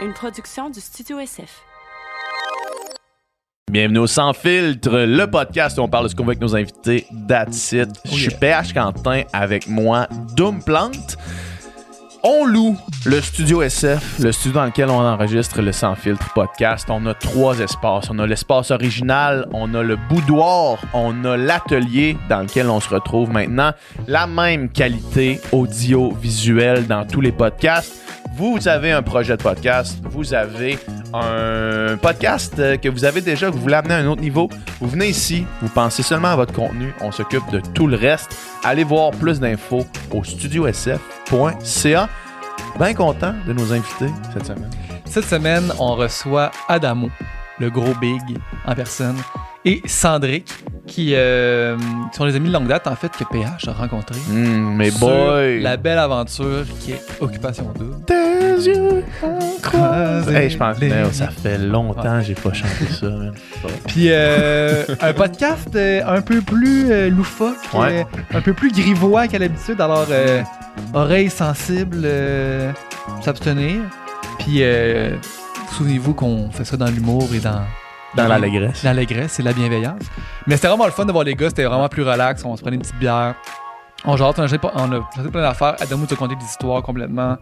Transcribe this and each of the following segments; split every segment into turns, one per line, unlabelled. une production du Studio SF.
Bienvenue au Sans Filtre, le podcast où on parle de ce qu'on veut avec nos invités. That's it. Je suis PH Quentin avec moi, Doom Plante. On loue le studio SF, le studio dans lequel on enregistre le Sans Filtre podcast. On a trois espaces. On a l'espace original, on a le boudoir, on a l'atelier dans lequel on se retrouve maintenant. La même qualité audio-visuelle dans tous les podcasts. Vous avez un projet de podcast, vous avez un podcast euh, que vous avez déjà, que vous voulez amener à un autre niveau, vous venez ici, vous pensez seulement à votre contenu, on s'occupe de tout le reste. Allez voir plus d'infos au studiosf.ca. Bien content de nos invités cette semaine.
Cette semaine, on reçoit Adamo, le gros big en personne, et Sandrick, qui euh, sont les amis de longue date, en fait, que PH a rencontré.
Hum, mes
sur
boys!
La belle aventure qui est Occupation Double.
Tes yeux croisés. Hey, je pense
Les-
man, ça fait longtemps que j'ai pas chanté ça. man.
Puis euh, un podcast euh, un peu plus euh, loufoque,
Ouais.
euh, un peu plus grivois qu'à l'habitude. Alors, euh, oreilles sensibles, euh, s'abstenir. Puis euh, souvenez-vous qu'on fait ça dans l'humour et dans.
Dans l'allégresse.
L'allégresse et la bienveillance. Mais c'était vraiment le fun de voir les gars, c'était vraiment plus relax. On se prenait une petite bière. On genre, on a jasé- on a jasé plein d'affaires. Adam nous a conté des histoires complètement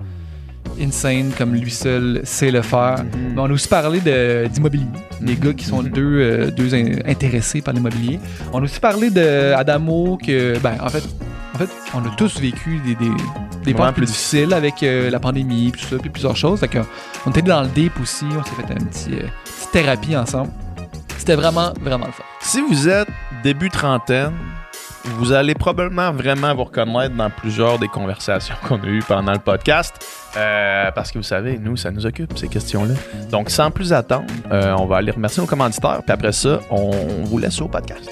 insane, comme lui seul sait le faire. Mm. Mais on a aussi parlé de- d'immobilier, les gars qui sont
Mhm.
deux, euh, deux in- intéressés par l'immobilier. On a aussi parlé de Adamo que, ben, en fait, en fait, on a tous vécu des, des, des
Moments
moments plus
plus
difficiles avec euh, la pandémie, tout ça, puis plusieurs choses. Fait que, on était dans le deep aussi, on s'est fait une petite thérapie ensemble. C'était vraiment, vraiment le fun.
Si vous êtes début trentaine, vous allez probablement vraiment vous reconnaître dans plusieurs des conversations qu'on a eues pendant le podcast. Euh, parce que vous savez, nous, ça nous occupe, ces questions-là. Donc, sans plus attendre, euh, on va aller remercier nos commanditaires. Puis après ça, on vous laisse au podcast.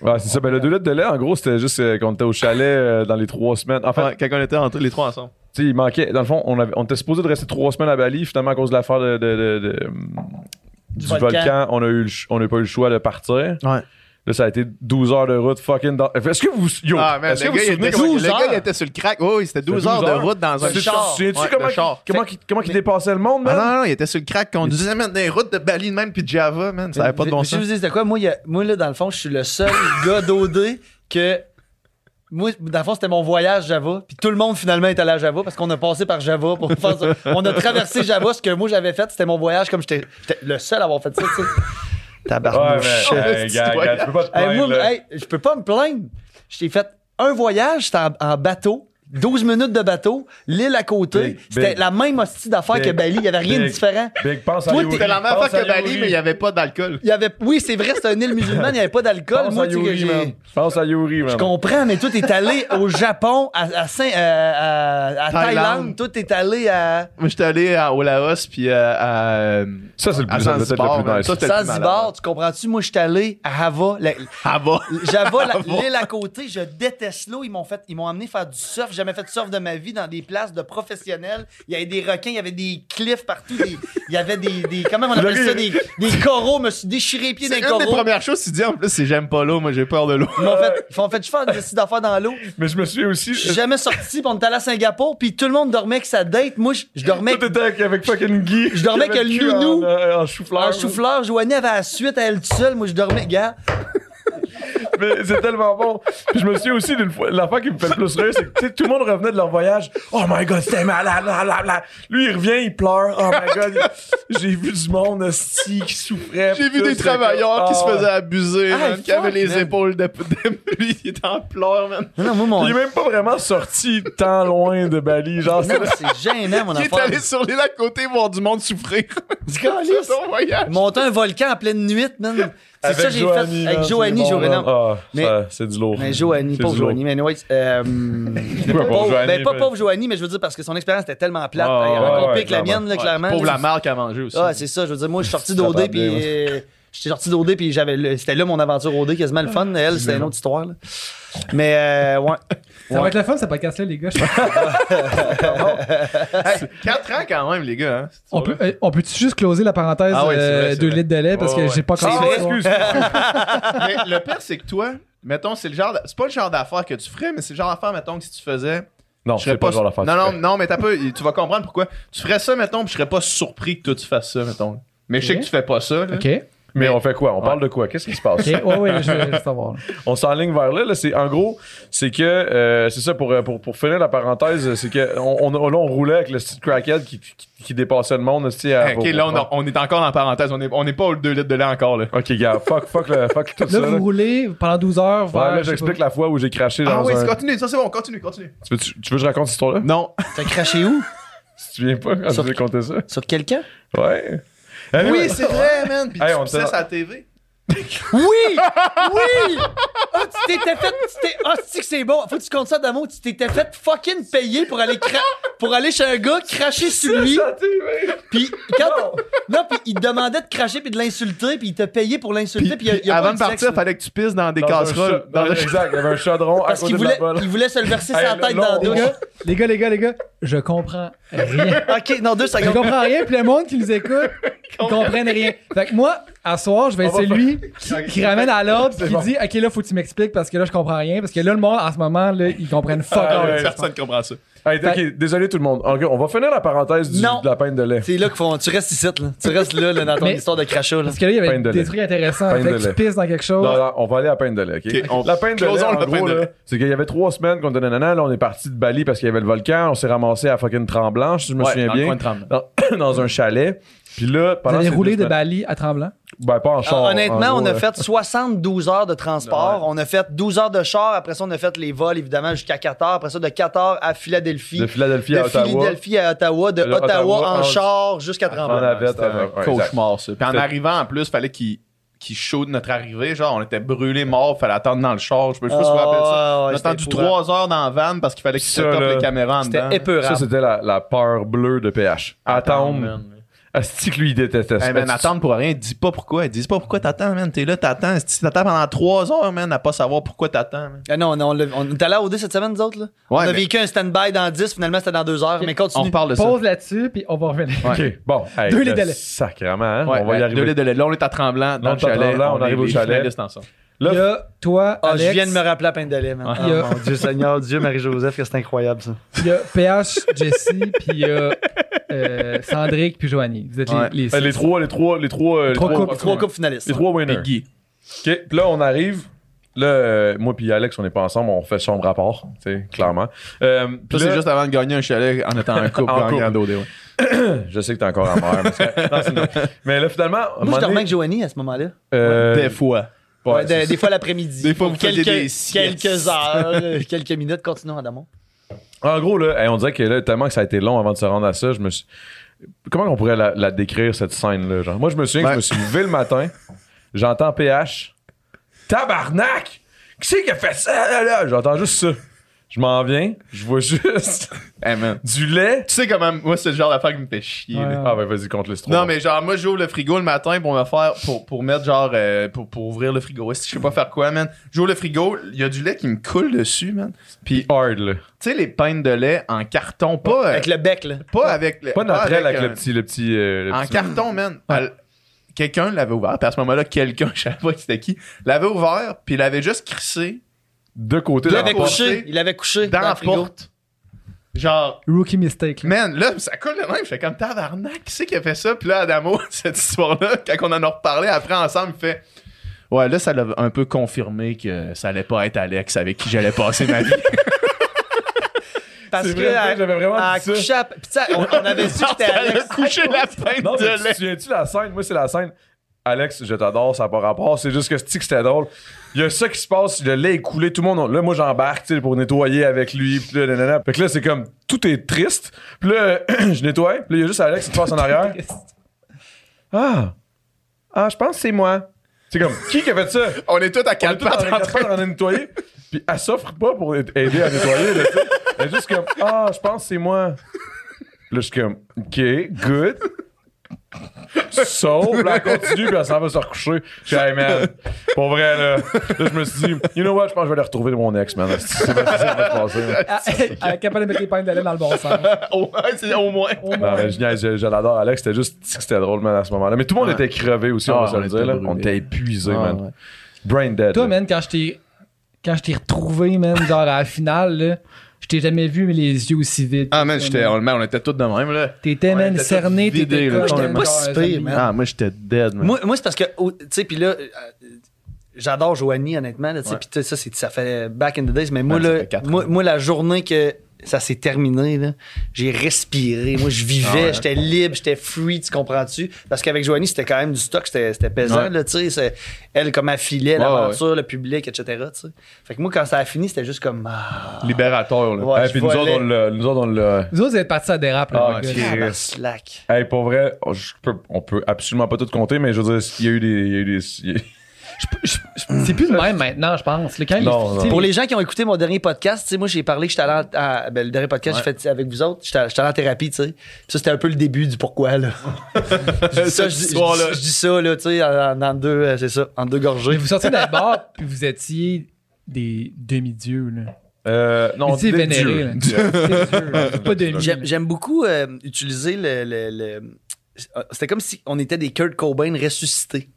Ouais, c'est ça. Ben, le 2 litres de lait, en gros, c'était juste euh, qu'on était au chalet euh, dans les trois semaines. En fait,
Enfin, quand on était entre les trois ensemble.
tu sais, il manquait. Dans le fond, on, avait- on était supposé de rester trois semaines à Bali. Finalement, à cause de l'affaire de, de- de- de- du, volcan, on a eu le ch- on n'a pas eu le choix de partir.
Ouais.
Là, ça a été 12 heures de route fucking dans- Est-ce que vous. Yo, est-ce que vous vous souvenez comment.
Ah, le gars, il était sur le crack. Oui, oui, c'était 12,
C'était
heures
12
de route dans un
Tu- tu-
char.
tu- tu-
Ouais,
comment
le
qu'il-
char.
comment qu'il- comment qu'il dépassait le monde,
Ah
man?
non, non, il était sur le crack. On nous disait, man, des routes de Bali de même, puis de Java, man. Ça avait pas de bon
Je vous
sens.
dis de quoi? Moi, il y a- moi, là, dans le fond, je suis le seul gars d'OD que. Moi, dans le fond, c'était mon voyage Java. Puis tout le monde, finalement, est allé à Java parce qu'on a passé par Java pour faire ça. On a traversé Java. Ce que moi, j'avais fait, c'était mon voyage comme j'étais j'étais le seul à avoir fait ça, tu sais.
Ouais,
Tabarnouche.
mais. hey, gars, gars, tu peux pas te
Hey,
plaindre,
moi,
là.
hey, je peux pas me plaindre. J'ai fait un voyage, c'était en, en bateau. 12 minutes de bateau, l'île à côté.
Big,
C'était
big.
la même hostie d'affaires
Big,
que Bali. Il n'y avait rien de
big.
différent.
Big, pense à
Toi,
Yuri.
C'était la même
Pense
affaire
à
que Bali,
Yuri.
mais il n'y avait pas d'alcool.
Il y avait... Oui, c'est vrai, c'était une île musulmane. Il n'y avait pas d'alcool.
Pense
Moi,
à
tu sais que
Yuri,
j'ai-
man. Pense à Yuri, man.
Je comprends, mais tout est allé au Japon, à, à Saint- euh, à- à
Thaïlande.
Thaïlande. Tout est allé à
Moi, j'étais allé à- au Laos, puis euh, à.
Ça, c'est le
à
plus- ça doit être
Zanzibar,
le plus
man.
nice.
Ça, c'était le plus
Zanzibar.
malade.
Tu comprends-tu? Moi, je suis allé à Hava. la-
Ah bah.
Java, la-
Hava.
l'île à côté, je déteste l'eau. Ils m'ont fait, ils m'ont amené faire du surf. J'ai jamais fait de surf de ma vie dans des places de professionnels. Il y avait des requins, il y avait des cliffs partout. des- il y avait des, des- comment on appelle ça, des, des coraux. Je me suis déchiré les pieds
C'est
d'un
une des
coraux.
premières choses que tu dis en plus, c'est j'aime pas l'eau, moi j'ai peur de l'eau.
Ils m'ont fait, ils m'ont fait faire des petites affaires dans l'eau.
Mais je me suis aussi. euh,
Je suis jamais sorti, puis on est allé à Singapour, puis tout le monde dormait avec sa date. Moi, je, je dormais
Tout était avec, avec fucking Guy.
Je dormais
Qui avait
que
cul En,
Nounou.
euh, en chou-fleur.
En chou-fleur, Joanie avait la suite à elle toute seule. Moi, je dormais, gars.
Mais c'est tellement bon. Puis je me souviens aussi d'une fois, l'affaire qui me fait le plus rire, c'est que tu sais, tout le monde revenait de leur voyage. Oh my god, c'était malade, la, la, la. Lui, il revient, il pleure. Oh my god, j'ai vu du monde hostie qui souffrait.
J'ai vu
Puis
des
tout, c'était
travailleurs
comme,
qui se
ah.
faisaient abuser,
Ah,
man, qui avaient
fuck,
les
man.
épaules de, de- Lui, il était en pleurs, man.
Non, non, moi,
Puis Il
mon.
est même pas vraiment sorti tant loin de Bali. Genre,
Non,
c'était-
c'est gênant, mon
Il est allé
affaire.
sur l'île à côté voir du monde souffrir.
Du calice.
C'est son voyage.
Monter un volcan en pleine nuit, man. C'est
avec
ça que j'ai
Joanie,
fait avec
man,
Joanie,
c'est bon,
Joanie.
man. Ah,
Mais-
ça, c'est du lourd.
Mais Joanie,
C'est
pauvre
du lourd.
Joanie, mais anyway, euh,
Pourquoi pauvre
pauvre-
Joanie,
ben, pas
mais-
pauvre Joanie, mais je veux dire parce que son expérience était tellement plate,
Ah,
elle
ouais,
encore
ouais,
pire que la
clairement.
mienne, là, clairement.
Pauvre
Là,
la marque à manger aussi.
Ah, c'est ça, je veux dire, moi, je suis sorti d'OD,
t'entends
puis
bien,
euh, J'étais sorti d'OD, puis j'avais le- c'était là mon aventure OD, quasiment le fun. Elle, c'était une autre histoire. là. Mais euh, ouais.
Ça va être le fun, ça podcast-là, les gars. je pense.
4 ans quand même, les gars. Hein?
on peut- euh, on peut-tu juste closer la parenthèse
Ah ouais, c'est vrai,
euh,
c'est
deux
vrai.
litres de lait parce
Ouais,
que
ouais.
j'ai pas
C'est
compris.
vrai,
l'histoire.
excuse.
Mais le pire, c'est que toi, mettons, c'est le genre. de- C'est pas le genre d'affaire que tu ferais, mais c'est le genre d'affaire, mettons, que si tu faisais.
Non,
je serais
c'est pas le genre
su-
d'affaire.
Non,
que tu
non,
fais.
non, mais t'as pas. Tu vas comprendre pourquoi. Tu ferais ça, mettons, puis je serais pas surpris que toi, tu fasses ça, mettons. Mais je sais
Ok.
que tu fais pas ça. là.
Ok.
Mais on fait quoi?
Ah.
On parle de quoi? Qu'est-ce qui se passe?
Ok. Ouais, ouais, je veux savoir. là.
on s'enligne vers là. là. C'est, en gros, c'est que, euh, c'est ça, pour, euh, pour, pour finir la parenthèse, c'est que on, on, là, on roulait avec le style crackhead qui, qui, qui dépassait le monde. hostie, à-
Ah, Ok, là, on, on est encore en parenthèse. On est, on est pas aux 2 litres de lait encore, là.
Ok, gars, fuck, fuck, le, fuck tout ça.
Là,
Là.
vous roulez pendant 12 heures
Ouais,
vers.
là,
je sais
j'explique la fois où j'ai craché dans
Ah oui,
un...
c'est- continue, ça c'est bon, continue, continue.
tu, veux, tu, tu veux que je raconte cette histoire-là?
Non.
T'as craché où?
Si tu viens pas quand je
Sur-
vais compter ça.
Sur quelqu'un?
Ouais. Anyway.
Oui, c'est vrai, man. Puis
Hey,
tu
on
pissais
t'a-
à la TV.
Oui! Oui! Ah, tu t'étais fait. Tu t'es, ah, c'est que c'est bon. Faut que tu comptes ça d'amour. Tu t'étais fait fucking payer pour aller, cra- pour aller chez un gars, cracher sur lui. Puis quand. Non, puis il te demandait de cracher puis de l'insulter, puis il t'a payé pour l'insulter. Puis, il y a- il y a pas
avant
eu
de
sexe,
partir,
là.
fallait que tu pisses dans des
Dans un
casseroles.
cha- dans un- Exact, il y avait un chaudron à
Parce
côté
qu'il
de la
voulait,
balle.
il voulait se le verser
Hey,
sa
là,
tête
là,
dans
on-
la douche.
Les gars, les gars, les gars, je comprends rien.
Ok, non, deux
Je
secondes.
comprends rien, puis le monde qui nous écoute, ils comprennent rien. Fait que moi, à soir, je vais être
On va
celui qui, qui ramène à l'ordre, puis qui
bon.
dit Ok, là, faut que tu m'expliques parce que là, je comprends rien. Parce que là, le monde, en ce moment, là, ils comprennent fuck
Ah,
all.
ouais.
Personne comprend ça.
Hey, ok, désolé tout le monde. Ok, on va finir la parenthèse du-
Non.
de la peine de lait.
C'est là qu'il faut. Tu restes ici, là. Tu restes là, là, dans ton
Mais-
histoire de crachat, là.
Parce que là, il y avait
Peine de
des
lait.
trucs intéressants.
Peine
Fait
de
que tu
lait.
pisses dans quelque
Ah
chose.
Non, non, on va aller à la peine de lait, ok?
Ok, on-
La peine de lait,
Closons
en
la peine
gros,
de
là,
lait.
c'est qu'il y avait trois semaines qu'on donnait nanan. Là, on est parti de Bali parce qu'il y avait le volcan. On s'est ramassé à fucking Tremblant, si je me
Ouais,
souviens
dans le
bien.
coin de Tremblant.
dans, dans un chalet. Puis là,
Vous
pendant
allez
ces
rouler
deux
de
semaines-
Bali à Tremblant.
Ben, pas en char.
Ah, honnêtement,
en gros,
on a
là.
fait 72 heures de transport. On a fait 12 heures de char. Après ça, on a fait les vols, évidemment, jusqu'à 14. Après ça, de 14 à Philadelphie.
De Philadelphie
de
à Ottawa.
Philadelphie à Ottawa. De
Le
Ottawa,
Ottawa
en,
en-
char jusqu'à
En
Tremblant.
navette.
C'était un
ouais, exact.
cauchemar, ça. Puis en
C'était-
arrivant, en plus, fallait qu'il qu'il chaude notre arrivée. Genre, on était brûlés morts, fallait attendre dans le char. Je sais pas si vous vous rappelez ça.
Ah, ouais,
on a
ouais,
attendu
c'était épouvant.
trois heures dans la van parce qu'il fallait qu'il
Ça,
set up
là,
les caméras en dedans.
C'était
Ça,
épeurable.
c'était la, la peur bleue de PH. Attendre.
Ah, man.
Asti que lui, il détestait ça.
Hey, man, attendre pour rien, dis pas pourquoi. Dis pas pourquoi t'attends, man. T'es là, t'attends. Si t'attends pendant trois heures, man, à pas savoir pourquoi t'attends, man.
Ah non, non, on, l'a- on est allé à OD cette semaine, nous autres. Là. on
Ouais,
a
mais- Oh.
vécu un stand-by dans 10. Finalement, c'était dans 2 heures. Mais
On
continue.
reparle de ça.
Pause là-dessus, puis on va revenir.
OK, bon. Hey,
Deux les
le
délais.
Sacrement, hein?
Ouais,
on va y
ben,
arriver.
de lait, de lait. Là, on est à Tremblant, dans
on
le
est à
chalet.
Tremblant, on
est
arrive au
les
chalet.
finalistes ensemble.
Là,
Il y a toi,
Ah,
Alex,
je viens de me rappeler à peine d'aller, man.
Il y a-
Oh, mon Dieu Seigneur, Dieu, Marie-Joseph, que c'est incroyable, ça.
il y a PH, Jesse, puis il y a euh, Sandrick, puis Joanie. Vous êtes les-
Ouais.
les,
hey, Euh, les trois, les trois, les trois, euh, les
Trois
trois,
couples.
Trois coupes finalistes.
les trois winners.
Puis Guy.
OK, puis là, on arrive. Là, euh, moi puis Alex, on n'est pas ensemble, on fait sombre rapport, tu sais, clairement. Euh,
Ça,
puis
c'est
là-
juste avant de gagner un chalet en étant un couple
En couple.
gagnant d'OD. ouais.
Je sais que t'es encore amer. mais c'est- non, c'est une blague. Mais là, finalement, à un
Moi,
moment
je dormais
donné,
avec Joanie à ce moment-là.
euh,
Des fois.
ouais,
Ouais, de-
c'est-
des fois l'après-midi.
Des fois, vous faisiez
quelques,
des siestes.
quelques heures, euh, quelques minutes. Continuons, Adamo.
En gros, là, hey, on dirait que là, tellement que ça a été long avant de se rendre à ça, je me suis... Comment on pourrait la, la décrire, cette scène-là? Genre? Moi, je me souviens que
Ouais.
je me suis levé le matin, j'entends PH. Tabarnak! Qui c'est qui a fait ça? là, là? J'entends juste ça. Je m'en viens, je vois juste
Hey, man.
du lait.
Tu sais comment, moi, c'est le genre d'affaire qui me fait chier.
Ouais.
là.
Ah ben vas-y, compte le trois.
Non, mais genre, moi, j'ouvre le frigo le matin pour me faire, pour, pour mettre genre, euh, pour, pour ouvrir le frigo. Si je sais pas faire quoi, man. J'ouvre le frigo, il y a du lait qui me coule dessus, man. Puis, tu
Hard, là.
sais, les pintes de lait en carton, pas, euh,
Avec le bec, là.
pas avec, le-
Pas notre
avec
avec, avec
un-
le petit... Le petit, euh, le
En
petit-
carton, man. Elle- Quelqu'un l'avait ouvert, puis à ce moment-là, quelqu'un, je savais pas c'était qui, l'avait ouvert, puis il l'avait juste crissé
De côté
Il
de
Là,
la
avait
avec-
porte.
couché. Il avait couché
dans,
dans,
la
le frigo.
porte. Genre,
Rookie mistake. là.
Man, là, ça coule le même. J'étais comme tabarnak, qui c'est qui a fait ça? Puis là, Adamo, cette histoire-là, quand on en a reparlé après ensemble, il fait Ouais, là, ça l'a un peu confirmé que ça allait pas être Alex avec qui j'allais passer ma vie.
Parce
C'est
que
vrai,
elle-
j'avais vraiment
elle
dit ça.
couchait à- Puis tu sais, on, on avait su que c'était
Elle a
Alex.
couché la peine
Non, mais
de
tu te
lait.
souviens-tu la scène? Moi, c'est la scène. Alex, je t'adore, ça n'a pas rapport. C'est juste que c'est que c'était drôle. Il y a ça qui se passe, le lait est coulé, tout le monde. Là, moi, j'embarque tu sais, pour nettoyer avec lui. Puis là, nanana. Fait que là, c'est comme tout est triste. Puis là, je nettoie. Puis là, il y a juste Alex qui passe en arrière. Ah, ah, je pense que c'est moi. C'est comme, qui qui a fait ça?
On est tous à
On est
quatre
tous en
pattes en
train
train
de nettoyer. Puis elle s'offre pas pour aider à nettoyer. Là, tu sais. elle est juste comme, ah, je pense que c'est moi. Là, je suis comme, OK, good. Sauf, là, elle continue, puis elle s'en va se recoucher. Je suis, hey, man, pour vrai, là. Là, je me suis dit, you know what, je pense que je vais aller retrouver mon ex, man. C'est pas ça qui va se passer. là.
Ah,
Ah.
Elle capable de mettre les pintes de lait dans le bon sens.
Au- c'est au moins.
Non, mais je, niaise, je, je l'adore, Alex. C'était juste que c'était drôle, man, à ce moment-là. Mais tout le monde
Ouais.
était crevé aussi, on
Ah,
va se
on
le
était
dire. là.
brûlés.
On était épuisé,
Ah,
man. Brain dead.
Toi,
là.
man, quand je t'ai quand je t'ai retrouvé, man, genre à la finale, là, je t'ai jamais vu, mais les yeux aussi vides.
Ah, man, j'étais, on, man, on était tous de même, là.
T'étais,
on
man,
était
cerné,
tous vidés,
t'étais
là.
comme-
J'étais
comme
pas
genre,
si
euh,
pire,
zombie.
man.
Ah, moi, j'étais dead, man.
Moi, moi, c'est parce que, oh, tu sais, puis là, euh, j'adore Joanie, honnêtement, là, tu sais,
Ouais.
puis tu sais, ça, c'est- ça fait back in the days, mais moi,
Ouais, ça
là,
fait quatre
moi,
ans.
moi, la journée que ça s'est terminé, là, j'ai respiré, moi, je vivais,
Ah ouais.
j'étais libre, j'étais free, tu comprends-tu? Parce qu'avec Joanie, c'était quand même du stock, c'était c'était pesant,
Ouais.
là, tu sais, c'est- elle, comme elle filait
Ouais,
l'aventure, le public, etc., tu sais. Fait que moi, quand ça a fini, c'était juste comme... ah,
Libérateur, là.
Ouais,
Hey,
je
puis nous autres,
volais.
on l'a- nous autres, on l'a.
Vous autres, vous êtes partis à dérape, là.
Ah,
mon gars.
ok.
tabarnak.
Hey, pour vrai, on, je peux, on peut absolument pas tout compter, mais je veux dire, il y a eu des. il y a eu des- il y a-
Je- je- C'est plus le même maintenant, je pense. là. Quand
Non,
les- tu sais,
Pour les gens qui ont écouté mon dernier podcast, tu sais, moi, j'ai parlé que j'étais allé en- à- ben, le dernier podcast que j'ai fait avec vous autres, j'étais j'étais allé en thérapie, tu sais. Puis ça, c'était un peu le début du pourquoi, là. je dis ça,
Cette
je, dis- je
histoire-là.
dis- je dis ça, là, tu sais, en, en- en deux, euh, c'est ça, en deux
Mais
gorgées.
vous sortiez d'un bar, puis vous étiez des demi-dieux, là.
Euh, non,
Tu sais,
des
vénéré,
dieux.
là.
Dieu.
Des dieux, là. Pas demi.
J'aime j'aime beaucoup euh, utiliser le... le- le- euh, c'était comme si on était des Kurt Cobain ressuscités.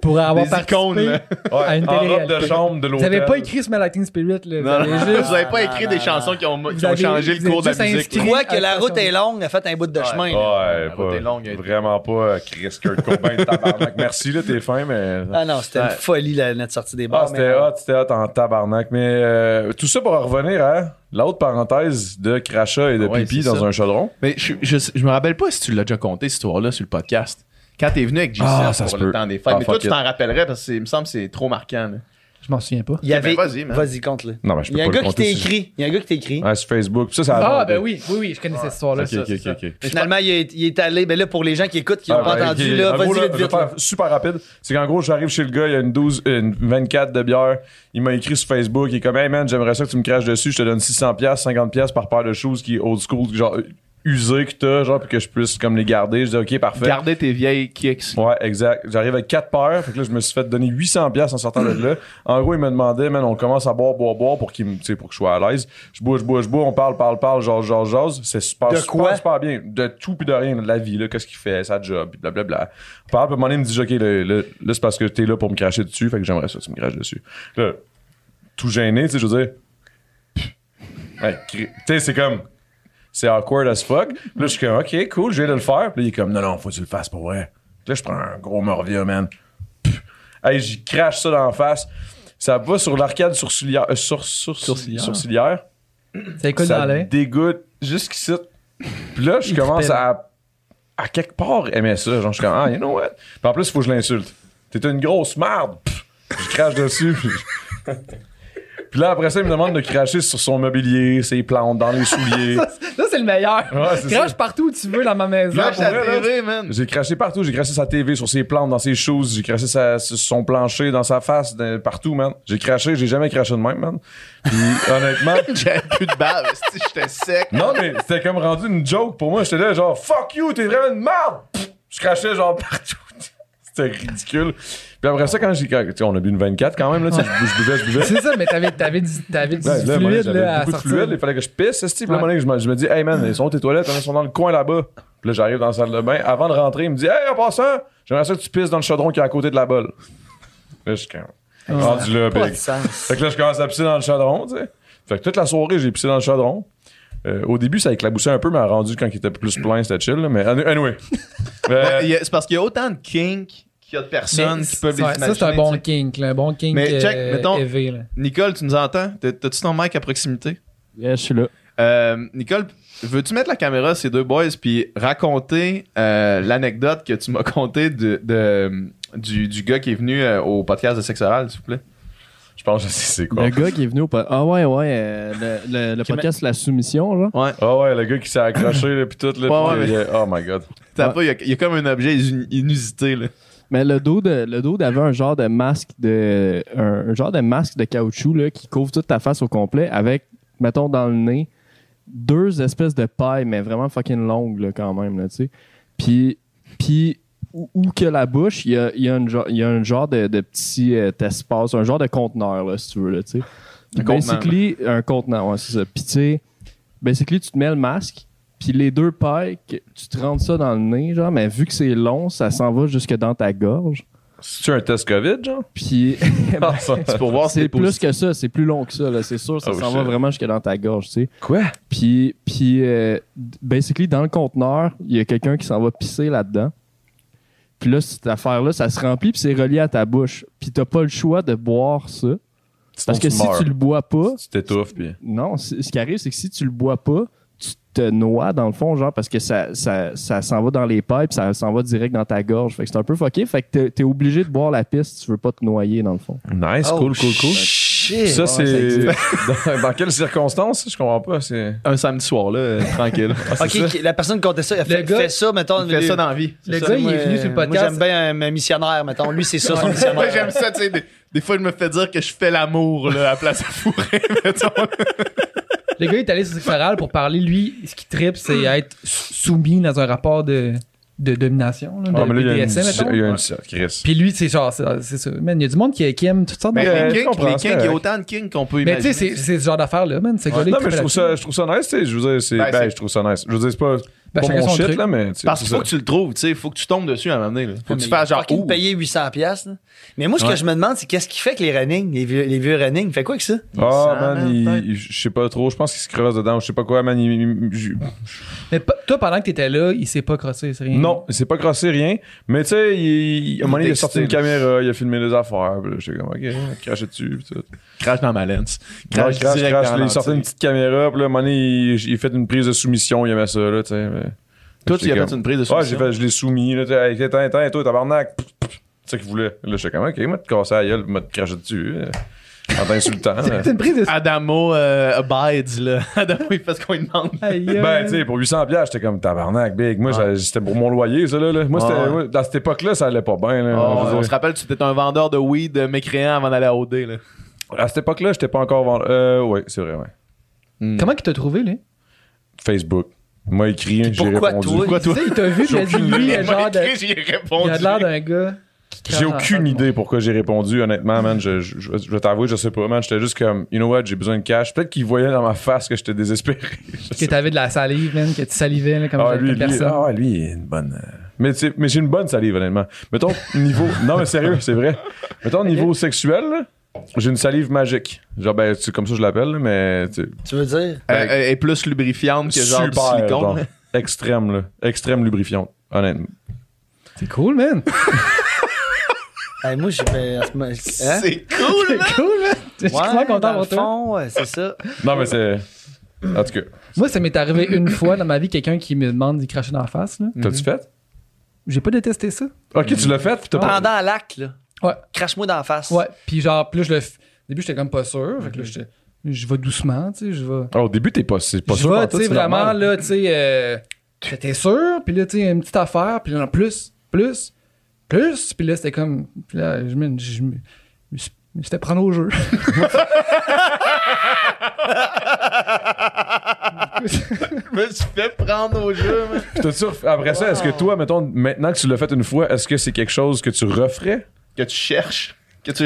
Pour avoir
Des
participé
icônes,
Ouais,
à une
en robe de
télé-réalité.
chambre de
Vous
l'hôtel.
avez pas écrit ce Malating Spirit, là. Vous
Non,
avez
non,
juste-
vous avez pas
Ah,
écrit
non,
des
non,
chansons qui ont, qui ont
avez-
changé
vous
le
êtes
cours de la
juste
musique.
inscrit.
là.
Crois que la route est longue, a fait un bout de
Ouais. Ah,
chemin.
Ouais,
là.
la route
pas,
est longue, elle-
vraiment pas euh, Chris Kurt Cobain, tabarnak. Merci, là, t'es fin, mais.
Ah non, c'était une
Ouais.
folie, la, notre sortie des
Ah,
bars. mais- euh,
c'était hot, c'était hot en tabarnak. Mais euh, tout ça pour en revenir à l'autre parenthèse de crachat et de
Ouais,
pipi
c'est
dans
ça.
un chaudron.
Mais je, je, je me rappelle pas si tu l'as déjà compté, cette histoire-là, sur le podcast. Quand t'es venu avec J7
Ah, ça
pour
se
le
peut.
temps des fêtes.
Ah,
mais toi,
fuck
tu
it.
t'en rappellerais parce que c'est- il me semble que c'est trop marquant. là.
Je m'en souviens pas.
Il y
Ben,
avait...
vas-y, man.
Vas-y, compte-le.
Non, mais je
Il
peux
y a
pas le
un gars qui
compter.
t'a
sur-
écrit. Il y a un gars qui t'a écrit.
Ouais, sur Facebook. Puis ça, ça
Ah,
a-
ben oui, oui, oui, je connais cette histoire-là.
Ok,
ça,
ok,
c'est
ok,
ça.
ok.
Mais Finalement, il est, il est allé. Mais là, pour les gens qui écoutent, qui n'ont
Ah,
pas
ben,
entendu,
ok.
là,
En gros,
vas-y,
là,
vite,
je vais
vite.
faire
là.
super rapide. C'est qu'en gros, j'arrive chez le gars, il y a une 12, une 24 de bière. Il m'a écrit sur Facebook. Il est comme, hey man, j'aimerais ça que tu me craches dessus. Je te donne 600$, 50$ par paire de choses qui est old school, genre euh, usées que t'as, genre, puis que je puisse comme les garder. Je dis, ok, parfait.
Gardez tes vieilles kicks.
Ouais, exact. J'arrive avec quatre paires. Fait que là, je me suis fait donner 800 pièces en sortant de là. En gros, il me demandait, man, on commence à boire, boire, boire pour qu'il me- tu sais, pour que je sois à l'aise. Je bois, je bois, je bois, on parle, parle, parle, genre, genre, jase. C'est super,
De
super,
quoi?
super bien. De tout puis de rien, de la vie, là, qu'est-ce qu'il fait, sa job, puis blablabla. On parle, puis à un moment donné, il me dit, OK, là, là, là, c'est parce que t'es là pour me cracher dessus. Fait que j'aimerais ça, que tu me craches dessus. Là, tout gêné, tu sais, je veux dire. Ouais, cri- tu sais, c'est comme. C'est awkward as fuck. Puis là, je suis comme, OK, cool, je viens de le faire. Puis là, il est comme, non, non, faut que tu le fasses pour vrai. Puis là, je prends un gros morvia, man. Pff. Hey, j'y crache ça dans la face. Ça va sur l'arcade sourcilière. euh, sour- sour-
Sourcilière.
sourcilière.
Ça écoute dans
Ça
l'œil.
dégoûte jusqu'ici. Puis là, je
Il
commence
t'appelle.
à. À quelque part, aimer ça. Genre, je suis comme, ah, you know what? Puis en plus, il faut que je l'insulte. T'es une grosse merde. Pff. Je crache dessus. Puis puis là, après ça, il me demande de cracher sur son mobilier, ses plantes, dans les souliers.
Ça, c'est- ça, c'est le meilleur.
Ouais, c'est
Crache
ça.
partout où tu veux dans ma maison.
Lâche
pour vrai,
la
là,
TV, man.
J'ai craché partout. J'ai craché sa TV, sur ses plantes, dans ses choses. J'ai craché sa- sur son plancher, dans sa face, de- partout, man. J'ai craché. J'ai jamais craché de même, man. Puis, honnêtement...
J'avais plus de balles. si J'étais sec.
Non, mais c'était comme rendu une joke pour moi. J'étais là, genre, fuck you, t'es vraiment une merde! Pff, Je crachais, genre, partout. C'était ridicule. Puis après ça, quand j'ai. quand- tu sais, on a bu une 24 quand même, là. tu sais, Je, je buvais, je buvais.
C'est ça, mais t'avais, t'avais du, t'avais du
Ouais, là, à un moment donné,
fluide
j'avais
là, à
beaucoup de
sortir.
fluide, il fallait que je pisse. esti. Puis là, à un
Ouais.
moment donné, je me, je me dis, hey man, ils sont où tes toilettes, ils sont dans le coin là-bas. Puis là, j'arrive dans la salle de bain. Avant de rentrer, il me dit, hey, en passant, j'aimerais ça que tu pisses dans le chaudron qui est à côté de la bolle. Là, je suis comme. Rendu là,
Pas de
big.
sens.
Fait que là, je commence à pisser dans le chaudron, tu sais. Fait que toute la soirée, j'ai pissé dans le chaudron. Euh, au début, ça éclaboussait un peu, mais rendu quand il était plus plein, c'était chill. là, mais an- anyway. Euh,
Il y a- C'est parce qu'il y a autant de kinks qu'il y a de
Mais
personnes qui peuvent les
ouais,
imaginer.
ça, c'est un
tu
bon
sais.
kink, là, un bon kink
Mais check,
euh,
mettons-
élevé, là.
Nicole, tu nous entends? T'as- T'as-tu ton mic à proximité?
Yeah, je suis là.
Euh, Nicole, veux-tu mettre la caméra ces deux boys puis raconter euh, l'anecdote que tu m'as contée de, de- du, du gars qui est venu euh, au podcast de Sexe Oral, s'il vous plaît?
je pense que je sais c'est quoi.
Le gars qui est venu au podcast. Ah ouais, ouais, euh, le, le- le
Qui
podcast La Soumission, genre.
Ouais.
Ah ouais, le gars qui s'est accroché, là, pis tout,
Ouais,
là. pis
ouais,
il est- Oh my god.
T'as
Ouais.
pas, il y a- il y, a comme un objet inu- inusité, là.
Mais le dude, le dude avait un genre de masque de. Un, un genre de masque de caoutchouc là, qui couvre toute ta face au complet avec, mettons, dans le nez, deux espèces de pailles, mais vraiment fucking longues là, quand même, là, tu sais. Puis, puis où, où que la bouche, il y a, il y a une genre- il y a un genre de, de petit euh, espace, un genre de conteneur, là, si tu veux. Là, tu sais. Puis
contenant,
basically, un contenant, ouais, c'est ça. Puis tu sais, basically, tu te mets le masque, puis les deux pailles, que- tu te rentres ça dans le nez, genre, mais vu que c'est long, ça s'en va jusque dans ta gorge.
C'est-tu un test COVID, genre?
Puis
Ah, ça.
C'est pour voir si
c'est
c'est
plus
positif.
que ça, c'est plus long que ça, là, c'est sûr, ça
Oh,
s'en va
shit.
vraiment jusque dans ta gorge, tu sais.
Quoi?
Puis, puis euh, d- basically, dans le conteneur, il y a quelqu'un qui s'en va pisser là-dedans. Puis là, cette affaire-là, ça se remplit, puis c'est relié à ta bouche. Puis t'as pas le choix de boire ça. Parce que
tu
si
meurs.
tu le bois pas,
Tu t'étouffes, puis.
non, c- ce qui arrive, c'est que si tu le bois pas, tu te noies dans le fond, genre, parce que ça, ça, ça s'en va dans les pipes, ça s'en va direct dans ta gorge. Fait que c'est un peu fucké. Fait que t'es- t'es obligé de boire la piste si tu veux pas te noyer, dans le fond.
Nice,
Oh,
cool, cool, cool.
Shit!
Ça,
Ouais, ça
c'est.
existe.
dans, dans quelles circonstances? Je comprends pas. C'est.
Un samedi soir, là, euh, tranquille.
c'est
Ok, qui- la personne qui comptait Ah, ça, elle
Le
fait,
gars-
fait ça, mettons.
On fait ça dans la vie.
Le
Ça,
gars, il
moi,
est venu sur le
moi,
podcast.
J'aime bien un, un missionnaire, mettons. Lui, c'est ça, son
Moi,
missionnaire.
j'aime ça, tu sais. Des, des fois, je me fais dire que je fais l'amour, là, à place de fourrer, mettons.
Le gars est allé sur Sectoral pour parler, lui, ce qui tripe, c'est être sou- soumis dans un rapport de, de domination, là, de
Ah, mais là, il y a une.
BDSM, mettons.
Il y a une. Chris.
Puis lui, c'est genre, c'est c'est ça. Man, il y a du monde qui, qui aime toutes sortes
Mais
d'affaires.
euh,
les
je
kinks,
comprends,
les kinks, il
c'est
y a
correct.
autant de kinks qu'on peut
Mais tu sais,
imaginer.
c'est c'est ce genre d'affaire-là, man. C'est
Non, mais je trouve, ça, je trouve ça nice, tu sais. Je veux dire, c'est.
Ben,
Ben,
c'est-
je trouve ça nice. Je veux dire, c'est pas,
Ben,
pas
chacun
mon
son
shit,
truc.
là, mais. tu sais,
Parce qu'il
c'est
faut
ça.
que tu le trouves, tu sais. Faut que tu tombes dessus à un moment donné, là. Faut que tu fasses genre.
Fucking
ouh.
payer 800$. piastres, là. Mais moi, ce que je me demande, c'est qu'est-ce qu'il fait avec les running, les vieux, les vieux running? Il fait quoi avec ça?
Ah,
Ça,
man,
man,
il-
hein, peut-être.
il- je sais pas trop. Je pense qu'il se creuse dedans. ou Je sais pas quoi, man. il- il- je-
Mais pa- toi, pendant que t'étais là, il s'est pas crossé, c'est rien.
Non, il s'est pas crossé rien. Mais tu sais, il, il- à un moment donné, il a
excité,
sorti une
là.
caméra, il a filmé des affaires. Puis là, j'étais comme, ok, craché dessus. Puis tout.
Crache dans ma lens.
Crash,
Crache,
crash,
direct
crash.
dans
là,
la
Il sortait
lentille.
une petite caméra. Puis là, à un moment donné, il, il a fait une prise de soumission. Il aimait ça, là, tu sais. mais-
Toi, tu y
J'étais
as
comme-
fait une prise de
Ouais, j'ai
soumission.
fait, je l'ai soumis. Là, tu sais, Hey, t'es éteint, éteint, toi, tabarnak. Pff, pff. C'est ça qu'il voulait. Là, j'étais comme, ok, moi, te casser la gueule, moi, te cracher dessus. euh, En t'insultant. là.
C'est une prise de.
Adamo euh, abides, là. Adamo, il fait ce qu'on lui demande.
Aïe, aïe.
Ben, tu sais, pour 800 pièces j'étais comme tabarnak, big. Moi, ça- c'était pour mon loyer, ça, là. là. Moi, c'était,
Ouais.
moi, dans cette époque-là, ça allait pas bien, là.
Oh,
Je veux
on
dire.
se rappelle, tu étais un vendeur de weed euh, mécréant avant d'aller à OD, là.
À cette époque-là, j'étais pas encore vendu. Euh, ouais, c'est vrai, ouais.
Comment il t'a trouvé, là?
Facebook. Il m'a écrit, j'ai
pourquoi
répondu.
toi?
Tu sais, il t'a vu, il a dit, lui, il a genre de.
J'y ai
Il
répondu.
a de l'air d'un gars. qui crache
J'ai
dans la
aucune
face.
idée pourquoi j'ai répondu, honnêtement, man. Je, je, je, je vais t'avouer, je sais pas, man. J'étais juste comme, you know what, j'ai besoin de cash. Peut-être qu'il voyait dans ma face que j'étais désespéré. Je
Que
sais
t'avais de la salive, man, que tu salivais, là, comme
Ah,
comme
lui, lui,
personne.
ah ouais, lui, il est une bonne. euh, Mais, tu sais, mais j'ai une bonne salive, honnêtement. Mettons, niveau. non, mais sérieux, c'est vrai. Mettons, niveau sexuel, là, j'ai une salive magique. Genre, ben, c'est comme ça que je l'appelle, là, mais. tu sais,
Tu veux dire?
Euh, euh, est plus lubrifiante que genre du
super,
silicone.
genre,
là.
extrême, là. Extrême lubrifiante, honnêtement. Ah.
C'est cool, man.
Hey, moi, j'ai fait. en ce moment- Hein?
C'est cool, là.
C'est cool, man. Je suis vraiment
Ouais,
content
dans le
pour toi.
fond, ouais, c'est ça.
Non, mais c'est. En tout cas,
Moi, ça m'est arrivé une fois dans ma vie, quelqu'un qui me demande d'y cracher dans la face, là.
t'as-tu fait?
J'ai pas détesté ça.
Ok, tu l'as fait, puis t'as pas.
Pendant l'acte, là.
Ouais.
Crache-moi dans la face.
Ouais, puis genre, plus je le. f- Au début, j'étais comme pas sûr. Fait que là, j'étais. Je vais doucement, tu sais, je vais.
Ah, au début, t'es pas, c'est pas
je
sûr.
vais,
pantoute,
tu sais,
c'est
vraiment,
normal.
là, tu sais, euh, j'étais sûr, puis là, tu sais, une petite affaire, puis là, plus, plus, plus, puis là, c'était comme. Puis là, je me. Je me je me suis- je me suis fait prendre au jeu.
Je me suis fait prendre au jeu, man.
Puis t'as-tu ref- Après ça, est-ce que toi, mettons, maintenant que tu l'as fait une fois, est-ce que c'est quelque chose que tu referais?
Que tu cherches. Que tu...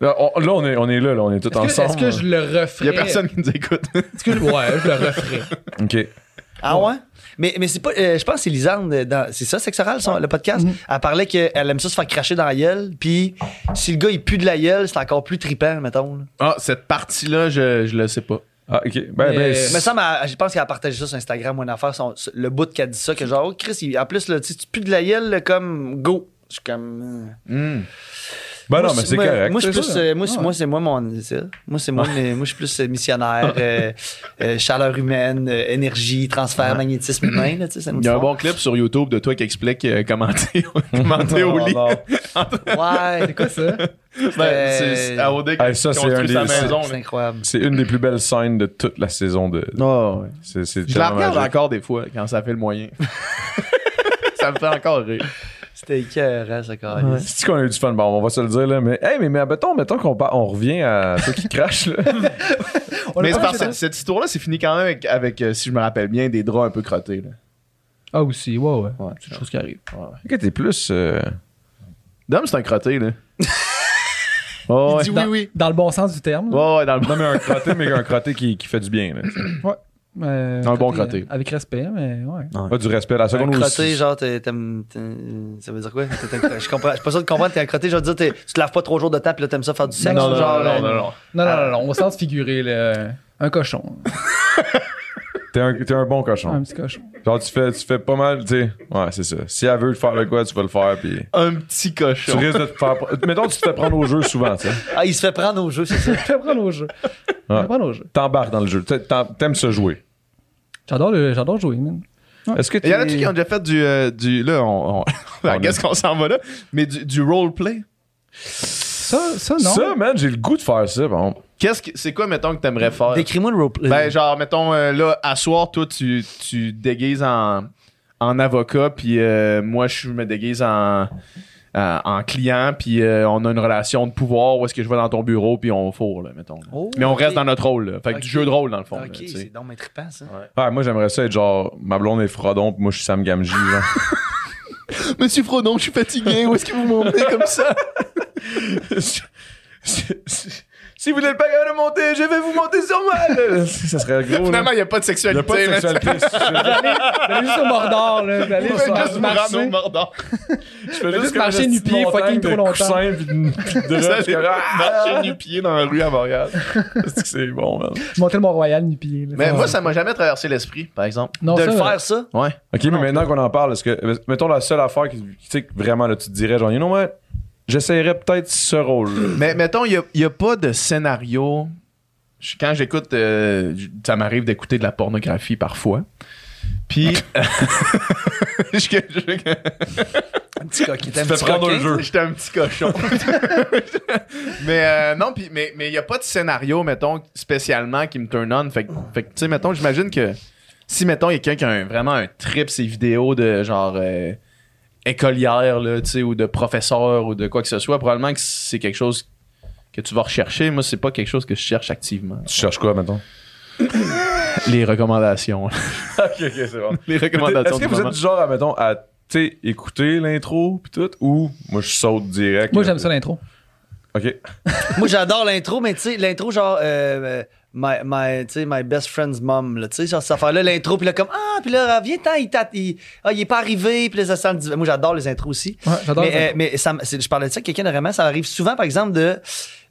Là, on, là, on est, on est là, là, on est tous
Est-ce que,
ensemble.
est-ce que je le referais?
Il y a personne qui nous écoute.
Est-ce que je- ouais, je le referais.
OK.
Ah ouais? Mais, mais c'est pas. euh, je pense que c'est Lisande. euh, dans- C'est ça, Sexoral, son- le podcast?
Mm-hmm.
Elle parlait qu'elle aime ça se faire cracher dans la gueule. Puis si le gars, il pue de la gueule, c'est encore plus tripant, mettons. là.
Ah, cette partie-là, je, je le sais pas.
Ah, OK. Ben,
Mais-
ben,
Mais
Mais
c'est-
ça, mais elle- je pense qu'elle a partagé ça sur Instagram ou une affaire. son- le bout qu'elle dit ça, que genre, oh, Chris, il- en plus, là, tu sais, tu pues de la gueule, là, comme go. Je suis comme. euh,
Hmm.
ben
moi,
non, mais c'est
moi,
correct.
Moi, je suis
c'est
plus,
ça. Ah
euh, moi, c'est- moi, c'est moi, mon. c'est ça. Moi, c'est moi, mais moi, je suis plus euh, missionnaire, euh, euh, chaleur humaine, euh, énergie, transfert, magnétisme humain, là, tu sais, ça nous
Il y a un
sort.
bon clip sur YouTube de toi qui explique euh, comment t'es comment t'es au
Non,
lit.
non.
Ouais,
C'est quoi ça?
Ben, c'est- c'est à OD
Hey, ça,
qui
c'est un
construit sa
des-
maison.
c'est incroyable.
C'est une des plus belles scènes de toute la saison de.
Non, ouais.
C'est, c'est
Je la
tellement
regarde
magique.
encore des fois quand ça fait le moyen. ça me fait encore rire.
C'était écœurant, ce carré.
C'est-tu qu'on a eu du fun? Bon, on va se le dire, là. Mais, hey, mais, mais mettons, mettons qu'on par- on revient à ceux qui crachent, là.
On
Mais
l'a
c'est
pas
parce
fait,
que cette histoire-là, c'est fini quand même avec, avec, euh, si je me rappelle bien, des draps un peu crottés. là.
Ah, aussi, ouais, ouais.
Ouais.
C'est une chose qui arrive.
Ok, t'es plus. euh,
Dom, c'est un crotté, là. Oh, ouais.
Il dit
Dans-
oui, oui.
Dans le bon sens du terme. là.
Ouais, ouais, dans le
Non, mais un crotté, mais un crotté qui, qui fait du bien. là.
Euh,
Un bon côté.
Avec respect, mais ouais.
Pas du respect. La
Un
seconde où-
crotté, genre, t'es- t'aimes- t'aimes- ça veut dire quoi? T'es un- Je comprends. Je suis pas sûr de comprendre. T'es un crotté, genre, dire, t'es- tu te laves pas trois jours de temps, puis là, t'aimes ça faire du sexe.
Non, non,
genre,
non,
euh,
non, Non, non, non, non, au sens figuré, là, un cochon.
T'es un, t'es un bon cochon.
Un petit cochon.
Genre, tu fais, tu fais pas mal, tu sais. Ouais, c'est ça. Si elle veut le faire le quoi, tu vas le faire, puis.
un petit
Tu
cochon.
risques de te faire. Mettons, tu te fais prendre au jeu souvent, tu sais.
Ah, il se fait prendre au jeu, c'est ça.
Je vais prendre au jeu. Je vais prendre au jeu.
T'embarques dans le jeu. T'sais, t'en- T'aimes se jouer.
J'adore le- j'adore jouer, man.
Est-ce que t'es.
Il y en a-tu qui ont déjà fait du. euh, du là, on. on-
On
Qu'est-ce Ah, qu'on s'en va là? Mais du, du roleplay.
Ça, ça non.
Ça, man, j'ai le goût de faire ça, bon.
Qu'est-ce que. C'est quoi, mettons, que t'aimerais faire?
Décris-moi le roleplay.
Ben, genre, mettons, euh, là, à soir, toi, tu, tu déguises en, en avocat, puis euh, moi, je me déguise en, en- en client, puis euh, on a une relation de pouvoir où est-ce que je vais dans ton bureau, puis on fourre, là, mettons.
Oh,
Mais on
ok.
reste dans notre rôle, là. Fait que
Ok.
du jeu de rôle, dans le fond. là,
Ok,
tu sais.
c'est donc mes tripants, ça.
Ouais, Ah, moi, j'aimerais ça être genre, ma blonde est Frodon, puis moi, je suis Sam Gamji, genre.
Monsieur Frodon, je suis fatigué, où est-ce que vous m'emmenez comme ça?
si vous n'êtes pas capable de monter, je vais vous monter sur moi! ça serait gros. là.
Finalement, il n'y a pas de
Il n'y
sexualité.
a pas de
là.
sexualité.
J'allais juste au Mordor, là. J'allais
Vous faites juste
juste
vous rendre au
marcher.
Mordor.
Je fais
juste
comme
marcher
une
nu-pied,
petite montagne
fucking trop
de
longtemps.
coussins, puis de- de
Vous
roches,
allez
comme, ah!
marcher nu-pied dans la rue à Montréal.
C'est que c'est bon, man.
Monter le Mont-Royal nu-pied. là.
Mais moi, ça m'a jamais traversé l'esprit, par exemple.
Non,
de
ça, euh,
le
là,
faire, ça.
Ouais.
Ok, mais maintenant qu'on en parle, est-ce que. Mettons la seule affaire qui. Tu sais, que vraiment, là, tu te dirais, genre, you know what? J'essayerais peut-être ce rôle.
Mais mettons, il n'y a, pas de scénario. Je- Quand j'écoute, euh, j- ça m'arrive d'écouter de la pornographie parfois. Puis. je suis
Un petit coquin. T'es un
Tu fais
petit
prendre
coquin.
un jeu.
un petit cochon. mais euh, non, puis, mais il n'y a pas de scénario, mettons, spécialement qui me turn on. Fait, que- fait que, tu sais, mettons, j'imagine que si, mettons, il y a quelqu'un qui a un- vraiment un trip, ces vidéos de genre. euh, écolière, là, tu sais, ou de professeur, ou de quoi que ce soit, probablement que c'est quelque chose que tu vas rechercher. Moi, c'est pas quelque chose que je cherche activement.
Tu cherches quoi, mettons?
Les recommandations.
ok, ok, c'est bon.
Les
Est-ce
recommandations
que
du
vous
moment.
êtes du genre à, mettons, à tu sais, écouter l'intro pis tout, ou moi je saute direct?
Moi,
là,
j'aime
pis-
ça l'intro.
Ok.
Moi, j'adore l'intro, mais tu sais, l'intro, genre, euh, euh, my, my, tu sais, my best friend's mom, là, tu sais, genre, cette affaire-là, l'intro, puis là, comme, ah, puis là, viens-t'en, il, t'a- il, ah, il est pas arrivé, puis là, ça sent le divan. Moi, j'adore les intros aussi.
Ouais, j'adore
mais,
les
euh, mais ça, me- c'est- je parlais de ça, quelqu'un de vraiment, ça arrive souvent, par exemple, de,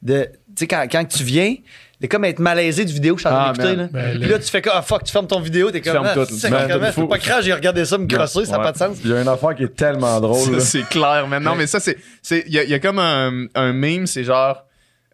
de tu sais, quand, quand tu viens, t'es comme à être malaisé du vidéo que je suis en train
Ah,
d'écouter, là.
man.
Ben,
Puis là, tu fais comme, ah, fuck, tu fermes ton vidéo, t'es comme,
fermes
ah,
tout,
c'est
man,
comment,
faut-
faut pas crash, j'ai regardé ça me crosser, ça n'a
Ouais.
pas de sens.
Il y a une affaire qui est tellement drôle.
Ça,
là.
c'est clair, man. Non, mais ça, c'est. c'est- Il y, a- il y a comme un, un meme, c'est genre.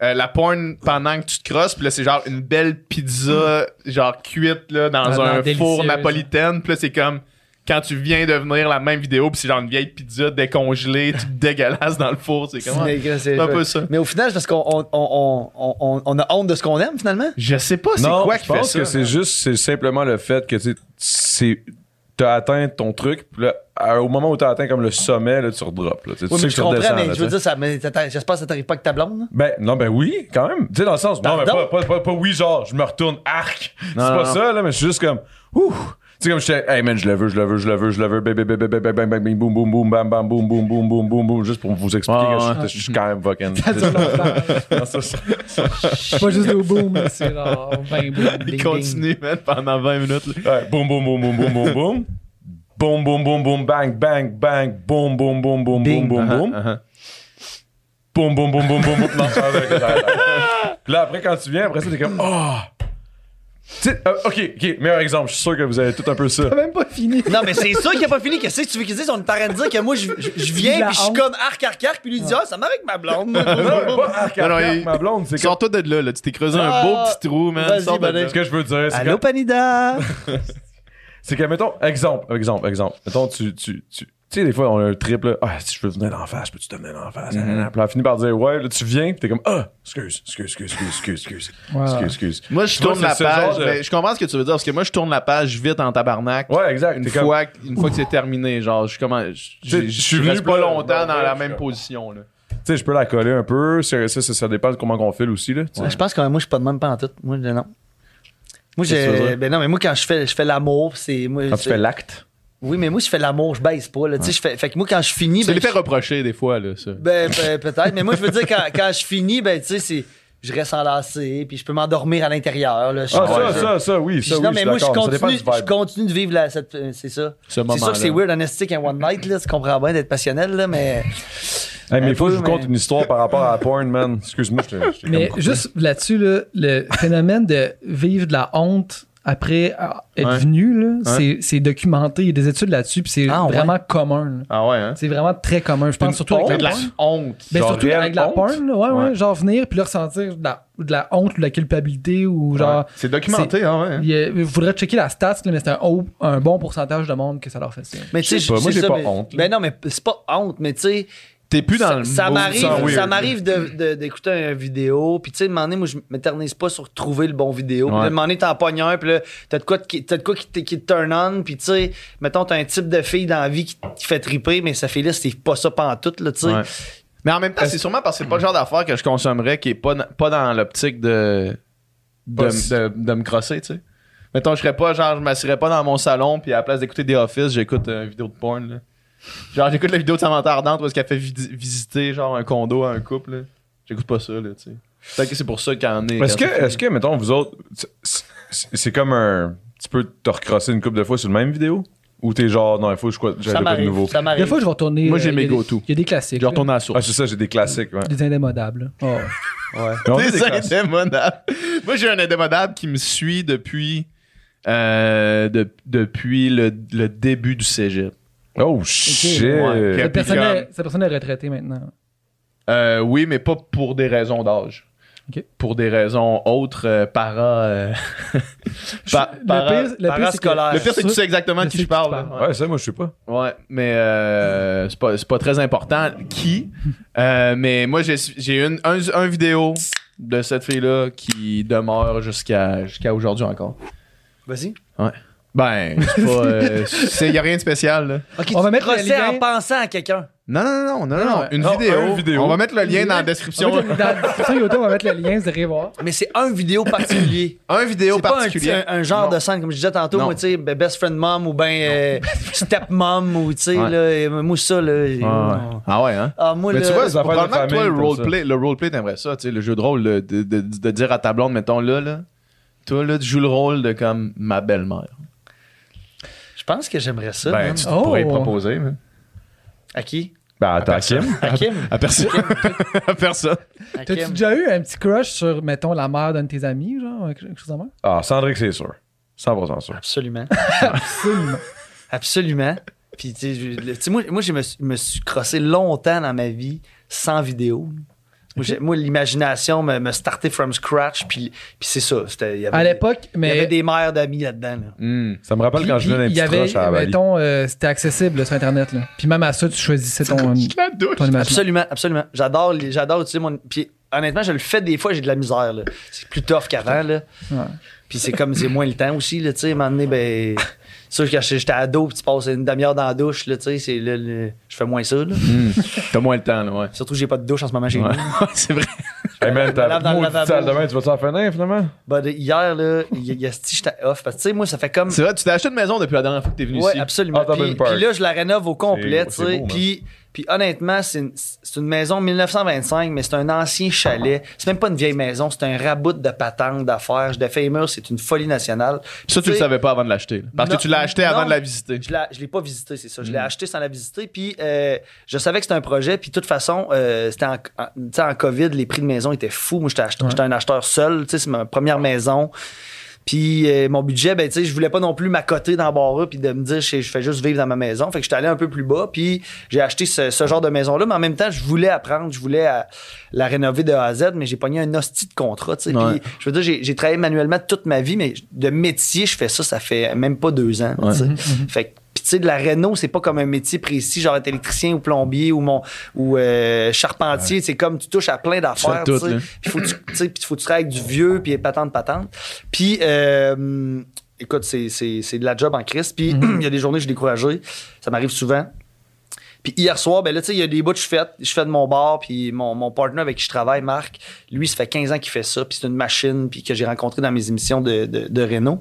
euh, la porn pendant que tu te crosses, puis là, c'est genre une belle pizza, genre cuite, là, dans
Ah, non,
un four
délicieuse.
napolitaine. Puis là, c'est comme quand tu viens de venir la même vidéo, puis c'est genre une vieille pizza décongelée, toute dégueulasse dans le four. C'est comme.
C'est-
C'est
c'est-
un peu ça.
Mais au final, c'est parce qu'on on, on, on, on, on a honte de ce qu'on aime, finalement.
Je sais pas, c'est
Non,
quoi
je
qui fait
pense
ça.
que c'est juste, c'est simplement le fait que tu sais, c'est- t'as atteint ton truc, pis là, à- au moment où t'as atteint comme le sommet, là, tu redrops. Là, tu sais, tu
Oui,
sais
mais
que
je
tu
comprends,
redescends,
mais
là,
je veux
tu sais.
dire, ça, mais t'attends- j'espère que ça t'arrive pas avec ta blonde. là.
Ben, non, ben oui, quand même. Tu sais, dans le sens, non, mais
Pardon?
pas, pas, pas, pas oui, genre, je me retourne, arc. C'est
Non,
pas
non.
ça, là, mais je suis juste comme, ouh. Tu sais, comme j'étais, hey man, je le veux, je le veux, je le veux, je le veux, bébé, bébé, bébé, bang, bang, bang, boum, boum, boum, bam, bam, boum, boum, boum, boum, boum, boum, juste pour vous expliquer
Ouais,
que
ouais.
je- je suis quand même fucking.
Ça dure longtemps.
Non, ça, ça-
Pas juste au boom, mais c'est genre 20 boom. ding,
Il
ding.
continue, man, pendant 20 minutes. là.
Ouais, boum, boum, boum, boum, boum, boum, boum. Boum, boum, boum, boum, bang, bang, bang, boum, boum, boum, boum, boum,
Ding.
boum, boum.
Uh-huh,
Boum, boum, boum, boum, boum, boum. Non, ça va, ça va, ça va. Puis là, après, quand tu viens, après ça, t'es comme, oh. Tu sais, euh, ok, ok, meilleur exemple, je suis sûr que vous avez tout un peu ça.
T'as même pas fini.
Non, mais c'est sûr qu'il a pas fini. Qu'est-ce que tu veux qu'ils disent? On est en train de dire que moi, je, je- je viens,
La
puis je suis
honte.
comme arc, arc, arc, puis lui dit, ah, ça marche avec ma blonde.
Non, mais pas arc,
Non, non,
arc, arc,
il-
ma blonde, c'est comme.
Sors-toi de là, là. Tu t'es creusé un beau
Ah,
petit trou, man.
vas-y,
Sors de
Bonnet.
là.
Ce que je veux dire, c'est
Allô,
que,
Panida?
c'est que, mettons, exemple, exemple, exemple. Mettons, tu, tu, tu, tu sais, des fois, on a un trip, là. Ah, si je peux venir d'en face, peux-tu te venir d'en face?
Mhm.
Puis là, on finit par dire, ouais, là, tu viens, pis t'es comme, ah, excuse, excuse, excuse, excuse, excuse, excuse,
Ouais.
excuse, excuse.
Moi, je
Tu vois,
tourne la
c'est ce genre
page.
de-
mais je comprends ce que tu veux dire, parce que moi, je tourne la page vite en tabarnak.
Ouais, exact.
Une
T'es comme-
fois, que- une fois que c'est terminé, genre, je comment, je, je,
je suis
je
venu
reste pas
plus-
longtemps dans
Ouais,
la
je
même
comprends.
position, là.
Tu sais, je peux la coller un peu. Ça, ça, ça, ça dépend de comment on file aussi. Là, tu sais.
Je pense que moi, je suis pas de même pantoute. Moi, je- non. Moi,
Qu'est-ce que tu veux
j'ai.
dire?
Ben non, mais moi, quand je fais, je fais l'amour, c'est. Moi,
Quand tu
c'est-
fais l'acte.
Oui, mais moi, je fais l'amour, je baisse pas. Là. Tu sais, Je fais, fait que moi, quand je finis.
Tu te
ben,
les fais
je-
reprocher des fois, là, ça.
ben, ben, peut-être, mais moi, je veux dire, quand, quand je finis, ben, tu sais, c'est. Je reste enlacé, puis je peux m'endormir à l'intérieur. là. Je-
Ah,
Ouais,
ça,
je-
ça, ça, oui,
Puis
ça,
je-
oui,
non,
je
mais
suis
moi, je
d'accord. Ça dépend
continue,
du vibe.
je continue de vivre la, cette, euh, c'est ça.
Ce
C'est sûr
moment-là.
que c'est weird, un estique, un one night, là. C'est comparable d'être passionnel, là, mais.
Hey, mais
Un
faut que je vous
peu,
conte
mais-
une histoire par rapport à la porn, man. Excuse-moi, je te. je t'ai
Mais
comme-
juste là-dessus, là, le phénomène de vivre de la honte après ah, être
Ouais.
venu, là, c'est- c'est documenté. Il y a des études là-dessus, puis c'est
Ah, ouais.
vraiment commun. là.
Ah ouais, hein?
C'est vraiment très commun. Je pense surtout avec la
de la
porn.
honte.
Ben,
genre
surtout
réelle
avec la
honte?
porn, là, ouais, ouais,
Ouais.
genre venir puis là ressentir de la, de la honte ou de la culpabilité ou genre.
C'est documenté, hein, ouais. hein?
Il y a- il faudrait checker la stats, là, mais c'est un, haut- un bon pourcentage de monde que ça leur fait ça.
Mais
sais
tu sais,
pas, moi,
c'est
j'ai
ça,
pas
mais-
honte, là.
Mais non, mais c'est pas honte, mais tu sais.
T'es plus dans
ça,
le
ça
mood,
m'arrive
sans weird.
ça m'arrive de- de- d'écouter une vidéo puis tu sais demander moi je m'éternise pas sur trouver le bon vidéo puis
Ouais.
là, demander t'en pognes un puis là t'as de quoi de qui- t'as de quoi qui, te- qui te turn on puis tu sais mettons t'as un type de fille dans la vie qui, qui fait triper mais sa fille là c'est pas ça pantoute là tu sais
Ouais. Mais en même temps, c'est sûrement parce que c'est pas le genre d'affaire que je consommerais qui est pas, na- pas dans l'optique de de, de, de me crosser, tu sais. Mettons, je serais pas, genre, je m'assirais pas dans mon salon, puis à la place d'écouter des Office, j'écoute euh, une vidéo de porn, là. Genre, j'écoute la vidéo de Samantha Ardente où est-ce qu'elle fait vidi- visiter, genre, un condo à un couple, là. J'écoute pas ça, là, tu sais. Peut-être que c'est pour ça qu'elle en est.
Est-ce
quand
que,
c'est
est-ce que, mettons, vous autres, c'est- c'est c'est comme un. Tu peux te recrosser une couple de fois sur le même vidéo? Ou t'es genre, non, il faut que je quoi- j'aille de quoi
ça
de
m'arrive
nouveau?
ça
Des
m'arrive
fois, je vais retourner.
Moi,
euh,
j'ai
il y
mes
a des-
go-to.
Il y a des classiques.
Je
là,
retourne à la source.
Ah, c'est ça, j'ai des classiques, ouais.
Des indémodables. là. Oh.
Mais Ah, on a des
Des
classiques.
indémodables. Moi, j'ai un indémodable qui me suit depuis, euh, de- depuis le, le début du cégep.
Oh, shit!
Ouais.
Cette,
Puis
personne
comme-
est, cette personne est retraitée maintenant.
Euh, oui, mais pas pour des raisons d'âge.
Ok.
Pour des raisons autres, euh, para. euh, pa-
le
para-
pire, le pire, c'est que-
parascolaire.
Le pire, c'est que tu sais exactement
Je
de qui
sais
je parle.
qui tu
là.
Ouais, ça, moi, je sais pas.
Ouais. Ouais, mais euh, c'est pas, c'est pas très important qui. Euh, mais moi, j'ai- j'ai une un, un vidéo de cette fille-là qui demeure jusqu'à jusqu'à aujourd'hui encore.
vas-y
Ben, c'est pas. euh, c'est- y a rien de spécial, là.
ok
On
tu
va
te
mettre le
crossais en
lien.
pensant à quelqu'un
Non, non, non, non, non, non. Une
Non,
vidéo.
un vidéo.
On va mettre le lien dans la
En
description.
fait, dans la description YouTube, on va mettre le lien, vous irez voir.
mais c'est un vidéo particulier
un vidéo
c'est pas un,
particulier.
un- un genre
Non.
de scène comme je disais tantôt
Non.
moi tu sais ben, best friend mom ou ben euh, step mom ou tu sais
Ouais.
là, et moi ça là j'ai-
Ah ouais. Ah ouais, hein?
Ah, moi,
Mais
là,
tu vois,
Ouais,
affaires de
probablement que toi,
famille,
le
comme
roleplay, le roleplay, t'aimerais ça, tu sais, le jeu de rôle, le- de, de- de dire à ta blonde, mettons, là, là, toi, là, tu joues le rôle de comme ma belle-mère.
je pense que j'aimerais ça.
Ben,
man.
tu
Oh.
pourrais y proposer, mais...
À qui?
Ben, attends, Kim.
À Kim.
À personne. à personne.
À
T'as-tu
Kim.
déjà eu un petit crush sur, mettons, la mère d'un de tes amis, genre, quelque chose comme ça?
Ah, Sandrick, c'est sûr. 100% sûr.
Absolument.
Absolument.
Absolument. Puis, tu sais, je- le- tu sais, moi, moi, je me, suis- me suis crossé longtemps dans ma vie sans vidéo. Moi, j'ai- Moi, l'imagination me, me startait from scratch, puis, puis c'est ça. C'était- il y avait-
À l'époque,
il y
mais.
avait des mères d'amis là-dedans. là.
Ça me rappelle
Puis-
quand je donnais un
puis il y
petit
avait,
crush à la Bali.
mettons, euh, c'était accessible là, sur Internet. Là. Puis même à ça, tu choisissais ton, ton
La douche.
imagination.
Absolument, absolument. J'adore, les- j'adore utiliser mon. Puis, honnêtement, je le fais des fois, j'ai de la misère. là. C'est plus tough qu'avant. Là.
Ouais.
Puis c'est comme c'est moins le temps aussi, là, tu sais, à un moment donné, ben. C'est sûr que quand j'étais ado, puis tu passes une demi-heure dans la douche, là, tu sais, c'est là, le- je fais moins ça, là.
T'as moins le temps, là, ouais.
Surtout, j'ai pas de douche en ce moment chez
Ouais.
nous.
c'est vrai.
Hey, man,
Je me
t'as
lave dans le
maudite
lavabo.
salle demain, tu vas-tu en finir, finalement?
Bah, de- hier, là, il y a- il y a si j'étais off, parce que, tu sais, moi, ça fait comme.
C'est vrai, tu t'es acheté une maison depuis la dernière fois que t'es venu
Ouais,
ici.
absolument.
Ottoman
Puis,
Park.
puis là, je la rénove au complet, tu
C'est- c'est
sais.
beau, man.
Puis, puis honnêtement, c'est une, c'est une maison 1925, mais c'est un ancien chalet. C'est même pas une vieille maison, c'est un rabout de patente d'affaires. De fait les murs, c'est une folie nationale.
Ça, tu le
sais-
savais pas avant de l'acheter. là. Parce
Non,
que tu l'as acheté avant
non.
de la visiter.
Je l'ai- je l'ai pas visité, c'est ça. Je l'ai acheté sans la visiter. Puis euh, je savais que c'était un projet. Puis de toute façon, euh, c'était en, en- tu sais, en COVID, les prix de maison étaient fous. Moi, j'étais acheteur- j'étais un acheteur seul. Tu sais, c'est ma première maison. Puis euh, mon budget, ben, tu sais, je voulais pas non plus m'accoter dans Barra puis de me dire je, je fais juste vivre dans ma maison. Fait que j'étais allé un peu plus bas. Puis j'ai acheté ce, ce genre de maison-là. Mais en même temps, je voulais apprendre. Je voulais euh, la rénover de A à Z. Mais j'ai pogné un hostie de contrat. tu sais.
Ouais.
Puis je veux dire, j'ai- j'ai travaillé manuellement toute ma vie. Mais de métier, je fais ça. Ça fait même pas deux ans. tu sais. Fait que puis tu sais, de la réno, c'est pas comme un métier précis, genre être électricien ou plombier ou mon ou euh, charpentier. C'est comme tu touches à plein d'affaires.
Tu fais tout,
tu sais.
là.
Puis faut que tu tu sais, puis faut que tu travailles avec du vieux, puis patente patente. Puis euh, écoute, c'est, c'est, c'est de la job en crise. Puis il y a des journées que je suis découragé. Ça m'arrive souvent. Puis hier soir, ben là, tu sais, il y a des bouts que je fais. Je fais de mon bar, puis mon, mon partner avec qui je travaille, Marc, lui, ça fait 15 ans qu'il fait ça, puis c'est une machine, puis que j'ai rencontré dans mes émissions de, de, de Renault.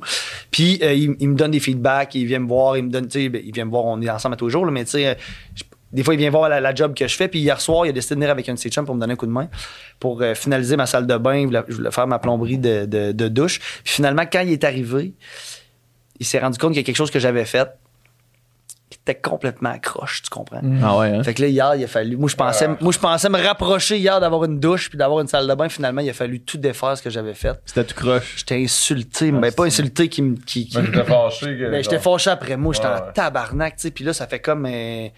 Puis euh, il, il me donne des feedbacks, il vient me voir, il me donne, tu sais, ben, il vient me voir, on est ensemble à tous les jours, là, mais tu sais, euh, je- des fois, il vient voir la, la job que je fais. Puis hier soir, il a décidé de venir avec un de ses chums pour me donner un coup de main pour euh, finaliser ma salle de bain. Il voulait- Je voulais faire ma plomberie de, de- de douche. Puis finalement, quand il est arrivé, il s'est rendu compte qu'il y a quelque chose que j'avais fait qui était complètement accroche, tu comprends?
Ah ouais, hein? Ah.
Fait que là, hier, il a fallu. Moi, je pensais, moi, je pensais me rapprocher hier d'avoir une douche puis d'avoir une salle de bain. Finalement, il a fallu tout défaire ce que j'avais fait.
C'était tout croche.
J'étais insulté,
Ah,
mais pas insulté qui me. qui- qui-
Ben, j'étais fâché. que-
ben, j'étais fâché après moi, j'étais
Ouais,
en
ouais.
tabarnak, tu sais. Puis là, ça fait comme euh,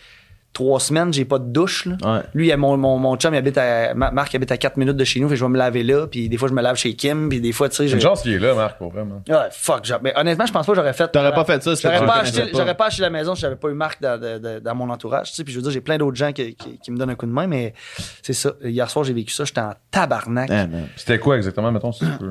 trois semaines, j'ai pas de douche, là.
Ouais.
Lui, il a mon, mon, mon chum, il habite à, Ma- Marc, il habite à 4 minutes de chez nous, fait que je vais me laver là, puis des fois, je me lave chez Kim, puis des fois, tu sais,
J'ai
je.
une chance qu'il est là, Marc, pour vrai, man.
Ouais, fuck, genre. Mais honnêtement, je pense pas que j'aurais fait.
T'aurais pas fait ça si
J'aurais
tu
pas,
le
acheté,
connaissais
j'aurais pas acheté la maison si j'avais pas eu Marc dans, de- de- dans mon entourage. Tu sais, puis je veux dire, j'ai plein d'autres gens qui, qui- qui me donnent un coup de main, mais c'est ça. Hier soir, j'ai vécu ça, j'étais en tabarnak.
Ah, man.
C'était quoi exactement, mettons, si tu peux.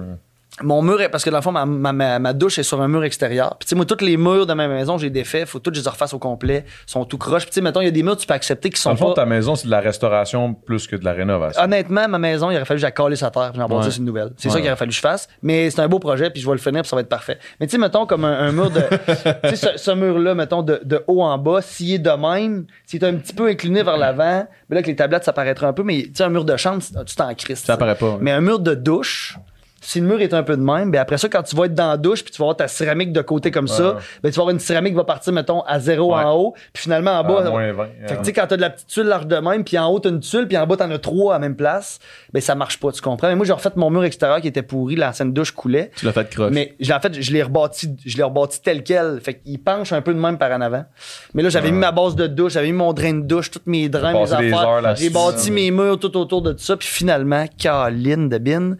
Mon mur est, parce que dans le fond, ma, ma- ma- ma douche est sur un mur extérieur. Puis, tu sais, moi, tous les murs de ma maison, j'ai défait, faut tous que je les refasse au complet, sont tout croche. Puis, tu sais, mettons, il y a des murs que tu peux accepter qui
Dans
sont
le fond,
pas. Ah,
ta maison, c'est de la restauration plus que de la rénovation.
Honnêtement, ma maison, il aurait fallu que je la calisse à terre, puis j'en bâtisse
Ouais.
une nouvelle. C'est
Ouais.
ça qu'il aurait fallu que je fasse, mais c'est un beau projet, puis je vais le finir, puis ça va être parfait. Mais tu sais, mettons, comme un, un mur de. tu sais, ce, ce mur-là, mettons, de, de haut en bas, s'il est de même, s'il est un petit peu incliné vers l'avant, mais là, avec les tablettes, ça paraîtra un peu, mais tu sais, un mur de chambre, c'est- tu t'en crisses.
Ça
tu sais.
paraît pas. ouais.
Mais un mur de douche, si le mur est un peu de même, ben après ça, quand tu vas être dans la douche, puis tu vas avoir ta céramique de côté comme ça,
Ouais.
ben tu vas avoir une céramique qui va partir, mettons, à zéro
Ouais.
en haut, puis finalement en
À
bas.
moins 20.
Fait que
euh,
tu sais, quand t'as de la petite tuile large de même, puis en haut t'as une tuile, puis en bas t'en as trois à la même place, ben ça marche pas, tu comprends? Mais moi j'ai refait mon mur extérieur qui était pourri, l'ancienne douche coulait.
Tu l'as fait croche.
Mais je l'ai- en fait, je l'ai rebâti, je l'ai rebâti tel quel. Fait qu'il penche un peu de même par en avant. Mais là, j'avais mis ma base de douche, j'avais mis mon drain de douche, toutes mes drains, mes
passé des heures
affaires.
là-dessus,
J'ai bâti
là.
mes murs tout autour de tout ça. Puis finalement, Caroline de Bin,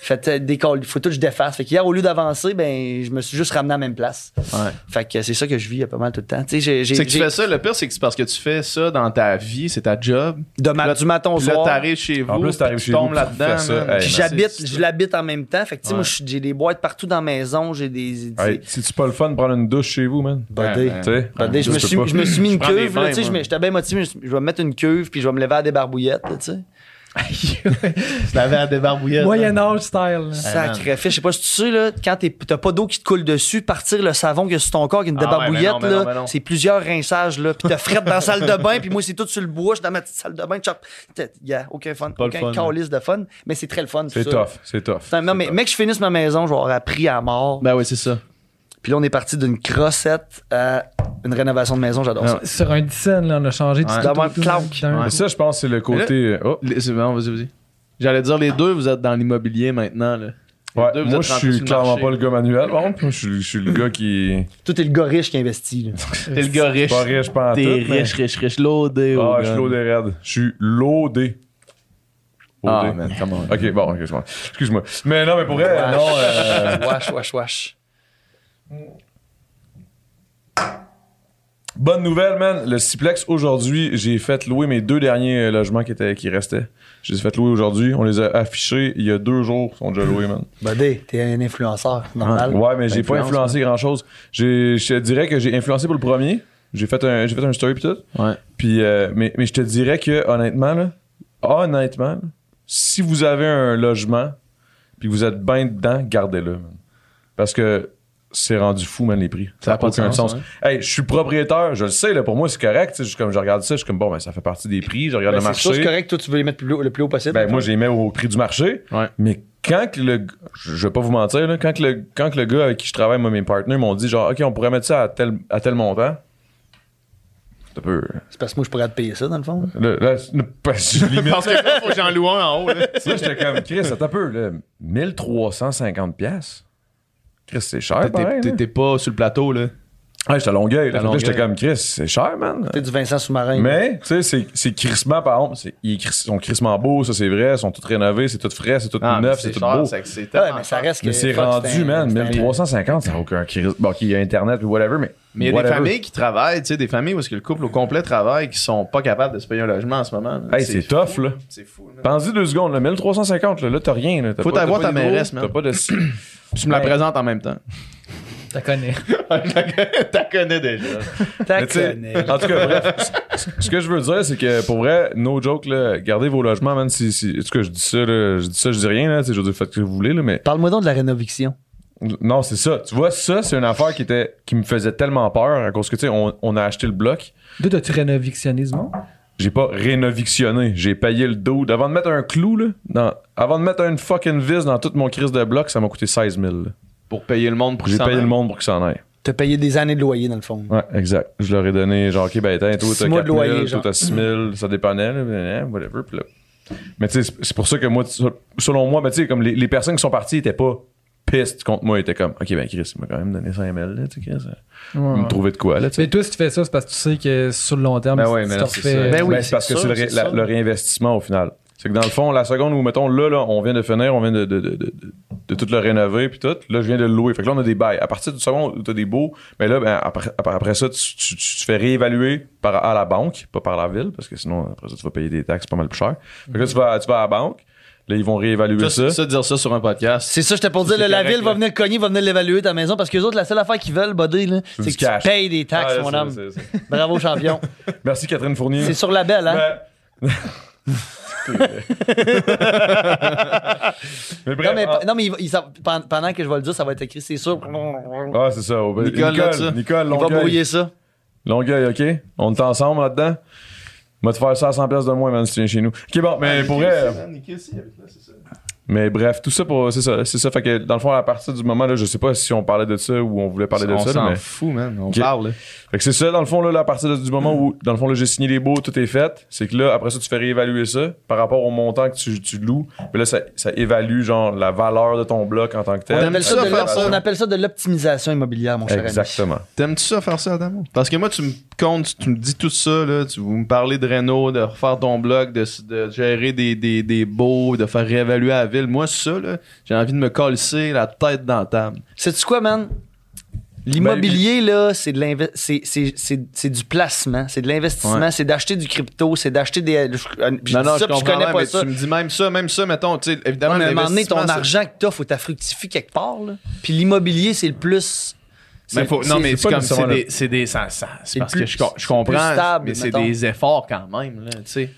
fait euh, des call- faut tout que je défasse. Fait qu'hier, au lieu d'avancer, ben, je me suis juste ramené à la même place.
Ouais.
Fait que c'est ça que je vis euh, pas mal tout le temps. Tu sais, j'ai- j'ai-
C'est que tu
j'ai-
fais ça, le pire, c'est que c'est parce que tu fais ça dans ta vie, c'est ta job.
de ma-
Là,
du matin au
Puis là,
soir.
t'arrives chez vous.
En plus,
puis
t'arrives
tu
chez
tombes
vous, puis tu
là-dedans.
fais ça.
man.
Hey,
Puis
man,
j'habite, je l'habite en même temps. Fait que, tu sais,
Ouais.
moi, je- j'ai des boîtes partout dans la maison. J'ai des. des-
Hey, c'est-tu pas le fun de prendre une douche chez vous, man?
Buddy.
Euh,
Tu sais?
ben,
Attendez, je, me
peux
suis,
pas.
je me suis mis une
prends des
cuve, là,
bains,
tu sais, je
moi.
me- j'étais bien motivé, je, me suis- je vais me mettre une cuve, puis je vais me lever à des barbouillettes, là, tu sais.
Tu l'avais à débarbouiller.
Moyen-Âge style. là.
Sacré fiche. Je sais pas si tu sais, là, quand t'es- t'as pas d'eau qui te coule dessus, partir le savon qu'il y a sur ton corps, qu'une
Ah ouais, mais
débarbouillette,
non, mais non, mais
là,
non.
c'est plusieurs rinçages, là, puis t'as frette dans la salle de bain, puis moi, c'est tout sur le bois, je suis dans ma petite salle de bain, chop. T'as- Yeah, aucun fun,
Pas le
aucun
fun,
calice de fun, mais c'est très le fun,
C'est
tout ça.
tough, c'est tough.
Putain, non, mais mec, je finisse ma maison, je vais avoir appris à mort.
Ben oui, c'est ça.
Puis là, on est parti d'une crossette à une rénovation de maison,
Ah
j'adore ça.
Euh, Sur un 10 cents, là, on a changé du
Ouais.
tout
Dans
au
mon
tout,
clank.
d'un
Ouais.
Mais ça, je pense, c'est le côté. Oh,
Les- C'est bon, vas-y, vas-y. J'allais dire, les deux, vous êtes dans l'immobilier maintenant. Là.
ouais.
deux, vous
Moi,
êtes rentrés
je
sur
suis
le
clairement
marché.
pas le gars manuel. par contre. Moi, je suis- je suis le gars qui.
Tout est le gars riche qui investit, là.
T'es le gars riche.
Pas riche, pas en
T'es
tout. mais-
riche, riche, riche, loadé.
Ah,
oh
je suis
God.
loadé raide. Je suis loadé.
Ah,
Loadé.
man, come on.
Ok, bon, ok, excuse-moi. Excuse-moi. Mais non, mais pour vrai, non. euh,
Wesh, wesh, wesh.
Bonne nouvelle, man. Le Ciplex, aujourd'hui, j'ai fait louer mes deux derniers euh, logements qui, étaient, qui restaient. Je les ai fait louer aujourd'hui. On les a affichés il y a deux jours. Ils sont déjà loués, man.
Buddy, Bah, t'es un influenceur, normal.
Ouais, mais j'ai pas
Influence,
influencé grand-chose. J'ai- Je te dirais que j'ai influencé pour le premier. J'ai fait un, j'ai fait un story pis tout.
Ouais.
Puis, euh, mais, mais je te dirais que, honnêtement, là, honnêtement, là, si vous avez un logement puis que vous êtes bien dedans, gardez-le, man. Parce que c'est rendu fou, man, les prix.
Ça a pas de
aucun
sens,
Hey, je suis propriétaire, je le sais, là, pour moi, c'est correct. tu sais, Je, suis comme, je regarde ça, je suis comme, bon, ben, ça fait partie des prix, je regarde
Ben,
le
c'est sûr, c'est
marché.
correct, toi, tu veux les mettre plus haut- le plus haut possible. Euh,
Ben, moi, je les mets au prix du marché.
Ouais.
Mais quand que le. Je je vais pas vous mentir, là, quand, que le, quand que le gars avec qui je travaille, moi, mes partenaires, m'ont dit, genre, OK, on pourrait mettre ça à tel, à tel montant. C'est un peu.
C'est parce que moi, je pourrais te payer ça, dans le fond.
Là, là, c'est- parce que je limite.
Parce que là, faut que j'en loue un en haut. là.
Là, j'étais comme, Chris, attends un peu, là, 1350 pièces. Chris, c'est cher,
T'es-
pareil,
t'es-
là.
T'es t'es pas sur le plateau, là.
Ouais, j'étais à Longueuil.
À
Là, Fait que là, j'étais
Longueuil.
comme, Chris, c'est cher, man.
Tu sais, du Vincent Sous-Marin.
Mais, tu sais, c'est- c'est crissement, par exemple. c'est- Ils cris- sont crissement beaux, ça, c'est vrai. Ils sont tous rénovés, c'est tout frais, c'est tout neuf, Ah, c'est tout beau.
Ah, C'est
Ouais,
tellement
mais ça
cher.
reste que.
Mais c'est
fuck,
rendu,
ben,
un-
man.
c'est un-
1350, ça n'a aucun crise. Bon, qu'il y a Internet puis whatever, mais.
Mais il y a des
whatever.
familles qui travaillent, tu sais, des familles où est-ce que le couple au complet travaille qui sont pas capables de se payer un logement en ce moment. là.
Hey, c'est tough, là.
C'est fou. là.
Pense-y deux secondes, là. 1350, là, là t'as rien. Là. T'as
Faut
pas-
t'avoir
t'as pas
ta
d'hydro,
mairesse, man.
T'as pas de.
Tu me la
Ben-
présentes en même temps.
T'as connais.
T'as connais déjà.
T'as
Mais tu sais,
connais.
En tout cas, bref, ce- ce que je veux dire, c'est que pour vrai, no joke, là, gardez vos logements, man. Si, si, en tout cas, je dis ça, là, je dis ça, je dis rien, là, tu sais, je veux dire, faites ce que vous voulez, là, mais
Parle-moi donc de la rénoviction.
non, c'est ça. Tu vois, ça, c'est une affaire qui, était, qui me faisait tellement peur à cause que, tu sais, on, on a acheté le bloc.
D'où t'as-tu rénovictionnisme?
J'ai pas rénovictionné. J'ai payé le dos. Avant de mettre un clou, là, dans- avant de mettre une fucking vis dans tout mon crise de bloc, ça m'a coûté 16 000. là.
Pour payer le monde pour
J'ai
s'en
payé
aller.
le monde pour que ça en aille.
T'as payé des années de loyer, dans le fond.
Ouais, exact. Je leur ai donné, genre, OK, ben, attends, toi,
Six
t'as 4
mois de
000,
loyer,
toi,
genre.
t'as 6 000, ça dépendait, là, blablabla, whatever. Puis là. Mais tu sais, c'est- c'est pour ça que moi, tu- selon moi, ben, tu sais, comme les, les personnes qui sont parties étaient pas pistes contre moi, ils étaient comme, OK, ben, Chris, il m'a quand même donné 5 000, là, tu sais, Chris, euh, il me trouver de quoi, là, tu sais.
Mais toi, si tu fais ça, c'est parce que tu sais que sur le long terme,
Ben
si
ouais,
tu
mais
te
là, c'est ça.
refais.
Ben oui,
Ben, c'est parce
c'est
que c'est
ça,
le, ré-
c'est ça.
la- le réinvestissement au final. C'est que dans le fond, la seconde où, mettons, là, là, on vient de finir, on vient de, de, de, de- de tout le rénover, puis tout, là, je viens de le louer. Fait que là, on a des bails. À partir du second où t'as des beaux, mais là, ben, après, après, après ça, tu, tu, tu- tu fais réévaluer par, à la banque, pas par la ville, parce que sinon, après ça, tu vas payer des taxes pas mal plus chères. Fait que là, tu vas, tu vas à la banque, là, ils vont réévaluer
Ça,
ça.
ça, dire ça sur un podcast.
C'est ça, j'étais pour dire,
C'est
là, la
correct,
ville va
là.
venir cogner, va venir l'évaluer ta maison, parce que les autres, la seule affaire qu'ils veulent, buddy, là,
du
c'est que
cash.
tu payes des taxes,
Ah,
mon
c'est-
homme.
c'est- c'est-
Bravo, champion.
Merci, Catherine Fournier.
c'est sur la belle, hein?
Ben- mais bref, ah.
non, mais,
en-
non, mais il va- il s'en- pen- pendant que je vais le dire, ça va être écrit, c'est sûr.
Ah, c'est ça. au-
Nicole,
Nicole,
là, ça.
Nicole,
Il va
Longueuil.
brouiller ça.
Longueuil, OK? On est ensemble là-dedans? Va te faire ça à 100 pièces de moins, man, si tu viens chez nous. OK, bon, mais pour vrai... Mais bref, tout ça pour... C'est ça, c'est ça. Fait que, dans le fond, à partir du moment, là, je sais pas si on parlait de ça ou on voulait parler de
on
ça, là,
s'en
mais...
fout, man. On
Ok.
parle. là.
Fait que c'est ça, dans le fond, là, là, à partir de- du moment où, dans le fond, là, j'ai signé les baux, tout est fait, c'est que là, après ça, tu fais réévaluer ça par rapport au montant que tu, tu loues. Puis là, ça, ça évalue, genre, la valeur de ton bloc en tant que tel.
On appelle ça,
ça,
de
faire
l'op-
ça.
on appelle ça de l'optimisation immobilière, mon cher ami.
Exactement.
T'aimes-tu ça faire ça, Adamo? Parce que moi, tu me comptes, tu me dis tout ça, là, tu vous me parlez de Renault, de refaire ton blog, de, de gérer des, des, des baux, de faire réévaluer la ville. Moi, ça, là, j'ai envie de me coller la tête dans la table.
Sais-tu quoi, man? L'immobilier,
Ben,
là, c'est de l'inve- c'est- c'est- c'est- c'est du placement, c'est de l'investissement,
Ouais.
c'est d'acheter du crypto, c'est d'acheter des. Je, euh, je dis ça, Ah, puis je connais
ouais,
pas
mais
ça.
tu me dis même ça, même ça, mettons, tu sais, évidemment,
Non, mais à un moment donné, ton
l'investissement, ça-
argent que t'as, faut que t'as fructifie quelque part. Là. Puis l'immobilier, c'est le plus.
Mais
c'est-
faut- non,
c'est-
mais
c'est
c'est
pas
comme
nécessairement
c'est
le-
des, c'est des ça- ça- c'est
C'est
parce
plus-
que je, com- je
c'est plus
comprends,
stable,
mais c'est
mettons.
des efforts quand même, là, tu sais.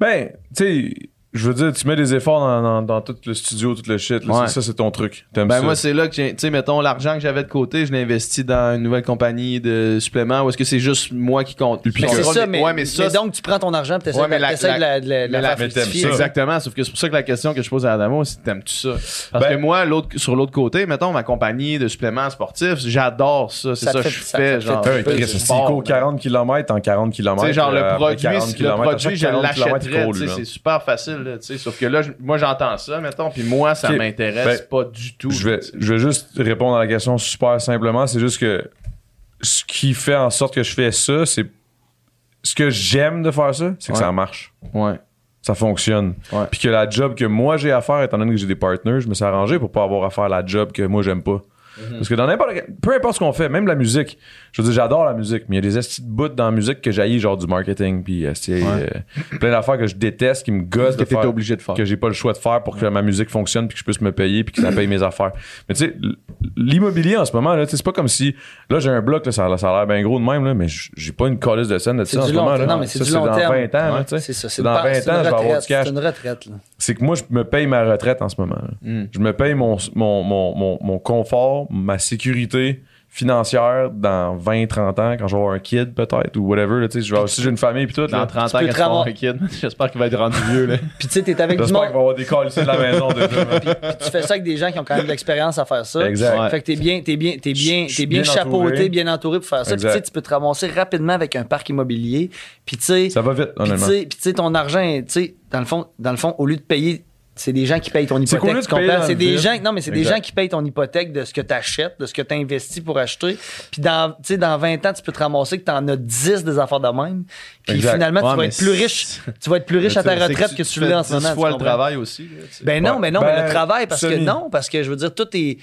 Ben, tu sais, je veux dire, tu mets des efforts dans, dans- dans tout le studio, tout le shit. là.
Ouais.
Ça, ça, c'est ton truc. T'aimes
Ben
ça.
moi c'est là que j'ai- tu sais mettons l'argent que j'avais de côté, je l'ai investi dans une nouvelle compagnie de suppléments ou est-ce que c'est juste moi qui compte
Puis
Mais
que-
c'est
contrôle?
ça, mais,
ouais, mais ça
mais donc tu prends ton argent et t'essaies
Ouais, mais la-
t'essaies de la, de la- de la
mais la-
faire
mais t'aimes
fructifier.
ça.
Exact.
Exactement, sauf que c'est pour ça que la question que je pose à Adamo, c'est t'aimes-tu ça? Parce
Ben-
que moi, l'autre, sur l'autre côté, mettons, ma compagnie de suppléments sportifs, j'adore ça. C'est
Ça
ça,
te
que
fait-
je
ça
fais.
te fait
genre,
triper,
Ouais, Ah Chris,
je
si
fais
il
du sport,
court
là.
40 km en euh, 40 km.
Tu sais, genre, le produit, si- le produit je l'achèterais, tu sais, c'est
l'achèterais.
super facile, là, tu sais. Sauf que là, je- moi, j'entends ça, mettons, puis moi, ça
Ok.
m'intéresse
Ben,
pas du tout.
Je vais,
tu sais.
je vais juste répondre à la question super simplement. C'est juste que ce qui fait en sorte que je fais ça, c'est ce que j'aime de faire ça, c'est que
Ouais.
ça marche.
Ouais.
Ça fonctionne.
Ouais.
Puis que la job que moi j'ai à faire, étant donné que j'ai des partners, je me suis arrangé pour pas avoir à faire la job que moi j'aime pas.
Mhm.
Parce que dans n'importe quel- peu importe ce qu'on fait, même la musique, je veux dire, j'adore la musique, mais il y a des estis de bouts dans la musique que j'haïs, genre du marketing, puis esti, euh, plein d'affaires que je déteste, qui me gossent
que
de
t'es
faire,
obligé de faire.
que j'ai pas le choix de faire pour que ma musique fonctionne, puis que je puisse me payer, puis que ça paye mes affaires. Mais tu sais, l- l'immobilier en ce moment, là, tu sais, c'est pas comme si, là j'ai un bloc, là, ça, a- ça a l'air bien gros de même, là, mais j- j'ai pas une colisse de scène de
C'est
ça en
du
ce
long
moment.
terme.
là.
Non, mais c'est
Ça,
du long
dans
terme.
20 ans, là, tu sais.
C'est ça, c'est
Dans
une-
20 ans,
c'est une
je vais avoir
retraite,
du cash
C'est une retraite. là.
c'est que moi, je me paye ma retraite en ce moment. là.
Mm.
Je me paye mon, mon, mon, mon, mon confort, ma sécurité financière dans 20-30 ans, quand je vais avoir un kid peut-être, ou whatever. Là, tu sais, je vais avoir- si j'ai une famille puis tout,
Dans
là,
30 ans,
peux
quand
te
tu vas avoir
ramasser-
un kid, j'espère qu'il va être rendu vieux, là.
Puis tu sais, t'es avec du
j'espère qu'il va
monde.
y avoir des calls de la maison déjà. là.
Puis tu fais ça avec des gens qui ont quand même de l'expérience à faire ça.
Exact.
Ouais.
Fait que t'es bien, t'es bien, t'es
Je- je
bien, t'es
suis
bien,
bien
chapeauté,
entouré.
bien entouré pour faire ça. Puis
Exact.
tu sais, tu peux te ramasser rapidement avec un parc immobilier. Puis tu sais,
Ça va vite,
puis tu
honnêtement.
sais- puis tu sais, ton argent, tu sais, dans le fond, dans le fond, au lieu de payer, c'est des gens qui payent ton
C'est qu'au lieu
hypothèque.
de
Tu comprends?
payer dans
C'est
le
des
vide.
gens, non, mais c'est des
Exact.
gens qui payent ton hypothèque de ce que tu achètes, de ce que tu investis pour acheter. Puis dans, tu sais, dans 20 ans, tu peux te ramasser que tu en as 10 des affaires de même. Puis
Exact.
finalement,
Ouais,
tu vas
mais
être plus
c'est-
riche. Tu vas être plus riche à ta
Mais tu sais,
retraite
c'est
que
tu
tu l'as en
fais
ce moment.
dix
tu
fois le
comprends?
travail aussi, là, tu sais.
Ben non, mais non,
Ben,
mais le travail, parce que
semi.
non, parce que je veux dire, tout est.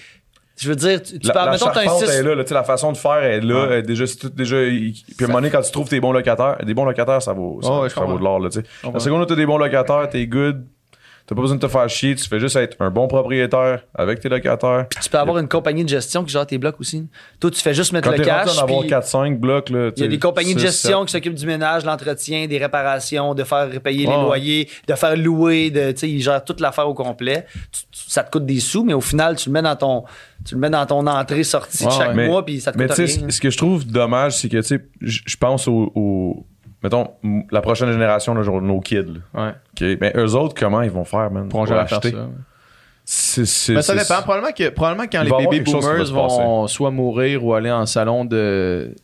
Je veux dire, tu, tu
La,
parles,
la
mettons, t'as un
charpente
6.
est là, là, tu sais, la façon de faire est là. elle est déjà, c'est tout déjà, il- puis à un moment donné, quand tu trouves tes bons locataires, des bons locataires, ça vaut, ça,
Ouais, ouais, je
ça vaut de
comprends.
l'or. là, tu sais. La seconde où tu des bons locataires, t'es good. T'as pas besoin de te faire chier. Tu fais juste être un bon propriétaire avec tes locataires.
Tu peux avoir une compagnie de gestion qui gère tes blocs aussi. Toi, tu fais juste mettre
Quand
le
t'es
cash.
rendu en avoir
puis
4-5 blocs, là.
Il y a des compagnies de gestion
qui
qui s'occupent du ménage, l'entretien, des réparations, de faire payer
Ouais.
les loyers, de faire louer, de, tu sais, ils gèrent toute l'affaire au complet. Tu- tu- ça te coûte des sous, mais au final, tu le mets dans ton, tu le mets dans ton entrée-sortie de
Ouais,
chaque
mais-
mois, puis ça te
Mais
coûte
tu sais,
rien.
ce ce que je trouve dommage, c'est que tu sais, j- je pense au, au- Mettons, m- la prochaine génération, là, genre nos kids. là.
Ouais.
OK. Mais eux autres, comment ils vont faire, man?
Ils pourront
pour
jamais faire
acheter?
ça.
C'est- c'est-
Ben,
Mais Ben, ça
c'est-
dépend. Probablement, que, probablement quand
Il
les
va y avoir
baby
quelque chose qui va
boomers
se
vont soit mourir ou aller en salon de.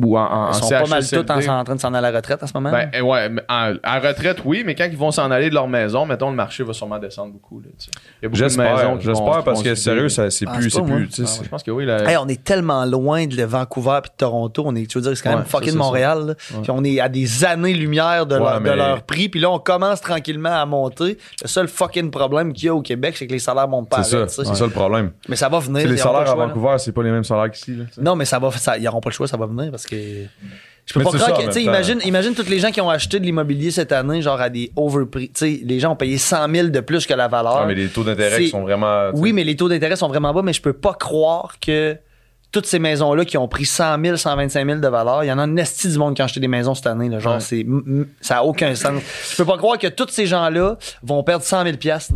ou en, en
Ils sont
en
pas
E
mal
CHSLD.
tous en, en train de s'en aller à la retraite en ce moment.
Ben, eh ouais, mais en- à retraite, oui, mais quand ils vont s'en aller de leur maison, mettons, le marché va sûrement descendre beaucoup. là, tu sais. Il y a beaucoup de maisons
J'espère,
qui vont-
j'espère
qui
parce
vont
que
se
sérieux,
vider.
ça, c'est
Ah,
plus.
c'est
C'est
pas moi.
plus tu sais,
Ah,
c'est-
ouais, je pense que oui.
Euh,
Là,
Hey, on est tellement loin de Vancouver puis de Toronto. On est, tu veux dire, c'est quand
Ouais,
même fucking
ça, c'est
Montréal. là. Puis on est à des années-lumière de,
Ouais,
leur,
mais-
de leur prix. Puis là, on commence tranquillement à monter. Le seul fucking problème qu'il y a au Québec, c'est que les salaires montent pas
c'est
avec,
ça,
tu sais.
c'est ça le problème.
Mais ça va
Tu
venir.
sais, Les
ils auront pas le
salaires à
choix, là.
Vancouver, c'est pas les mêmes salaires qu'ici. là, tu sais.
Non, mais ça va, ça, ils n'auront pas le choix, ça va venir parce que. Je peux
Mais
pas
c'est ça,
croire
en
que. Tu sais,
même temps.
imagine, imagine toutes les gens qui ont acheté de l'immobilier cette année, genre à des overprix. Tu sais, les gens ont payé 100 000 de plus que la valeur.
Ah, mais les taux d'intérêt
C'est-
qui sont vraiment. tu sais,
Oui, mais les taux d'intérêt sont vraiment bas, mais je peux pas croire que toutes ces maisons-là qui ont pris 100 000, 125 000 de valeur, il y en a un esti du monde qui a acheté des maisons cette année. Là, genre, c'est, mm, mm, ça n'a aucun sens. Je peux pas croire que tous ces gens-là vont perdre 100 000 piastres.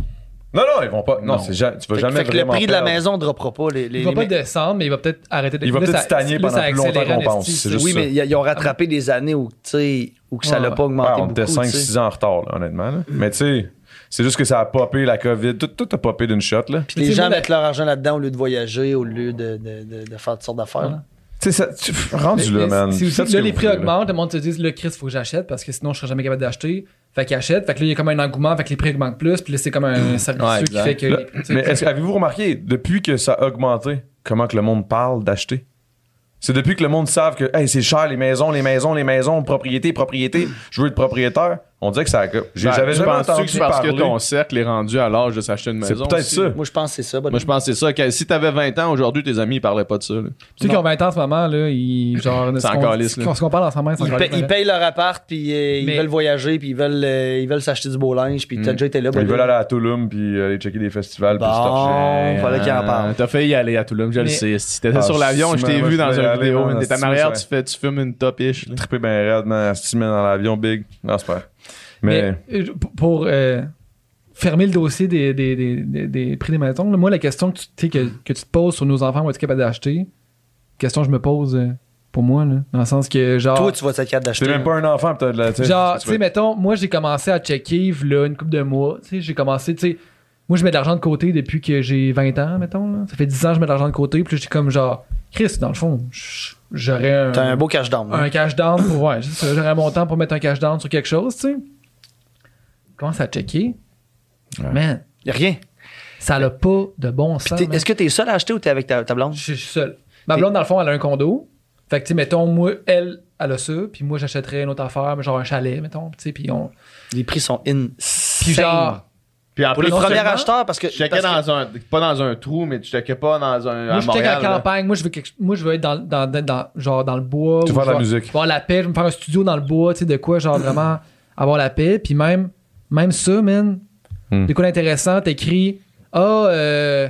Non, non, ils vont pas. Non, c'est ja- tu vas
Fait, que-
jamais.
fait que le
vraiment
prix de la
perdre.
maison ne droppera pas. Les, les-
Il va
les-
pas descendre, mais il va peut-être arrêter de
Il va
là,
peut-être
ça-
stagner
là,
pendant
ça
plus longtemps
accélère
qu'on
en
pense,
esti,
c'est juste
oui,
ça. Ah
mais ils ils ont rattrapé des années où, tu sais, où que ça
Ouais,
l'a pas augmenté.
Ouais, on était
beaucoup, tu sais.
5-6 ans en retard, là, honnêtement. là. Mais tu sais, c'est juste que ça a popé la COVID. Tout, tout a popé d'une shot. Là.
Puis les
Mais tu sais,
gens
moi,
mettent leur argent là-dedans au lieu de voyager, au lieu de, de- de- de faire toutes sortes d'affaires. là.
Tu sais, ça- tu- pff, rendu
Mais-
là,
mais
man.
C'est
Faites
aussi
ce
que là,
que
les
vous
prix
voulez, là.
augmentent, le monde se dit, le Chris, faut que j'achète parce que sinon, je serai jamais capable d'acheter. Fait qu'ils achètent. Fait que là, il y a comme un engouement, fait que les prix augmentent plus. Puis là, c'est comme un cercle
Ouais,
vicieux qui
exact.
fait que.
Là,
les- tu sais,
mais est-ce- avez-vous remarqué, depuis que ça a augmenté, comment que le monde parle d'acheter? C'est depuis que le monde savent que hey, c'est cher, les maisons, les maisons, les maisons, propriété, propriété, je veux être propriétaire. On dirait que ça a... j'ai-
Ben,
J'avais
tu
jamais
penses-tu que
entendu
c'est parce
parler.
que ton cercle est rendu à l'âge de s'acheter une
C'est
maison.
peut-être
aussi.
ça.
Moi, je pense que c'est ça. bonne-
Moi, je pense que c'est ça. Que si t'avais 20 ans aujourd'hui, tes amis, ils parlaient pas de ça. là.
Tu sais qu'ils ont 20 ans en ce moment, là, ils, genre,
C'est
ce qu'on-
encore lisse,
ce
là.
qu'on- ce qu'on parle en ce moment, c'est
ils,
encore
paient,
lisse,
ils
là.
payent leur appart, puis euh, ils
Mais-
veulent voyager, puis ils veulent euh, ils veulent s'acheter du beau linge, puis t'as déjà été là.
Mm. Ils
Bobby.
veulent aller à Touloum puis aller checker des festivals puis se
Bon.
torcher.
Il fallait qu'il en parle.
Euh, T'as failli y aller à Toulouse, je le
Mais-
sais. Si t'étais
Ah,
sur l'avion,
si,
je t'ai
moi,
vu
je
dans
voulais
une
aller,
vidéo.
man,
man. T'es à
si,
Marrière,
ça-
tu, fais, tu fumes une top ish. là.
Trippé ben raide, man, si dans l'avion big. Non, c'est pas. Mais,
Mais euh, p- pour euh, fermer le dossier des, des, des, des- des prix des maisons, là, moi, la question que tu, tu sais, que, que tu te poses sur nos enfants, vont être capable d'acheter, question que je me pose euh, pour moi, là, dans le sens que, genre.
Toi, tu vas être capable
t'es
d'acheter.
même pas un enfant pis t'as de la.
Genre, tu sais, mettons, moi, j'ai commencé à checker, là, une couple de mois. Tu sais, j'ai commencé, tu sais, moi, je mets de l'argent de côté depuis que j'ai 20 ans, mettons. là. Ça fait 10 ans que je mets de l'argent de côté, puis là, j'ai comme, genre, Chris, dans le fond, j- j'aurais un.
T'as un beau cash down.
un cash down pour. Ouais, c'est ça, j'aurais mon temps pour mettre un cash down sur quelque chose, tu sais. Je Commence à checker. Man,
Y a rien.
ça n'a pas de bon
Puis
sens.
t'es-
man.
est-ce que t'es seul à acheter ou t'es avec ta, ta blonde?
Je suis seul. Ma blonde, dans le fond, elle a un condo. Fait que, tu sais, mettons, moi, elle, elle a ça, puis moi, j'achèterais une autre affaire, genre un chalet, mettons, tu sais, puis on.
Les prix sont
Puis
insane.
genre.
Puis en
Pour les
non
premiers
seulement,
acheteurs, parce que.
Tu checkais
parce que-
dans un. Pas dans un trou, mais tu checkais pas dans un.
Moi,
à
je check
Montréal,
en
là.
campagne. Moi, je veux, quelque... moi, je veux être dans, dans, dans- dans- genre dans le bois.
Tu
ou
veux faire de la
genre-
musique.
Avoir la paix. Je veux me faire un studio dans le bois, tu sais, de quoi, genre vraiment avoir la paix. Puis même, même ça, man,
Hmm.
des coups intéressants, t'écris, ah, euh,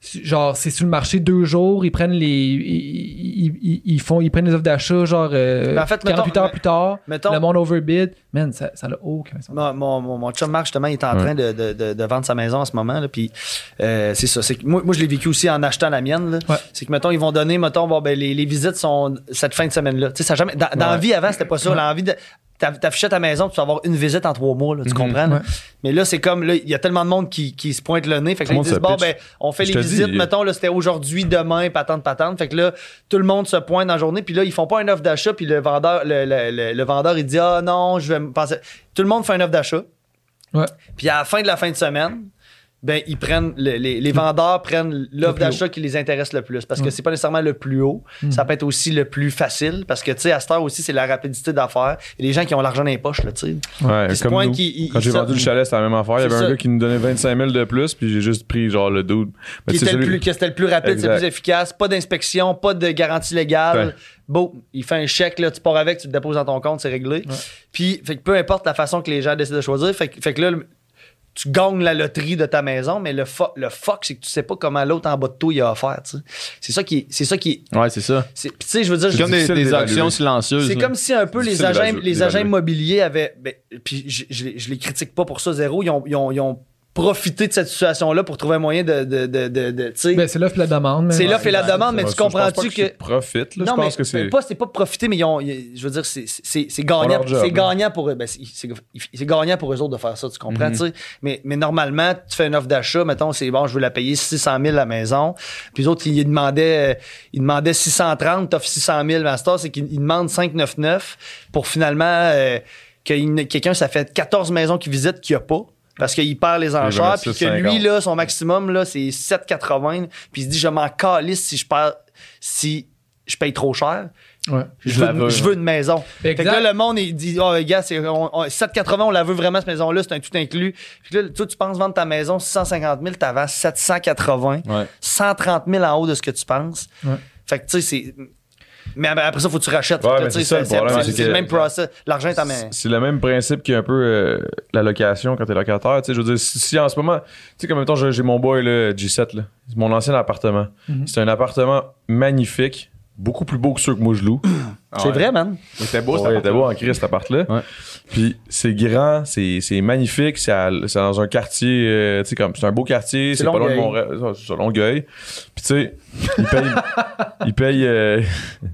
su- genre, c'est sur le marché deux jours, ils prennent les. Ils, ils- ils- ils font, ils prennent les offres d'achat, genre, euh,
Mais Ben, en fait, mettons-
48 heures plus tard,
mettons-
le monde overbid. Man, ça ça n'a aucun sens.
Mon, mon, mon, mon chum Marc, justement, il est en train de, de, de, de vendre sa maison en ce moment. Là, puis euh, c'est ça. C'est que moi, moi, je l'ai vécu aussi en achetant la mienne. là.
Ouais.
C'est que, mettons, ils vont donner, mettons, bon, ben, les, les visites sont cette fin de semaine-là. Tu sais, ça jamais. Dans, dans la vie avant, c'était pas ça. L'envie de. t'aff- T'affichais ta maison, puis tu vas avoir une visite en trois mois, là, tu
Mhm.
comprends? là?
ouais.
Mais là, c'est comme, là, il y a tellement de monde qui, qui se pointe le nez. Fait que
Tout le
là, ils
monde
disent,
se
bon,
pitche.
ben, on fait
Je
les
te
visites,
dis,
mettons, là, c'était aujourd'hui, demain, patente, patente. Fait que là, tout le monde se pointe dans la journée, puis là, ils font pas une offre d'achat, puis le vendeur, le, le- le- le vendeur, il dit, ah non, je vais me penser. Tout le monde fait une offre d'achat.
Ouais.
Puis à la fin de la fin de semaine, ben, ils prennent le- les, les vendeurs prennent l'offre
plus haut.
d'achat qui les intéresse le plus parce que c'est pas nécessairement le plus haut, ça peut être aussi le plus facile parce que tu sais à cette heure aussi c'est la rapidité d'affaires et les gens qui ont l'argent dans les poches là, tu sais.
Ouais,
Puis ce
comme
point
nous.
qui- il-
Quand
il
j'ai
sort-
vendu le chalet, c'était la même affaire. Il y avait
C'est
un
ça.
gars qui nous donnait 25 000 de plus, puis j'ai juste pris genre le dude. Mais
Qui
tu sais,
était le
Ben, celui-
plus que c'était le plus rapide, c'est
Exact.
le plus efficace, pas d'inspection, pas de garantie légale.
Ouais.
Bon, il fait un chèque là, tu pars avec, tu le déposes dans ton compte, c'est réglé. Puis fait que peu importe la façon que les gens décident de choisir, fait que, fait que là le- tu gagnes la loterie de ta maison, mais le, fo- le fuck, c'est que tu sais pas comment l'autre en bas de toi il a offert. tu sais. C'est ça qui est- c'est ça qui est-
Ouais, c'est ça.
c'est- puis tu sais, je veux dire,
C'est
je-
comme des,
difficile
des
d'évaluer.
actions silencieuses.
c'est
là.
comme si un peu les
Difficile
agents,
d'évaluer-
les agents
d'évaluer.
immobiliers avaient. ben, puis je, je les- je les critique pas pour ça, zéro. Ils ont, ils ont- ils ont profité de cette situation-là pour trouver un moyen de. de, de, de- de- tu sais,
Ben, c'est l'offre et la demande. mais-
c'est l'offre et la demande, Ah, mais
Ouais,
tu
ça, je pense pas
comprends-tu que.
c'est Profite, là. je
non,
pense
mais ben,
que c'est.
pas, c'est pas profiter, mais ils ont, ils- je veux dire, c'est, c'est, c'est
Pas
gagnant,
leur job,
c'est
là.
gagnant pour eux. Ben, c'est, c'est- c'est gagnant pour eux autres de faire ça, tu comprends,
Mhm.
tu sais. Mais, mais normalement, tu fais une offre d'achat, mettons, c'est bon, je veux la payer 600 000 la maison. Puis les autres, ils demandaient, euh, ils demandaient 630, t'offres 600 000, master, c'est qu'ils ils demandent 599 pour finalement, euh, que une- quelqu'un, ça fait 14 maisons qu'il visite qu'il n'y a pas. Parce qu'il perd les enchères, puis que
26,50.
lui, là, son maximum, là, c'est 7,80. Puis il se dit, je m'en calisse si je perds, si je paye trop cher.
Ouais.
Je,
Je
veux,
la
une-
veux,
je
ouais.
veux une maison. Fait que
Exact.
là, le monde, il dit, oh, les gars, c'est, on- on- 780, on la veut vraiment, cette maison-là, c'est un tout inclus. Puis là, toi, tu penses vendre ta maison 650 000, t'as vendu 780,
Ouais.
130 000 en haut de ce que tu penses.
Ouais.
Fait que, tu sais, c'est. Mais après ça, faut que tu rachètes.
Ouais,
Fait que,
mais
tu sais,
c'est ça, le problème,
c'est-
c'est
c'est
que-
le même process. L'argent est à main.
C'est le même principe qu'un peu euh, la location quand t'es locataire. Tu sais, je veux dire, si, si en ce moment, tu sais, comme temps, j'ai mon boy, là, G7, là, C'est mon ancien appartement.
Mhm.
C'est un appartement magnifique, beaucoup plus beau que ceux que moi je loue.
C'est vrai, man.
Il était beau,
Ouais,
cet
il était beau en crise cet appart-là.
Ouais.
Puis c'est grand, c'est c'est magnifique, c'est à- c'est dans un quartier, euh, tu sais, comme c'est un beau quartier,
C'est
c'est pas loin de
Longueuil.
Montréal, ça, c'est ça, Longueuil. Puis tu sais, il paye, il paye, euh,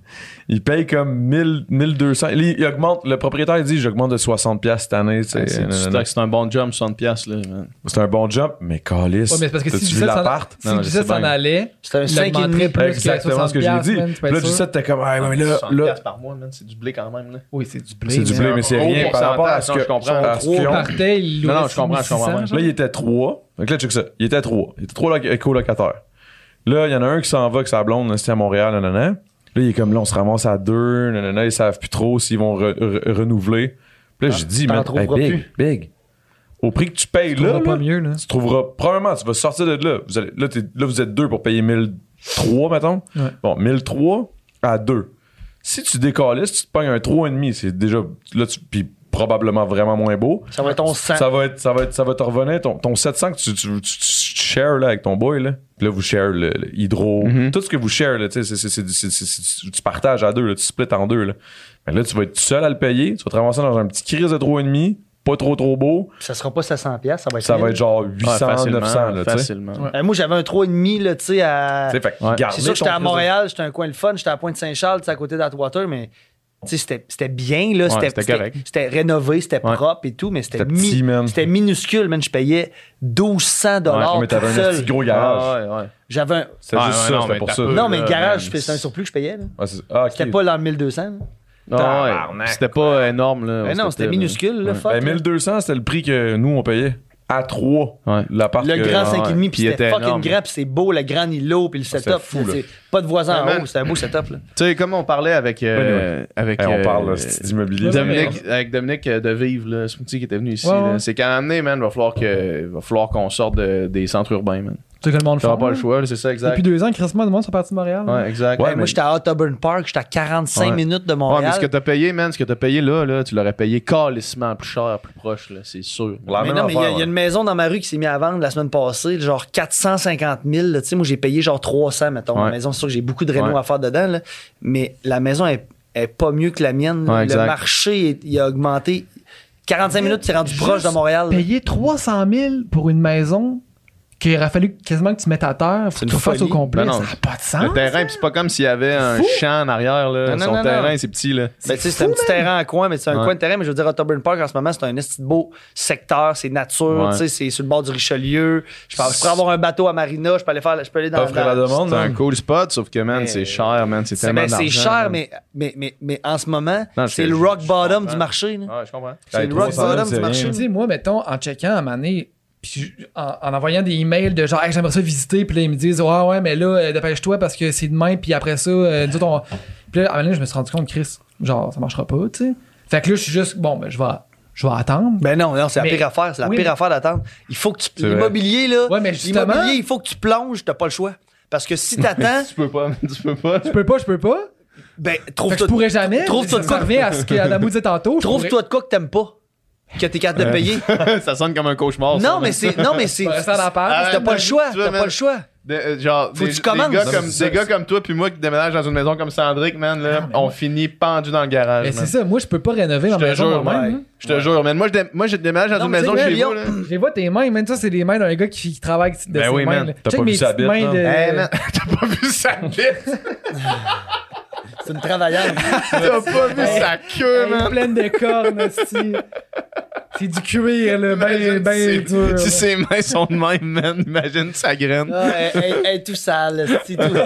il paye comme 1000, 1200. Il, il augmente, le propriétaire il dit, j'augmente de 60 pièces cette année. tu sais,
Ouais, Ah, C'est
nanana.
du stock, c'est un bon jump, 60$. Là, man.
C'est un bon jump, mais calice.
Ouais, mais c'est parce que si
T'as-tu vu
Gisette s'en
l'appart?
si
Non, non, je
Gisette
sais
s'en
bien.
allait,
C'est un
il
5,5.
augmenterait plus
Exactement ce que j'ai dit. Puis là, Gisette, t'es comme, ah, ouais, mais là, là,
60$ par mois, man, c'est du blé quand même. Là.
Oui, c'est du blé.
c'est du blé, mais c'est
gros
rien par rapport à ce que
pourcentage, Oh, non, je comprends.
à ce qu'ils
On
ont.
partait, il
Non, non,
louait
je comprends, je comprends,
1600,
ouais.
genre.
Là, il était trois. Donc là, check ça. Il était trois. Il était trois loc- colocataires. Là, il y en a un qui s'en va, que sa blonde, c'était à Montréal, nanana. Là, il est comme là, on se ramasse à deux, nanana, ils savent plus trop s'ils vont re- re- renouveler. Puis là, j'ai dit,
t'en
man, hey,
trouveras
big, big. Au prix que tu payes
On
là,
va pas
là,
mieux, là.
tu trouveras, probablement, tu vas sortir de là. Vous allez, là, t'es- là, vous êtes deux pour payer 1003, mettons.
Ouais.
Bon, 1003 à 2. Si tu décalisses, tu te pognes un 3,5. C'est déjà, là, tu, puis probablement vraiment moins beau.
Ça va être 1100.
Ça va être, ça va être, ça va te revenir. Ton, ton 700 que tu, tu, tu- tu- tu shares là, avec ton boy, là. Puis là, vous share le, le hydro.
Mm-hmm.
Tout ce que vous share, là, tu sais, c'est- c'est- c'est- c'est- c'est- tu partages à deux, là, tu splits en deux, là. Mais là, tu vas être tout seul à le payer. Tu vas te ramasser dans un petit crise de 3,5. Pas trop, trop beau.
Ça sera pas 700$, piastres, ça va être.
Ça
1000.
va être genre
Ouais,
800,
facilement,
900, là, tu sais.
facilement.
Ouais.
Euh, Moi, j'avais un 3,5, là, tu sais, à.
Tu sais, fait que
Ouais.
garde
C'est sûr que j'étais
ton
à
crise de-
Montréal, j'étais un coin de fun, j'étais à Pointe-Saint-Charles, tu sais, à côté d'Atwater, mais tu sais, c'était c'était bien, là. c'était-
c'était
c'était
correct.
c'était rénové, c'était
Ouais.
propre et tout, mais c'était
C'était
mi-
petit, man.
c'était minuscule, man. Je payais 1200 dollars
Ouais, mais
tout
t'avais un petit
seul.
gros garage.
Ah, ouais, ouais.
J'avais un...
C'était
Ouais,
juste
ouais,
ça,
non,
c'était
mais
pour
t'as
ça.
peu.
Non, mais le
là,
garage,
Euh, man,
c'est un surplus que je payais, là.
Ouais, c'est- ah, ok.
C'était pas l'an 1200, là.
Ah, ouais. C'était pas énorme. Là,
Ben
ouais,
non, c'était minuscule, là, fuck,
Ben,
là.
1200, c'était le prix que nous, on payait. À 3.
Ouais.
L'appart
Le
que-
grand
ouais,
5,5, puis
il
c'était
était
fucking
énorme.
grand, puis c'est beau, le grand îlot, puis le
c'était
setup.
fou,
tu sais,
là.
Pas de voisin
Ouais,
en haut,
man.
c'était un beau setup, là.
Tu sais, comme on parlait avec. euh, avec
Hey, on
euh,
parle, là, c'est immobilier.
Dominique, avec Dominique euh, de Vive, là, ce petit qui était venu ici,
Ouais,
là,
ouais.
c'est qu'à un moment donné, man, va falloir que, va falloir qu'on sorte de- des centres urbains, man.
Tu sais que le monde
T'auras
fait,
pas le
là.
choix, là, c'est ça,
Depuis
exact.
deux ans, Christmas, le monde sont partis de Montréal. là.
Ouais, exact.
Ouais,
Ben, Moi, j'étais à Ottoburn Park, j'étais à 45
Ouais.
minutes de
Ouais,
Montréal.
mais ce que t'as payé, man, ce que t'as payé là, là, tu l'aurais payé calissement plus cher, plus proche, là, c'est sûr.
La
Mais
même
non, mais il y, a-
affaire,
il y a une
ouais.
maison dans ma rue qui s'est mise à vendre la semaine passée, genre 450 000. là. Tu sais, moi, j'ai payé genre 300, mettons.
Ouais.
La maison, c'est sûr que j'ai beaucoup de rénaux
Ouais.
à faire dedans, là. mais la maison est, est pas mieux que la mienne. là.
Ouais,
le
exact.
marché, est- il a augmenté. 45 minutes, c'est rendu
Juste
proche de Montréal. là.
Payer 300 000 pour une maison qu'il aurait fallu quasiment que tu mettes à terre, faut
C'est
que
une
tu le fasses au
folie.
complet.
Ben non.
ça n'a pas de sens.
Le terrain, pis c'est pas comme s'il y avait un
Fou.
champ en arrière, là.
Non, non,
Son
non,
terrain,
non.
c'est petit, là.
Ben, tu sais, c'est un petit terrain en coin, mais c'est un
Ouais.
coin de terrain. Mais je veux dire, Ottoburn Park, en ce moment, c'est un esti de beau secteur, c'est nature,
Ouais.
tu sais, c'est sur le bord du Richelieu. Je, peux- je peux avoir un bateau à Marina, je peux aller, faire, je peux aller dans,
Offre et la
dans-
demande,
C'est un
man.
cool spot, sauf que, man,
Mais-
c'est cher, man. C'est
C'est
tellement
ben, c'est
d'argent,
cher,
man.
mais, mais, mais, mais en ce moment,
Non, je-
c'est le
je-
rock
je
bottom
comprends.
du marché. là.
Ouais, je comprends.
C'est
Hey,
le rock
300 000,
bottom
c'est
du
rien.
marché.
Tu sais, moi, mettons, en checkant à Mané, puis je- en, en envoyant des emails de genre, Hey, j'aimerais ça visiter, puis là, ils me disent, ouais, ouais, mais là, euh, dépêche-toi parce que c'est demain, puis après ça, euh, nous autres, on. Puis là, à un moment donné, je me suis rendu compte, Chris, genre, ça marchera pas, tu sais. Fait que là, je suis juste, bon, ben, je vais, je vais attendre.
Ben non, non, c'est la
Mais-
pire affaire, c'est la
oui,
pire
mais-
affaire d'attendre. Il faut que tu
vrai.
l'immobilier là,
Ouais, mais justement-
l'immobilier, il faut que tu plonges, t'as pas le choix. Parce que si t'attends,
Tu peux pas, tu peux pas.
Je peux pas, je peux pas.
ben
Fait que
trouve-toi
je pourrais jamais.
trouve-toi
ça
de quoi-
revient à ce qu'Adamou disait tantôt. je
trouve-toi de quoi que t'aimes pas. que t'es capable de payer.
ça sonne comme un cauchemar. ça.
non, mais c'est. Non, mais c'est.
Tu restes à la page.
Ah,
T'as pas le choix. T'as pas le choix.
De- euh, genre,
Faut que
des,
tu commences.
des gars, comme,
Non,
des gars comme toi puis moi qui déménagent dans une maison comme Sandrick, man, là, on finit pendu dans le garage.
Mais
man.
Ben, c'est ça, moi, je peux pas rénover ma
Je te
maison
jure,
moi-même.
man. Je te jure, man. Moi, je, dé- moi, je déménage dans
Non,
une
mais
maison
c'est
chez
vrai,
vous, là.
Lyon.
hein. Je les vois tes mains, man. Ça, c'est les mains d'un gars qui, qui travaille avec- de
Ben
ses
oui,
main,
man.
là.
T'as
Check
pas
mes
vu sa
petites
bite,
mains
non?
de-
Hey, Eh, man, t'as pas vu sa bite?
C'est une travailleuse.
T'as pas vu sa queue,
Elle est
man?
pleine de cornes, hostie. C'est du cuir, là, ben,
Imagine
ben
si-
dur. là.
Si ses mains sont de même, man, imagine sa graine.
Ah, elle, elle- elle est tout sale. C'est tout.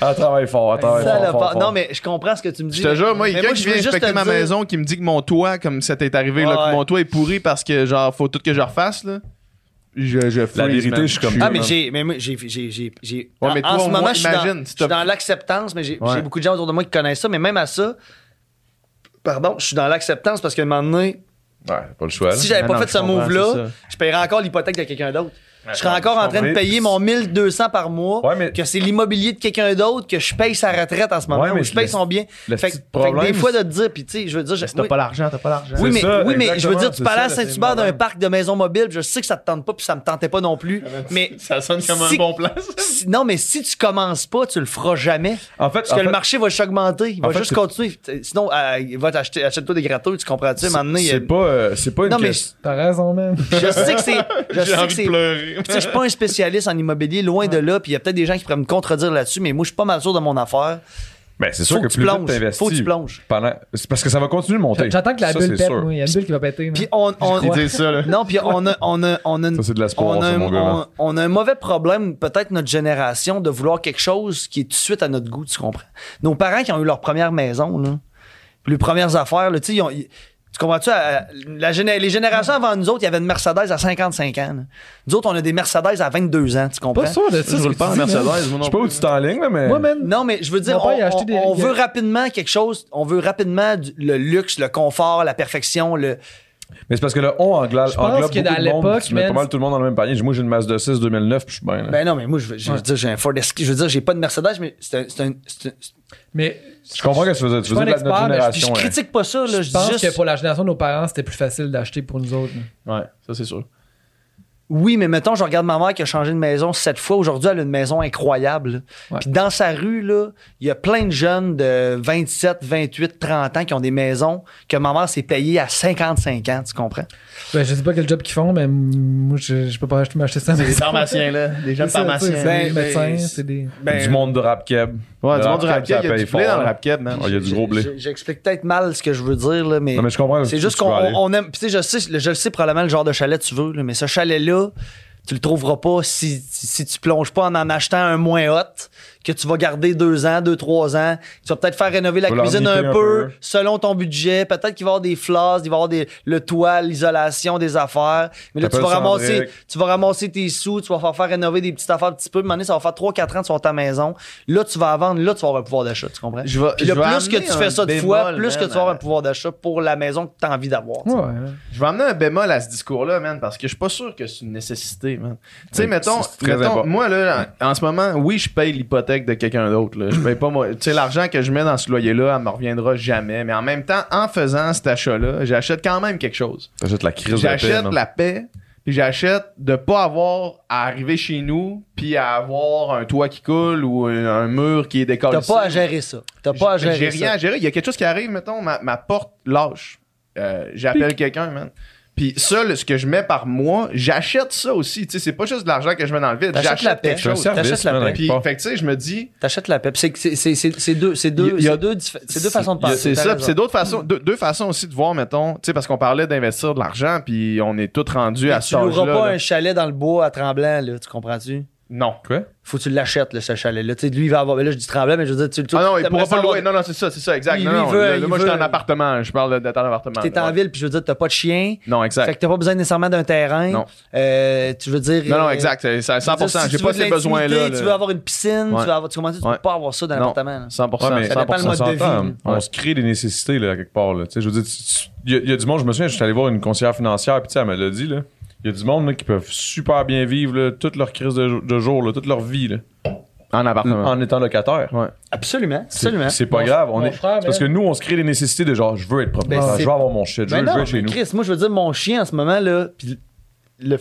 Elle travaille fort, elle travaille fort,
sale à
fort,
part.
fort.
Non, mais je comprends ce que tu me dis.
Je te jure, moi, il y a
Mais
quelqu'un qui
je
vient
veux juste
inspecter
te
ma
dire-
maison qui me dit que mon toit, comme ça t'est arrivé, là,
Ouais.
que mon toit est pourri parce que, genre, faut tout que je refasse, là. Je, je freeze,
vérité,
man.
je suis comme-
Ah,
Vraiment.
mais j'ai. Mais moi, j'ai. j'ai, j'ai, j'ai-
Ouais,
en-
mais
en
toi,
ce
au
moment,
moins,
je suis dans-
imagine, si
je suis
t'as-
dans, l'acceptance, mais j'ai,
Ouais.
j'ai beaucoup de gens autour de moi qui connaissent ça, mais même à ça. Pardon, je suis dans l'acceptance parce qu'à un moment donné,
Ouais, pas le choix. là.
si j'avais
Ben Non, Ah
pas
non,
fait
je
ce
comprends,
move-là,
c'est ça.
je paierais encore l'hypothèque de quelqu'un d'autre. Je serais
Attends,
encore
je
en train de
comprends.
payer mon 1200 par mois,
Ouais, mais-
que c'est l'immobilier de quelqu'un d'autre, que je paye sa retraite en ce moment,
Ouais, mais
ou je
le-
paye son bien.
le
Fait,
petit
que- fait que des
problème,
fois, de te dire, puis tu sais, je veux dire... je-
Si t'as
oui,
pas l'argent, t'as pas l'argent.
oui,
C'est
mais,
ça,
oui, mais je veux
exactement,
dire, tu
c'est
parlais à
ça, le
Saint-Hubert d'un
problème.
parc de maisons mobiles, je sais que ça te tente pas, puis ça me tentait pas non plus, mais...
Ça sonne comme un
Si-
bon plan, ça.
si- non, mais si tu commences pas, tu le feras jamais.
En fait,
Parce
en
que
fait,
le marché va s'augmenter. Il va
en fait,
juste
c'est-
continuer. Sinon, euh, il va t'acheter, achète-toi des gratteux, tu comprends-tu? À un moment donné, il y a-
c'est pas, euh, c'est pas une
Non, mais
question-
T'as raison, man.
je sais que c'est. Je
J'ai
sais que
envie de
c'est.
pleurer.
Puis, tu sais, je suis pas un spécialiste en immobilier, loin de là, puis il y a peut-être des gens qui pourraient me contredire là-dessus, mais moi, je suis pas mal sûr de mon affaire.
Ben, c'est
Faut
sûr
que
que
tu
plus vite
plonges.
t'investis.
Faut que tu plonges.
pendant- C'est parce que ça va continuer de monter.
J'attends que la
Ça,
bulle
c'est
pète,
sûr.
moi. Il y a une bulle qui va péter. man.
Puis on, on-
Ils disent ça, là.
non, puis on a, on a, on a une-
Ça, c'est de l'espoir,
on a
ça,
un-
mon gars. hein.
on- on a un mauvais problème, peut-être notre génération, de vouloir quelque chose qui est tout de suite à notre goût, tu comprends? Nos parents qui ont eu leur première maison, là, puis les premières affaires, là, tu sais, ils ont- ils- tu comprends-tu? à- la géné- les générations avant nous autres, il y avait une Mercedes à 55 ans. là. Nous autres, on a des Mercedes à 22 ans, tu comprends?
Pas sûr de ça.
Je
ce
roule
que
pas en
tu dis, man.
Mercedes, moi
Je
non
sais pas où tu t'enlignes, là, mais.
Moi, man,
Non, mais je veux dire,
Mon père, il a
on,
acheté des-
on- on
il a-
veut rapidement quelque chose, on veut rapidement du- le luxe, le confort, la perfection, le...
Mais c'est parce que le on englobe,
Je pense
englobe
que
beaucoup
dans
de monde,
l'époque,
Tu mets pas
man,
mal tout le monde dans le même panier. Moi, j'ai une masse de 6 2009, puis je suis bien. là.
Ben non, mais moi, je veux, je veux dire, j'ai un Ford Escape. Je veux dire, j'ai pas de Mercedes, mais c'est un... c'est un- c'est un-
mais
je comprends que tu faisais, tu
suis
faisais de
pas
la
un
notre
expert, mais
puis je
génération. hein.
critique pas ça, là. Je,
je
dis
pense
juste...
que pour la génération de nos parents, c'était plus facile d'acheter pour nous autres.
Ouais, ça c'est sûr.
Oui, mais mettons, je regarde ma mère qui a changé de maison sept fois. Aujourd'hui, elle a une maison incroyable.
Ouais.
Puis dans sa rue, là, il y a plein de jeunes de 27, 28, 30 ans qui ont des maisons que ma mère s'est payée à 55 ans, tu comprends?
Ben, je sais pas quel job qu'ils font, mais moi, je, je peux pas acheter- m'acheter ça.
C'est
mais-
des pharmaciens, là. Des jeunes
C'est ça, tu sais,
pharmaciens.
C'est des
Ben,
médecins,
ben,
c'est des.
du monde de rap keb.
Ouais,
Le
du monde du rap
rap-keb,
keb,
ça
il y a du
paye
blé
fort,
dans le
hein.
rap keb, man.
Ah, Il y a du gros blé.
J'ai- J'explique peut-être mal ce que je veux dire, là, mais...
Non, mais je comprends.
C'est
où
juste
tu
qu'on
veux aller.
on- on aime. Puis tu sais, je sais, le- je le sais probablement le genre de chalet que tu veux, là, mais ce chalet-là, tu le trouveras pas si, si, si tu plonges pas en en achetant un moins hot, que tu vas garder deux ans, deux, trois ans. Tu vas peut-être faire rénover la
Faut leur
cuisine
niquer
un
un
peu,
peu.
selon ton budget. Peut-être qu'il va y avoir des flasques, il va y avoir des, le toit, l'isolation des affaires. Mais là, tu vas,
T'appelles
ramasser,
Sandrick.
tu vas ramasser tes sous, tu vas faire, faire rénover des petites affaires un petit peu. À un moment donné, ça va faire trois, quatre ans que tu vas dans ta maison. Là, tu vas la vendre, là, tu vas avoir un pouvoir d'achat, tu comprends?
Je vais-
Puis
je
le
vais
plus que
amener
tu fais
un
ça de
bémol,
fois, plus que
man,
tu vas avoir
à-
un pouvoir d'achat pour la maison que tu as envie d'avoir. tu sais.
Ouais, ouais.
Je vais amener un bémol à ce discours-là, man, parce que je suis pas sûr que c'est une nécessité, man. Tu sais,
Mais
mettons,
c'est très
mettons,
important.
moi, là, en, en ce moment, oui, je paye l'hypothèque de quelqu'un d'autre, là. Je paye pas moi. Tu sais, l'argent que je mets dans ce loyer-là, elle me reviendra jamais. Mais en même temps, en faisant cet achat-là, j'achète quand même quelque chose.
T'achètes la crise de la
J'achète
paix. man.
la paix, puis j'achète de pas avoir à arriver chez nous, puis à avoir un toit qui coule ou un, un mur qui est décollé.
T'as pas à gérer ça. T'as pas à
J'ai-
gérer
J'ai
ça.
rien à gérer. Il y a quelque chose qui arrive, mettons, ma, ma porte lâche. Euh, J'appelle quelqu'un, man. Puis ça, le- ce que je mets par mois, j'achète ça aussi. Tu sais, c'est pas juste de l'argent que je mets dans le vide.
T'achètes la
J'achète
paix.
quelque
C'est un
chose.
service,
T'achètes la
man,
paix.
avec
Puis,
pas.
fait que tu sais, je me dis,
T'achètes la paix. C'est- C'est c'est- c'est- c'est deux, c'est deux,
Il y a-
c'est deux, diffé- c'est deux façons de
Il y a-
penser.
C'est
t'as
ça,
raison.
puis c'est d'autres façons, deux, deux façons aussi de voir, mettons, tu sais, parce qu'on parlait d'investir de l'argent, puis on est tous rendus à
Mais
ce
Tu loueras
âge-là,
pas
là.
un chalet dans le bois à Tremblant, là, tu comprends-tu?
Non.
Faut que tu l'achètes, là, ce chalet-là. Tu sais, lui, il va avoir. Mais là, je dis Tremblant, mais je veux dire, tu le
Ah non, il
t'aimerais
pourra
ça
pas
avoir-
louer. Non, non, c'est ça, c'est ça, exact.
Lui,
non,
lui,
non,
il veut-
là,
il
moi, j'étais en
veut-
appartement. Je parle d'être en appartement.
T'es en
ouais.
ville, puis je veux dire, t'as pas de chien.
Non,
Fait
exact.
que t'as pas besoin nécessairement d'un terrain.
Non.
Euh, tu veux dire.
Non, non,
euh,
exact. C'est c'est à
je veux dire,
100%.
si
J'ai
tu
pas
veux de
ces besoins-là.
l'intimité, Tu veux avoir une piscine,
Ouais.
tu veux avoir. Tu comprends-tu? Tu
Ouais.
peux pas avoir ça dans
Non.
l'appartement. là.
100%.
Ouais, mais
Ça dépend le
100%.
mode de vie, là.
On
Ouais.
se crée des nécessités là, quelque part. Là. Tu sais, Je veux dire, tu- tu- il y, a- il y a du monde, je me souviens, je suis allé voir une conseillère financière, puis tu sais, elle me l'a dit. là. Il y a du monde là, qui peuvent super bien vivre là, toute leur crise de, jo- de jour, là, toute leur vie. Là.
En appartement.
en étant locataire.
Absolument,
C'est-
absolument.
C'est pas
Mon-
grave. On
mon
est,
frère,
c'est parce que
man.
nous, on se crée des nécessités de genre, je veux être propriétaire,
Ben, c'est-
je veux avoir mon shit, je veux,
Ben
je veux
non,
être chez nous.
Chris, moi, je veux dire, mon chien en ce moment, là, puis le,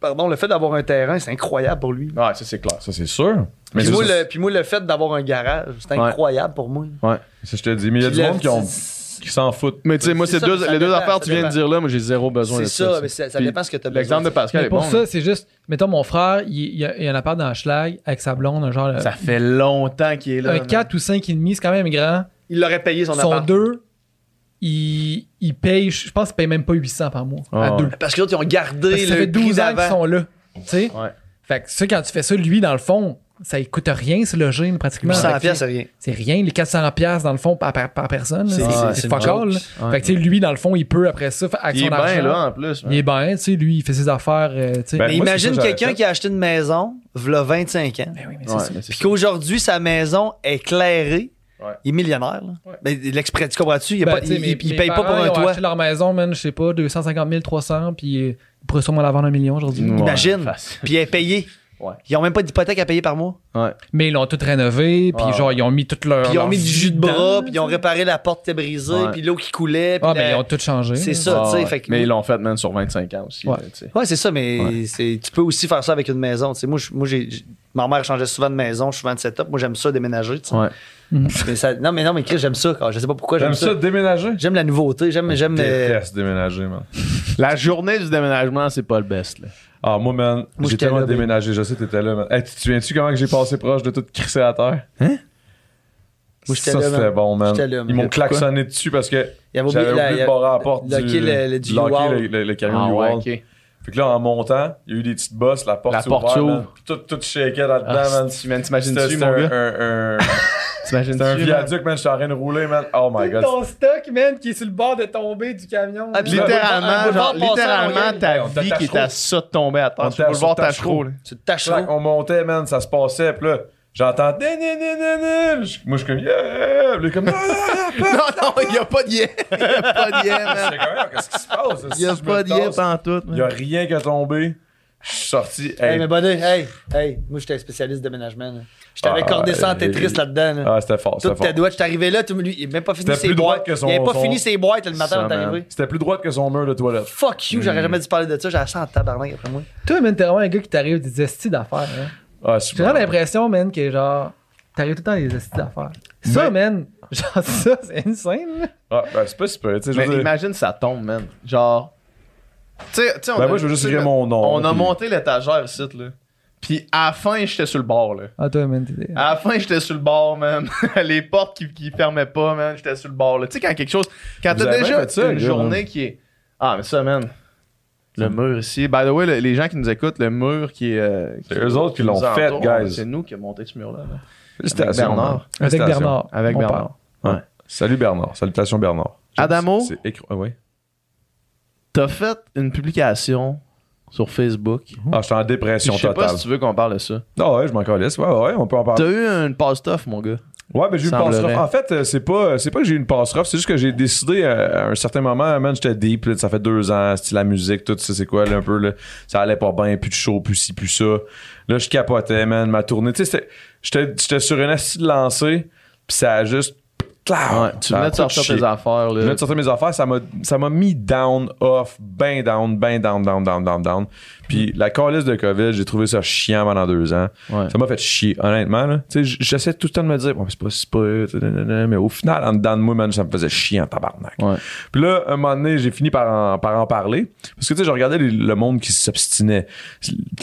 pardon, le fait d'avoir un terrain, c'est incroyable pour lui.
Ouais, ça c'est clair.
Ça, c'est sûr. Mais
Puis
c'est
moi,
ça,
le, puis moi, le fait d'avoir un garage, c'est
Ouais.
incroyable pour moi.
Ouais.
ça, je te dis. Mais il y a
Puis
du
le-
monde qui, ont-
C'est
qui s'en foutent.
Mais tu sais, moi,
C'est
c'est
ça,
deux,
ça
les deux
dépend,
affaires
ça
que tu viens de
dépend.
dire là, moi, j'ai zéro besoin de
ça,
ça.
mais ça, ça
Puis
dépend ce que tu as
L'exemple de Pascal
Mais
est
pour
bon. hein.
ça, c'est juste. Mettons, mon frère, il, il y a, il y a un appart dans Schlag avec sa blonde, un genre.
là. Ça fait longtemps qu'il est là.
un
là.
4 ou 5,5, c'est quand même grand.
Il l'aurait payé son
Ils
appart.
sont deux. Ils, ils payent, je pense qu'ils payent même pas 800 par mois. à
Ah.
deux.
Parce que l'autre, ils ont gardé
Parce que ça
le
fait 12
prix
ans qu'ils
d'avant.
sont là. Tu sais?
Ouais.
Fait que ça, quand tu fais ça, lui, dans le fond, ça lui coûte rien se loger pratiquement.
800
Fait que
pièces, c'est rien.
C'est rien, les 400 pièces dans le fond par, par- par personne. là.
C'est-
C'est
c'est-
c'est
c'est
fuck
une joke.
all. là. Fait que tu sais, lui, dans le fond, il peut après ça, fait- avec
Il est
son argent.
bien là hein. en plus.
Il
man.
est bien, tu sais, lui, il fait ses affaires. euh, tu sais.
Ben,
Mais
moi, c'est ça
imagine
que j'aurais
quelqu'un
fait.
qui a acheté une maison, v'là 25 ans,
Ben oui, mais c'est
Ouais,
ça.
mais c'est
puis
ça.
qu'aujourd'hui, sa maison est clairée.
Ouais.
Il est millionnaire. Là. Ben, l'exprès, tu comprends-tu? Il, y a
Ben,
pas-
tu sais,
il-
mes-
il
mes
paye pas
parents,
pour un
ils ont
toit.
acheté leur maison, man, je sais pas, 250 000, 300, puis euh, ils pourraient sûrement la vendre un million aujourd'hui.
Ouais,
Imagine.
facile.
Puis elle est payée.
Ouais.
Ils ont même pas d'hypothèque à payer par mois.
Mais ils l'ont tout rénové, puis
Ah.
genre, ils ont mis toute leur.
Puis ils ont
leur
mis du
vie
jus de
dedans,
bras,
là,
puis ils ont réparé la porte qui était brisée,
Ouais.
puis l'eau qui coulait. puis
Ah,
la-
mais ils ont tout changé.
C'est
là.
ça, tu sais.
Ouais,
fait que-
Mais ils l'ont fait, man, sur 25 ans aussi.
Ouais.
là, tu sais.
Ouais, c'est ça, mais
Ouais.
c'est- tu peux aussi faire ça avec une maison. tu sais. moi, je- moi j'ai, j'ai- ma mère changeait souvent de maison, souvent de setup. Moi, j'aime ça déménager. tu sais.
Ouais.
Mais ça- non, mais non, mais Chris, j'aime ça. Quand, je sais pas pourquoi j'aime
J'aime ça,
ça.
déménager.
J'aime la nouveauté. J'aime, j'aime. euh,
Déteste déménager, man.
La journée du déménagement, c'est pas le best. Là.
Ah, moi, man,
Moi,
j'ai
j'étais
tellement
là, babe.
déménagé. Je sais, que t'étais là, man. Hey, tu te souviens-tu comment que j'ai passé proche de tout crisser à terre?
Moi, j'étais
Ça,
là,
c'était
man.
bon, man.
J'étais là, man.
Ils m'ont
Pourquoi?
klaxonné dessus parce que
il y avait
j'avais
oublié, la- il y
oublié de
avait-
barrer à la porte
locker
du,
le- le-
de
du
locker
U-Haul.
le- le- le camion
Ah, ouais,
U-Haul.
ok.
Fait que là, en montant, il y a eu des petites bosses, la porte
La
s'est
porte
ouverte,
s'ouvre.
man, puis tout, tout shakeait là-dedans,
Ah,
man.
c'est- man, t'imagines-tu,
C'était
mon
un,
gars?
un, un,
T'imagines-tu?
c'était un
man?
viaduc, man. J'étais en train de rouler, man. Oh my god.
stock, man, qui est sur le bord de tomber du camion.
Ah, puis là- Un
Littéralement,
boulevard
genre,
passant,
littéralement,
ouais.
ta
Ouais, on était à
vie qui est
Tachereau.
à ça de tomber à
On
terre.
était
Tu
à
peux le voir
Tachereau.
Tachereau. là.
C'est tache
Clac, on montait, man, ça se passait, puis là, j'entends. Din, din, din, din, din. Je- Moi, je suis comme, yeah! Puis là, comme, non, non, non, non.
Non, non, il n'y a pas de yeah. Il n'y a pas de yeah, man.
J'étais comme, Voyons, qu'est-ce qui se passe?
Il n'y a
Si je me
pas de yeah
tasse,
pantoute.
Il
man.
n'y a rien qui a tombé. Je suis sorti.
Hey,
Hey,
mais bonnet, hey, hey, moi j'étais spécialiste de déménagement. là. Je t'avais
Ah,
cordé ça en
hey.
Tetris là-dedans. là.
ah, c'était fort,
Tout
c'était
ta
fort.
douette, je t'arrivais là, tout, lui, il n'a même pas fini
C'était
ses
plus droit
boîtes.
que son-
il avait pas
son-
fini ses boîtes le matin
Ça,
quand t'es
man.
arrivé.
C'était plus droite que son mur de toilette.
Fuck you,
Hmm.
j'aurais jamais dû parler de ça, j'ai ça en tabarnak après moi.
Toi, man, t'es vraiment un gars qui t'arrive des estis d'affaires. hein.
Ah, c'est
J'ai vraiment l'impression, man, que genre, t'arrives tout le temps des estis d'affaires. Ça, man, genre, ça, c'est insane. là.
Ah, ben, c'est pas super. Tu sais, je
Mais
veux dire-
imagine, ça tombe, man. Genre. Tu sais, tu sais, on
Ben,
a-
moi, je veux juste
tu sais,
écrire
man,
mon nom,
On a
puis-
monté l'étagère ici, là. Puis à la fin, j'étais sur le bord, là.
Ah, toi, man, t'es.
À la fin, j'étais sur le bord, man. Les portes qui, qui fermaient pas, man. J'étais sur le bord, là. Tu sais, quand quelque chose. Quand
Vous
t'as
avez
déjà
fait ça,
une
les gars,
journée qui est. Ah, mais ça, man. Le mur ici. By the way, le- les gens qui nous écoutent, le mur qui est. euh, qui-
C'est eux autres qui
nous
l'ont fait,
entoure,
guys.
C'est nous qui avons monté ce mur-là, man. Avec
Félicitations. man.
Bernard.
Avec
Félicitations.
Bernard.
Avec
mon père.
Bernard.
Salut Bernard. Salutations Bernard. J'aime
Adamo?
ça. C'est écro- ah, ouais.
T'as fait une publication sur Facebook.
Ah, je suis en
Je
dépression
sais pas
totale.
si tu veux qu'on parle de ça.
Ah ouais, je m'en calisse. Ouais, ouais, on peut en parler.
T'as eu une passe tough, mon gars.
Ouais, ben j'ai eu une passe
Semblerait.
rough. En fait, euh, c'est pas, euh, c'est pas que j'ai eu une passe rough, c'est juste que j'ai décidé euh, à un certain moment, man, j'étais deep, là, ça fait deux ans, style la musique, tout ça, c'est quoi, là, un peu, là, ça allait pas bien, plus de show, plus ci, plus ça. Là, je capotais, man, ma tournée. Tu sais, c'était- j'étais j'étais sur une assise de lancer, puis ça a juste. Ah,
Ouais, tu venais de sortir tes affaires,
Je venais
là.
de sortir mes affaires, ça m'a, ça m'a mis down, off, ben down, ben down, down, down, down, down. Puis la calice de COVID, j'ai trouvé ça chiant pendant deux ans.
Ouais.
Ça m'a fait chier, honnêtement. là. Tu sais, j- j'essaie tout le temps de me dire, bon, c'est pas, c'est pas, euh, tu sais, nanana, mais au final, en dedans de moi, man, ça me faisait chier en tabarnak.
Ouais.
Puis là, un moment donné, j'ai fini par en, par en parler. Parce que, tu sais, je regardais les- le monde qui s'obstinait.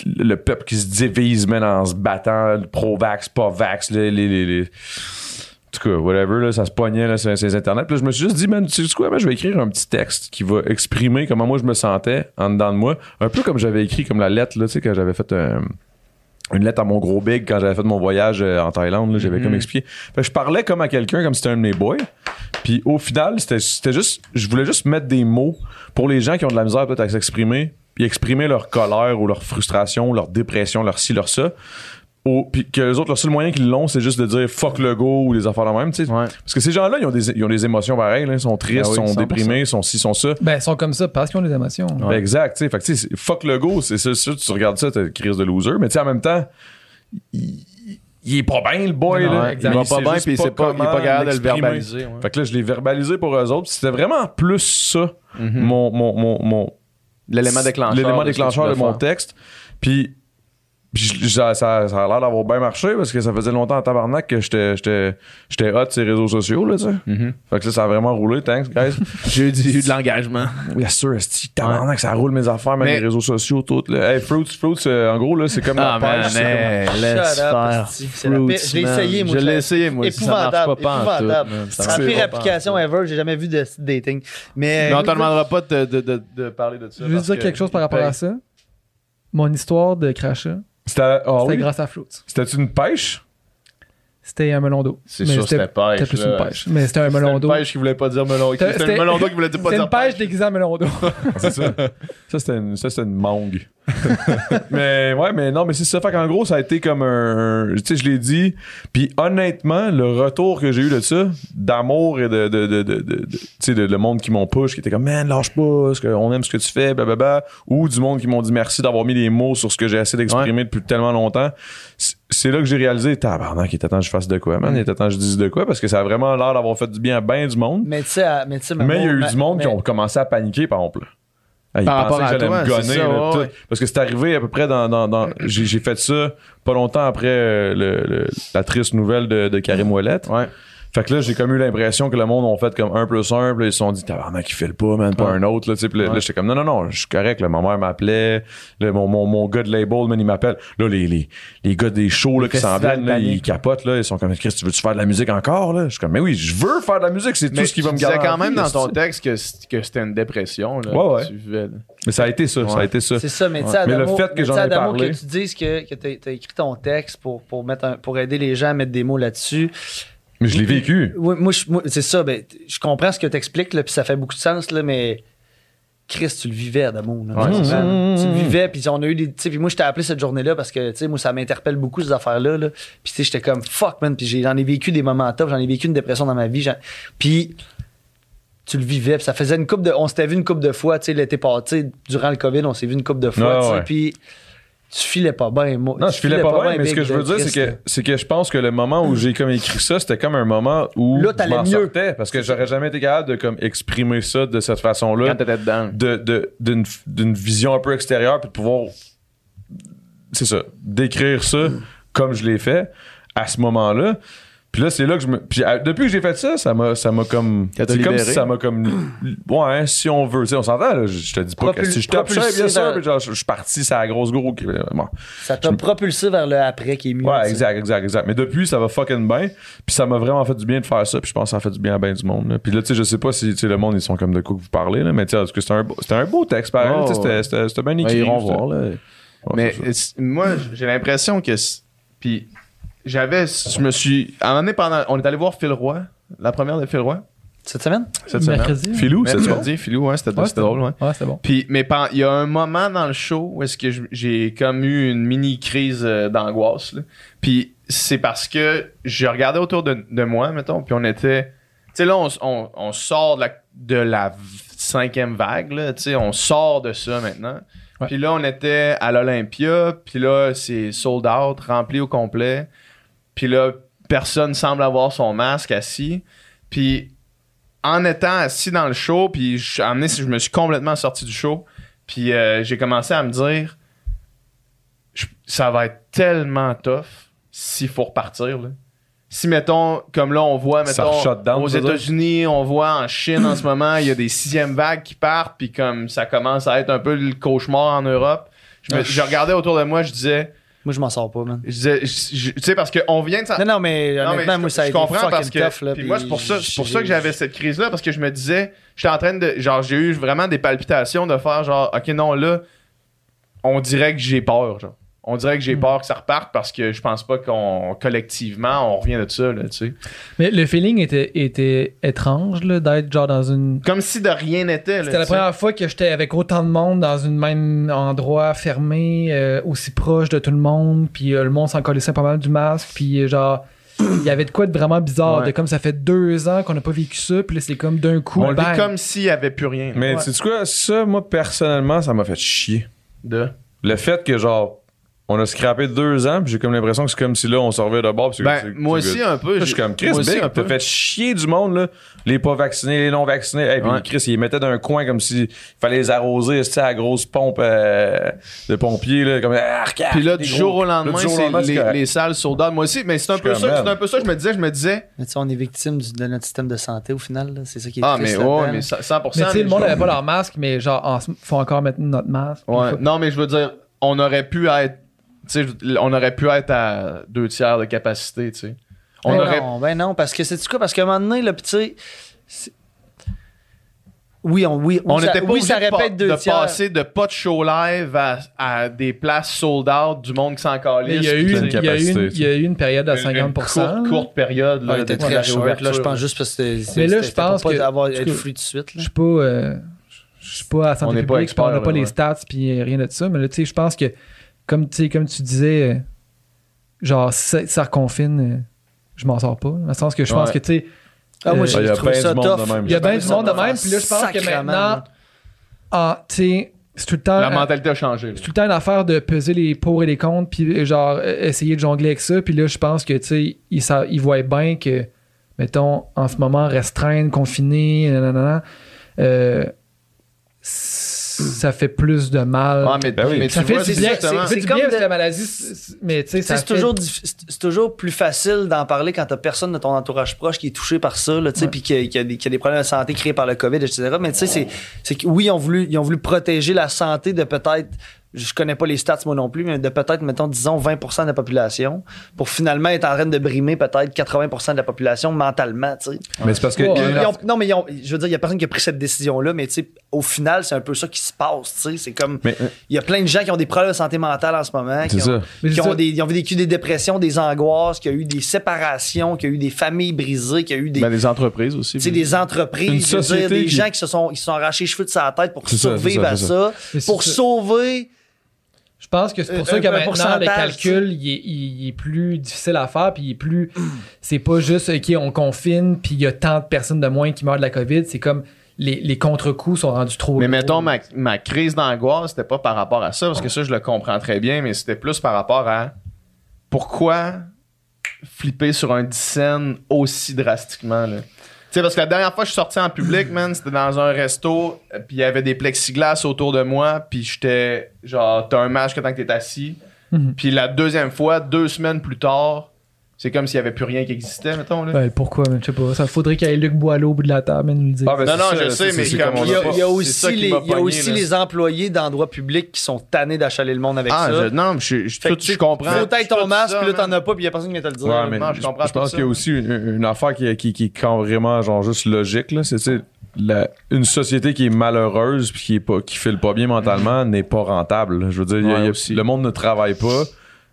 Le, le peuple qui se divise, man, en se battant, le pro-vax, pas vax, les- les- les- les en tout cas, whatever, là, ça se pognait là, sur ces internets. Puis là, je me suis juste dit, man, tu sais quoi, man, je vais écrire un petit texte qui va exprimer comment moi je me sentais en dedans de moi. Un peu comme j'avais écrit, comme la lettre, là, tu sais, quand j'avais fait un- Une lettre à mon gros big quand j'avais fait mon voyage euh, en Thaïlande, là, j'avais
Mhm.
comme expliqué. Fait que je parlais comme à quelqu'un, comme si c'était un de mes boys. Puis au final, c'était c'était juste, je voulais juste mettre des mots pour les gens qui ont de la misère peut-être à s'exprimer, puis exprimer leur colère ou leur frustration, leur dépression, leur ci, leur ça. Au- puis que les autres, le seul moyen qu'ils l'ont, c'est juste de dire fuck le go ou des affaires de même, tu sais.
Ouais.
Parce que ces gens-là, ils ont des, ils ont des émotions pareilles, là. ils sont tristes,
Ah oui,
ils sont
100%.
déprimés, ils sont ci, ils sont ça.
Ben, ils sont comme ça parce qu'ils ont des émotions.
Ben, exact, tu sais. Fait que, tu sais, c'est- fuck le go, c'est ça, ça, tu regardes ça, t'as une crise de loser, mais tu sais, en même temps, il- il est pas bien, le boy.
Non,
là.
exact.
Il va
sait
pas bien,
juste
puis il sait pas- il est
comment
pas capable de le
l'exprimer.
verbaliser. ouais.
Fait que là, je l'ai verbalisé pour eux autres. puis C'était vraiment plus ça, mon, mon, mon, mon-
Mhm. L'élément déclencheur.
l'élément
de ce que
déclencheur
tu
de
voulais
mon
faire.
texte. Puis, puis je- ça, ça- ça a l'air d'avoir bien marché parce que ça faisait longtemps en tabarnak que j'étais- j'étais j'étais hot sur les réseaux sociaux, là, tu sais.
Mhm.
Fait que ça, ça a vraiment roulé, thanks, guys.
J'ai eu du- j'ai eu de l'engagement.
Bien sûr, esti, tabarnak, ça roule mes affaires, même
Mais-
les réseaux sociaux, tout. Là. Hey, Fruits, Fruits, euh, en gros, là, c'est comme la pêche. c'est comme-
Ah, laisse
Shut up,
faire.
esti, c'est la pire- je l'ai
man.
essayé, moi,
Je
je
l'ai
l'ai-
essayé, moi. aussi, Ça
épouvantable,
marche pas, pas en tout,
épouvantable.
man. Ça
C'est
marche
la pire
pas, pas en
application
tout.
ever, j'ai jamais vu de site dating. Mais,
Mais on te demandera pas de, de, de, de parler de ça.
Je veux
parce
juste dire
que
quelque chose par
il
rapport à
paye.
ça. Mon histoire de crachat,
C'était ah
c'était
oui?
grâce à Float.
C'était-tu une pêche?
C'était un melon d'eau.
C'est
Mais
sûr, c'était pêche,
C'était plus
là.
une pêche. Mais c'était un
C'était
melon
une
d'eau.
pêche qui voulait pas dire melon.
C'était-
C'était le melon d'eau qui voulait pas
C'était
dire
une pêche déguisée en melon d'eau.
C'est ça. ça, c'était une, ça, c'était une mangue. mais ouais, mais non, mais c'est ça. Fait qu'en gros, ça a été comme un. un- Tu sais, je l'ai dit. Puis honnêtement, le retour que j'ai eu de ça, d'amour et de. de, de, de, de- de- tu sais, de- le monde qui m'ont push, qui était comme, man, lâche pas, ce que- on aime ce que tu fais, blablabla. Ou du monde qui m'ont dit merci d'avoir mis les mots sur ce que j'ai essayé d'exprimer depuis tellement longtemps. C'est- C'est là que j'ai réalisé, tabarnak, il était temps que je fasse de quoi, man. Il était temps que je dise de quoi, parce que ça a vraiment l'air d'avoir fait du bien à bien du monde.
mais tu sais, à- mais tu sais,
Mais il y a eu
ma-
du monde qui
mais-
ont commencé à paniquer, par exemple. là. Hey, ils
Par
pensaient
rapport à
que j'allais
toi,
me
c'est
gonner,
ça,
là,
ouais,
tout.
ouais.
Parce que c'est arrivé à peu près dans. dans- dans- j'ai, j'ai fait ça pas longtemps après euh, le- le- la triste nouvelle de, de Karim Ouellette.
Ouais.
Fait que là, j'ai comme eu l'impression que le monde ont fait comme un plus un, puis là, ils se sont dit, tabarnak, il file pas, man, pas un autre, là, tu sais. Puis là, là, j'étais comme, non, non, non, je suis correct, là, ma mère m'appelait, là, mon, mon, mon gars de label, man, il m'appelle. Là, les, les, les gars des shows, là, qui s'en
festivals
viennent, là, ils
paniquent.
capotent, là, ils sont comme, Chris, tu veux-tu faire de la musique encore, là? Je suis comme, mais oui, je veux faire de la musique, c'est tout
Mais
ce qui
tu
va me
disais
garder.
quand même dans
là,
ton
c'est-
texte que c- que c'était une dépression. là,
Ouais, ouais.
que tu vivais, là.
Mais ça a été ça, ça a
Ouais.
été ça.
C'est ça, mais tu sais,
Ouais. Mais le
Adamo,
fait que
mais tu
j'en
sais,
ai
Adamo,
parlé-
que tu dises que, que t'as t'as écrit ton texte pour, pour, mettre un- pour aider les gens à mettre des mots là-dessus.
Mais je l'ai vécu.
Oui, moi, je- moi, c'est ça, ben, t- je comprends ce que t'expliques, là, puis ça fait beaucoup de sens, là, mais Chris, tu le vivais, Adamo. là,
Ouais,
tu
c'est
comprends,
ça.
là. Tu le vivais, puis on a eu des. tu sais, Puis moi, je t'ai appelé cette journée-là parce que, tu sais, moi, ça m'interpelle beaucoup, ces affaires-là. Là. Puis, tu sais, j'étais comme fuck, man, puis j'ai- j'en ai vécu des moments top, j'en ai vécu une dépression dans ma vie. j'en- Puis. Tu le vivais, puis ça faisait une coupe de. On s'était vu une coupe de fois, tu sais, l'été passé, durant le COVID, on s'est vu une coupe de fois,
Ouais,
tu sais,
ouais.
puis tu filais pas bien, moi.
Non,
tu
je filais pas bien, mais ce
big,
que je veux
là,
dire, c'est
Chris,
que, c'est que je pense que le moment où j'ai comme écrit ça, c'était comme un moment où
Là,
je
t'allais
m'en
mieux.
sortais, parce que j'aurais jamais été capable de comme exprimer ça de cette façon-là,
Quand t'étais dedans.
de, de- d'une, d'une vision un peu extérieure, puis de pouvoir, c'est ça, décrire ça comme je l'ai fait à ce moment-là. Puis là, c'est là que je me. Puis à- depuis que j'ai fait ça, ça m'a, ça m'a comme.
Ça t'a
c'est comme
libéré.
si ça m'a comme. Ouais, si on veut. Tu sais, on s'entend, là. Je, je te dis pas que
Propul-
si je top shape,
propulsé
bien sûr,
vers-
puis genre, je je suis parti, c'est la grosse gourou. qui- Bon.
Ça t'a propulsé vers le après qui est mieux. tu
Ouais,
sais.
exact, exact, exact. Mais depuis, ça va fucking bien. Puis ça m'a vraiment fait du bien de faire ça. Puis je pense que ça a fait du bien à bien du monde. là. Puis là, tu sais, je sais pas si tu sais, le monde, ils sont comme de quoi que vous parlez. Là, mais tu sais, parce que c'était un, beau- c'était un beau texte, pareil.
Oh,
tu sais, c'était-
ouais.
C'était c'était bien écrit.
Ouais, Ben, iront
c'était-
voir, là.
Ouais,
Mais
c'est ça.
c'est- moi, j'ai l'impression que. c'est- Puis, j'avais. Je me suis. À un moment donné, pendant. On est allé voir Phil Roy, la première de Phil Roy,
Cette semaine?
cette semaine.
Mercredi. hein?
Filou, c'est ça.
Mercredi, Philou, ouais, c'était
Ouais,
c'était drôle, ouais.
Ouais, c'était bon.
Puis, mais pen- il y a un moment dans le show où est-ce que je- j'ai comme eu une mini crise euh, d'angoisse. là. Puis c'est parce que je regardais autour de, de moi, mettons, puis on était. Tu sais, là, on, s- on- on sort de la, de la v- cinquième vague, là, tu sais, on sort de ça maintenant.
Ouais.
Puis là, on était à l'Olympia, puis là, c'est sold out, rempli au complet. Puis là, personne semble avoir son masque assis. Puis en étant assis dans le show, puis je, suis amené, je me suis complètement sorti du show, puis euh, j'ai commencé à me dire, je- ça va être tellement tough s'il faut repartir. là. Si, mettons, comme là, on voit,
Ça
mettons,
re-shut down,
aux
tu veux dire?
États-Unis, on voit en Chine en ce moment, il y a des sixièmes vagues qui partent, puis comme ça commence à être un peu le cauchemar en Europe. Je, me-
Ah,
je regardais autour de moi, je disais,
Moi, je m'en sors pas, man.
je disais, je- je- tu sais, parce qu'on vient de s'en-
Non, non, mais
non, mais
honnêtement,
je,
moi, ça a
je
été
comprends
fucking
parce que.
tough, là,
puis moi, c'est pour ça,
puis
c'est pour ça que
j'ai-
j'avais cette crise-là, parce que je me disais, j'étais en train de. Genre, j'ai eu vraiment des palpitations de faire genre, ok, non, là, on dirait que j'ai peur, genre. On dirait
Hmm.
que j'ai peur que ça reparte parce que je pense pas qu'on collectivement on revient de ça, là, tu sais.
Mais le feeling était, était étrange là, d'être genre dans une.
Comme si de rien n'était. là,
C'était la
tu sais.
première fois que j'étais avec autant de monde dans une même endroit fermé, euh, aussi proche de tout le monde, puis euh, le monde s'en collissait pas mal du masque, puis euh, genre. Il y avait de quoi de vraiment bizarre,
Ouais.
de comme ça fait deux ans qu'on n'a pas vécu ça, puis là c'est comme d'un coup,
On le vit
bang.
comme s'il y avait plus rien.
Mais
Ouais.
tu sais quoi, ça, moi, personnellement, ça m'a fait chier.
De...
Le fait que, genre, On a scrappé deux ans, puis j'ai comme l'impression que c'est comme si là, on servait de bord. puis c'est- c'est-
Ben, moi
c'est
aussi,
good.
un peu.
Là, je suis comme Chris,
moi aussi,
Big,
un
t'as
peu.
fait chier du monde, là. Les pas vaccinés, les non vaccinés. Hey, puis
Ouais.
Chris, il les mettait dans un coin comme s'il fallait les arroser, tu sais, à la grosse pompe euh, de pompiers, là. Comme, ah, regarde,
Puis là,
des
du
gros-
jour au
là,
lendemain,
du jour au
c'est
lendemain, c'est
les,
correct.
les salles soldats. Moi aussi, mais c'est un
Je
peu
suis
ça,
comme,
c'est un peu ça, que je me disais, je me disais,
Mais tu sais, on est victime du- de notre système de santé au final. là. C'est ça qui est
ah,
triste
mais
là-dedans.
ouais, mais ça- 100%.
Mais tu sais,
mais
le monde
je-
n'avait pas leur masque, mais genre, en, ce- faut encore mettre notre masque.
Ouais.
Faut-
Non, mais je veux dire, on aurait pu être. Tu sais, je- on aurait pu être à deux tiers de capacité, tu sais. On
Ben
aurait.
non, ben non, parce que c'est du quoi? Parce qu'à un moment donné, là, pis tu sais. c'est- Oui, on, oui, oui,
On
ça-
n'était pas
oui,
obligé
ça
de,
répète
pa-
deux
de
tiers.
passer de pas de show live à, à des places sold out du monde qui s'en
Mais
calisse.
Il y, a
puis
eu,
pleine
il, y a eu une,
capacité,
il y a eu une période à
une- une
50
courte, courte période
On
là,
était
de- de
très
la
short,
réouverture.
là, je pense juste parce que c'est-
Mais là, je
c'était- c'était
pense
pour pas
que-
avoir
en tout
être
cas,
free de suite.
Je
là.
suis pas, euh, je suis pas à
On
santé
est pas
publique, je pense, on n'a
expert,
pas
là,
les
ouais.
stats puis euh, rien de ça. Mais là, tu sais, je pense que, comme, tu sais, comme tu disais, euh, genre, ça, ça reconfine, euh, je m'en sors pas. Dans le sens que je pense
Ouais.
que, tu sais,
Ah, moi,
Euh,
j'ai
il y a
trouvé
ben
ça
du monde
tough.
de même.
il y a bien du
Ça
monde de
doit
même.
faire
Puis là, je pense que
sacrément,
maintenant,
là.
ah, tu sais, c'est tout le temps.
La
à-
mentalité a changé. là.
c'est tout le temps une affaire de peser les pour et les contre, puis euh, genre euh, essayer de jongler avec ça. Puis là, je pense que, tu sais, ils, sa- ils voient bien que, mettons, en ce moment, restreindre, confiner, nanana, euh, ça fait plus de mal.
Ah, mais,
Ben oui.
mais
Euh, ça
tu
fait
vois,
du
c'est
bien,
justement-
ça fait du
c'est
bien
comme
parce que
de-
la maladie, c'est- c'est- mais tu sais,
Tu sais,
ça
C'est
fait-
toujours, dif- c'est c'est toujours plus facile d'en parler quand t'as personne de ton entourage proche qui est touché par ça, là, tu sais, puis qu'il y, a- qu'il y a des- qu'il y a des problèmes de santé créés par le COVID, etc. Mais tu sais, c'est- c'est que oui, ils ont, voulu, ils ont voulu protéger la santé de peut-être, je connais pas les stats moi non plus, mais de peut-être, mettons, disons 20 de la population, pour finalement être en train de brimer peut-être 80 de la population mentalement, tu sais.
Mais c'est parce que.
Ouais,
Ils-
ouais.
ils ont- non, mais ils ont- je veux dire, il y a personne qui a pris cette décision-là, mais tu sais, au final, c'est un peu ça qui se passe, tu sais. C'est comme,
Mais- euh,
il y a plein de gens qui ont des problèmes de santé mentale en ce moment.
C'est
qui ont-
ça.
Mais
qui
c'est
ont,
ça.
des, ils ont vécu des dépressions, des angoisses, qui a eu des séparations, qui a eu des familles brisées, qui a eu des,
Ben, les entreprises aussi.
tu sais,
puis-
des
Une
entreprises, je veux
société
dire, des
qui-
gens qui se sont, qui se sont arrachés les cheveux de sa tête pour
C'est ça,
survivre
c'est ça, c'est
à ça,
Mais c'est
pour
ça.
sauver.
Je pense que c'est pour
Euh,
ça
un
que
peu un
maintenant, le
pourcentage,
calcul, il est, il- il est plus difficile à faire, puis il est plus... C'est pas juste, OK, on confine, puis il y a tant de personnes de moins qui meurent de la COVID. C'est comme, les, les contre-coups sont rendus trop
Mais
gros.
mettons, ma, ma crise d'angoisse, c'était pas par rapport à ça, parce que ça, je le comprends très bien, mais c'était plus par rapport à pourquoi flipper sur un 10 scène aussi drastiquement, là. Tu sais, parce que la dernière fois que je suis sorti en public, man, c'était dans un resto, euh, puis il y avait des plexiglas autour de moi, puis j'étais genre, t'as un masque tant que t'es assis.
Mhm.
Puis la deuxième fois, deux semaines plus tard, c'est comme s'il y avait plus rien qui existait, mettons, là.
Ouais, pourquoi, man? je sais pas. Ça faudrait qu'il y ait Luc Boileau au bout de la table, man, nous le dire.
Ah, ben,
Non,
c'est
non,
ça,
je
là,
sais,
c'est-
mais
c'est
comme
on
Il y
l'a
a, il y a
pas-
c'est
aussi,
ça qui
les,
m'a
il y a
pogné,
aussi
là.
les employés d'endroits publics qui sont tannés d'achaler le monde avec
Ah,
ça.
je- non, je, je,
Fait que
tout- je comprends.
Faut
Je suis
être ton
tout
masque,
ça,
puis là,
man.
t'en as pas, puis y a personne qui vient te le dire.
Ouais, mais
Non, je comprends tout
pense
ça.
qu'il y a aussi une, une affaire qui, qui, qui est quand vraiment genre juste logique là, c'est tu sais, la- une société qui est malheureuse puis qui est pas qui file pas bien mentalement n'est pas rentable. Je veux dire, il y a-
Ouais,
il y a-
aussi.
le monde ne travaille pas.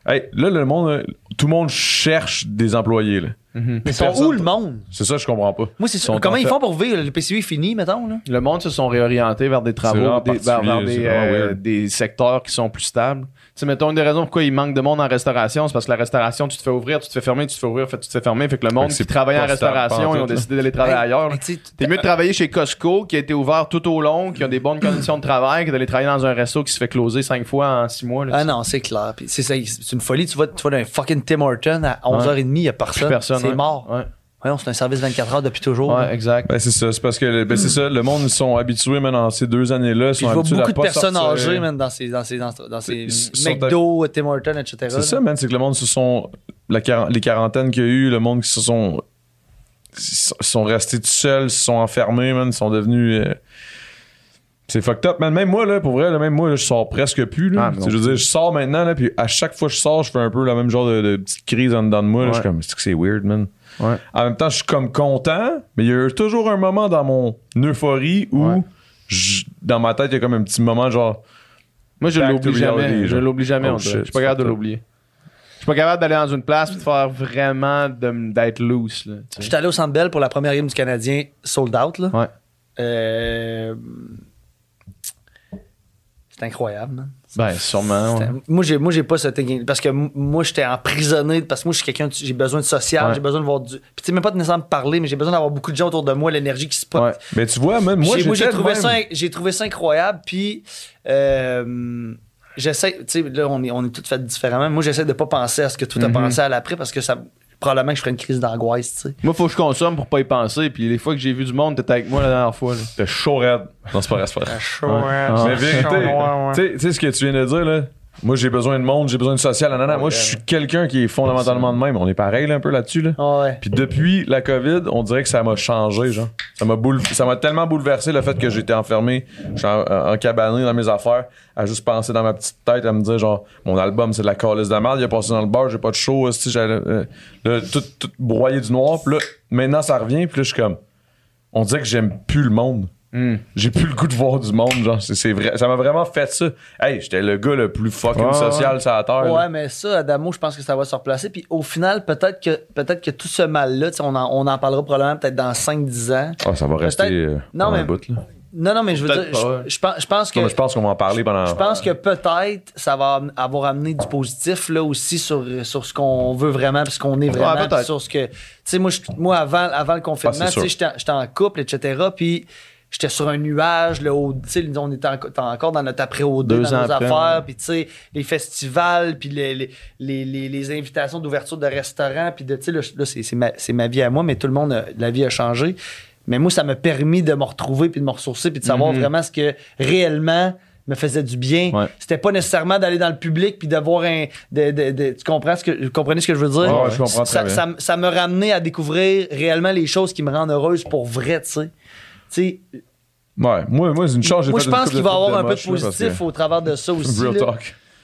Hey, là le monde euh, tout le monde cherche des employés là.
Mhm.
Mais ils sont
Personne-
où le monde?
C'est ça je comprends pas.
Moi, c'est
Ils
sûr.
sont
Comment
en
ils
fait-
font pour vivre? Le PCU est fini, mettons, là.
Le monde se sont réorientés vers des travaux,
vraiment
des, vers, vers
particulier,
des,
c'est vraiment
euh,
weird.
des secteurs qui sont plus stables. Tu sais, mettons, une des raisons pourquoi il manque de monde en restauration, c'est parce que la restauration, tu te fais ouvrir, tu te fais fermer, tu te fais ouvrir, fait- tu te fais fermer. Fait que le
Fait
monde
que
qui
c'est
travaillait en
pas stable,
restauration,
pas
ils
en
ont
tout,
décidé d'aller travailler ailleurs. là.
Mais tu sais,
T'es mieux de travailler chez Costco, qui a été ouvert tout au long, qui a des bonnes conditions de travail, que d'aller travailler dans un resto qui se fait closer cinq fois en six mois. là.
Ah non, c'est clair. Puis c'est ça, c'est une folie. Tu vas, tu vas dans un fucking Tim Hortons à 11h30, il n'y a
Plus
personne.
personne.
c'est
ouais.
mort.
Ouais,
Voyons, c'est un service 24 heures depuis toujours.
Ouais, exact.
Ben, c'est ça, c'est parce que le- ben, c'est ça, le monde ils sont habitués maintenant ces deux années-là, ils
Puis
sont
je vois
habitués à
beaucoup de
pas
personnes
sortir.
âgées, man, dans ces, dans ces, dans ces- dans ces
Ils sont
McDo, euh, Tim Hortons, etc.
C'est ça, man, c'est que le monde se sont. La quar- les quarantaines qu'il y a eu, le monde qui se sont. ils sont- ils sont restés tout seuls, ils se sont enfermés, man, ils sont devenus. euh, C'est fucked up, man. Même moi, là, pour vrai, là, même moi, là, je sors presque plus, là.
Ah, mais
Tu sais, je veux dire, je sors maintenant, là, puis à chaque fois que je sors, je fais un peu la même genre de, de petite crise en dedans de moi, là.
Ouais.
Je suis comme, c'est que c'est weird, man.
Ouais.
En même temps, je suis comme content, mais il y a eu toujours un moment dans mon euphorie où,
Ouais.
je- dans ma tête, il y a comme un petit moment, genre,
Moi, je
Back
l'oublie
to reality,
jamais. Je
genre.
l'oublie jamais.
Oh
on dirait.
shit,
je suis pas capable de
c'est
l'oublier. Je suis pas capable d'aller dans une place et de faire vraiment de- d'être loose. Là, tu sais.
J'étais allé au Centre Bell pour la première game du Canadien sold out. Là.
Ouais.
Euh, C'est incroyable, man.
Ben, sûrement. ouais.
C'était- Moi, j'ai, moi, j'ai pas cette. Parce que m- moi, j'étais emprisonné. Parce que moi, je suis quelqu'un. de- J'ai besoin de social.
Ouais.
J'ai besoin de voir du. Puis, tu sais, même pas de nécessairement parler, mais j'ai besoin d'avoir beaucoup de gens autour de moi, l'énergie qui se pot.
Ouais.
mais tu vois, man, moi,
j'ai, moi, j'ai
j'étais de
trouvé
même.
ça, j'ai trouvé ça incroyable. Puis, euh, j'essaie, tu sais, là, on est, on est tout fait différemment. Moi, j'essaie de pas penser à ce que tout a pensé à l'après parce que ça, probablement que je ferais une crise d'angoisse, tu sais.
Moi, faut que je consomme pour pas y penser. Puis les fois que j'ai vu du monde, t'étais avec moi la dernière fois. là.
T'es chaud raide. Non, c'est pas vrai, c'est pas vrai.
Ah.
Mais vérité, tu sais- tu sais ce que tu viens de dire, là? Moi, j'ai besoin de monde, j'ai besoin de social. nanana. Moi, je suis quelqu'un qui est fondamentalement de même. On est pareil, là, un peu là-dessus, là.
Ouais.
Puis depuis la COVID, on dirait que ça m'a changé, genre. Ça m'a boule... ça m'a tellement bouleversé le fait que j'étais enfermé, je suis en, en- encabané dans mes affaires, à juste penser dans ma petite tête, à me dire genre mon album c'est de la calice de merde, il a passé dans le bar, j'ai pas de show, hostie, j'allais- euh, là, tout, tout broyé du noir. Puis là, maintenant ça revient, puis là je suis comme on dirait que j'aime plus le monde.
Hmm.
J'ai plus le goût de voir du monde, genre. C'est, c'est vrai. Ça m'a vraiment fait ça. Hey, j'étais le gars le plus fucking
Ouais,
social sur la terre.
Ouais,
là.
mais ça, Adamo, je pense que ça va se replacer. Puis au final, peut-être que, peut-être que tout ce mal-là, tu sais, on en, on en parlera probablement peut-être dans 5-10 ans.
Ah, ça va rester
Peut-être-
euh,
Non,
pendant
mais-
un bout, là.
Non, non, mais je veux
Peut-être
dire,
pas,
je-
ouais.
je, pense- je pense que.
Non, mais je pense qu'on va en parler pendant.
Je pense que peut-être ça va avoir amené du positif là aussi sur, sur ce qu'on veut vraiment, puis ce qu'on est vraiment,
peut-être.
puis sur ce que. Tu sais, moi, je- moi avant, avant le confinement,
Ah, c'est
tu sais,
sûr.
j'étais j'étais en couple, etc. Puis j'étais sur un nuage, le haut, tu sais, on était en- t'es encore dans notre après au
Deux
dans
ans
nos
après,
affaires, puis tu sais, les festivals, puis les, les, les, les- les invitations d'ouverture de restaurants, puis de, tu sais, là, je- là, c'est- c'est ma, c'est ma vie à moi, mais tout le monde, a- la vie a changé. Mais moi, ça m'a permis de me retrouver, puis de me ressourcer, puis de
Mm-hmm.
savoir vraiment ce que réellement me faisait du bien.
Ouais.
C'était pas nécessairement d'aller dans le public puis d'avoir un. de- de- de- tu comprends ce que, vous comprenez ce que je veux dire?
Ouais, ouais, je comprends très
ça,
bien.
ça m- ça me ramenait à découvrir réellement les choses qui me rendent heureuse pour vrai, tu sais. Tu sais.
Ouais, moi, moi c'est une chance. j'ai
moi,
fait
je
une
pense
couple
qu'il va y
trucs
avoir un peu de
moche, là, parce
positif
que-
au travers de ça aussi.
Real
là.
talk.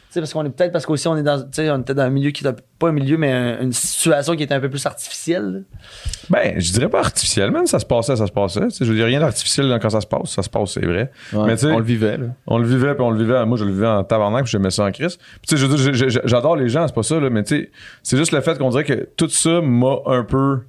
Tu sais, parce qu'on est peut-être parce qu'aussi on est dans, tu sais, on était dans un milieu qui est pas un milieu, mais un- une situation qui était un peu plus artificielle. là.
Ben, je dirais pas artificiel, même ça se passait, ça se passait. Tu sais, je veux dire, rien d'artificiel dans- quand ça se passe, ça se passe, c'est vrai.
Ouais,
Mais tu sais,
on le vivait. Là.
on le vivait, puis on le vivait. Moi, je le vivais en tabarnak, puis j'aimais ça en crise. Puis tu sais, je veux dire, je- je- j'adore les gens, c'est pas ça, là, mais tu sais, c'est juste le fait qu'on dirait que tout ça m'a un peu.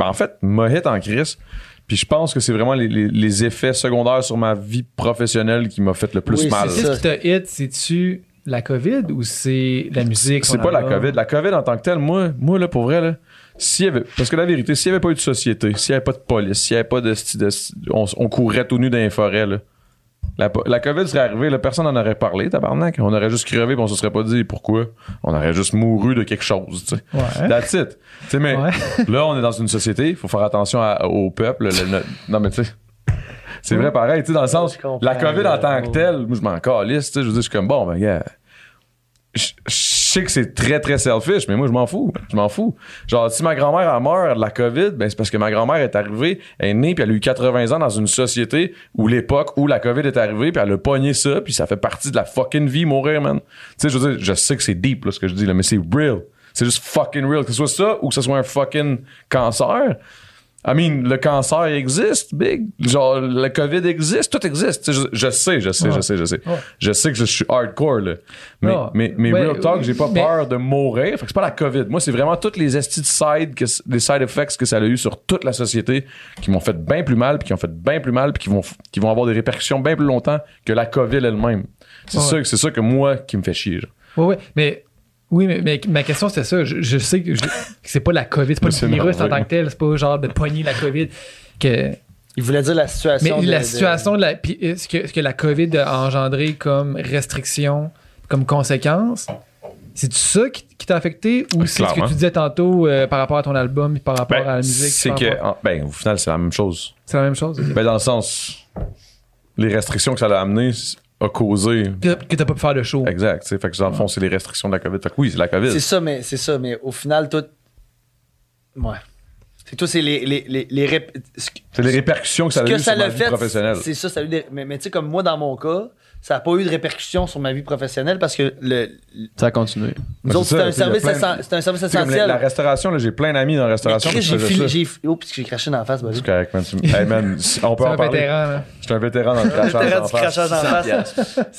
Ben, en fait, m'a hit en crise. Puis je pense que c'est vraiment les, les- les effets secondaires sur ma vie professionnelle qui m'a fait le plus
Oui,
mal.
c'est
C'est
ça.
ce qui t'a hit, c'est-tu la COVID ou c'est la musique?
C'est
son
pas la
album?
COVID. La COVID en tant que telle, moi, moi là, pour vrai, là, s'il y avait, parce que la vérité, s'il n'y avait pas eu de société, s'il n'y avait pas de police, s'il n'y avait pas de. sti- de sti- on, s- on courait tout nu dans les forêts, là. La, po- la COVID serait arrivée, là, personne n'en aurait parlé, tabarnak. On aurait juste crevé puis on se serait pas dit pourquoi. On aurait juste mouru de quelque chose, tu sais.
Ouais.
That's it. Tu sais, mais
Ouais.
là, on est dans une société, il faut faire attention à- au peuple. le- le- non, mais tu sais. C'est vrai, pareil, tu sais, dans le sens,
Je comprends,
la COVID en tant que
ouais.
telle, moi, je m'en calisse, tu sais, je veux dire, je suis comme, bon, ben, gars, je je sais que c'est très, très selfish, mais moi, je m'en fous. Je m'en fous. Genre, si ma grand-mère elle meurt de la COVID, ben, c'est parce que ma grand-mère est arrivée, elle est née, puis elle a eu 80 ans dans une société où l'époque où la COVID est arrivée, puis elle a pogné ça, puis ça fait partie de la fucking vie, mourir, man. Tu sais, je veux dire, je sais que c'est deep, là, ce que je dis, là, mais c'est real. C'est juste fucking real. Que ce soit ça ou que ce soit un fucking cancer, I mean, le cancer existe, big. Genre, le COVID existe, tout existe. Tu sais, Je, je sais, je sais, je sais, je sais. Je sais que je suis hardcore, là. Mais,
Ouais.
mais, mais
Ouais,
real talk, j'ai pas
mais-
peur de mourir. Fait que c'est pas la COVID. Moi, c'est vraiment toutes les estis de side, que, les side effects que ça a eu sur toute la société qui m'ont fait bien plus mal, puis qui ont fait bien plus mal, puis qui vont, f- qui vont avoir des répercussions bien plus longtemps que la COVID elle-même. C'est
Ouais.
ça, c'est ça que moi qui me fait chier, genre.
Ouais, ouais. Mais, oui, mais, mais ma question, c'était ça. Je, je sais que, je- que c'est pas la COVID, c'est pas
C'est
le virus en
normal.
tant que tel, c'est pas genre de pogner la COVID. Que,
Il voulait dire la situation.
mais
de-
la
de-
situation, de la, puis, euh, ce, que, ce que la COVID a engendré comme restriction, comme conséquence, c'est ça qui, qui t'a affecté ou
Ouais,
c'est ce que
clairement.
tu disais tantôt euh, par rapport à ton album et par rapport à la
Ben,
musique?
c'est
par
que,
rapport-
en- ben, au final, c'est la même chose.
C'est la même chose?
Ben, dans le sens, les restrictions que ça a amené a causé.
Que que t'as pas pu faire de show.
Exact. tu sais. Fait que dans le fond, c'est les restrictions de la COVID. Fait que oui, c'est la COVID.
C'est ça, mais c'est ça, mais au final, tout. Ouais. C'est tout, c'est les. les, les, les rép- ce que-
C'est les répercussions que ça
ce
a
que
eu
ça
sur ma
l'a
vie
fait.
professionnelle.
C'est ça, ça a eu des. Mais, mais tu sais, comme moi, dans mon cas, ça n'a pas eu de répercussions sur ma vie professionnelle parce que le. le-
Ça a continué.
Ben,
nous
c'est
autres,
ça,
c'était un,
tu sais, il y a
service
plein de-
essen- c'était un service
Tu sais, comme la,
essentiel.
la restauration, là, j'ai plein d'amis dans la
Mais
restauration.
Chris,
qui
j'ai
faisaient
filé.
ça.
j'ai- Oh, puis j'ai craché dans la face, bah,
C'est correct, man. Tu- Hey, man, si- on peut
C'est
en
un
parler.
vétéran, là.
J'étais un vétéran dans le crachage
T'as
d'en
du
face.
crachage en face.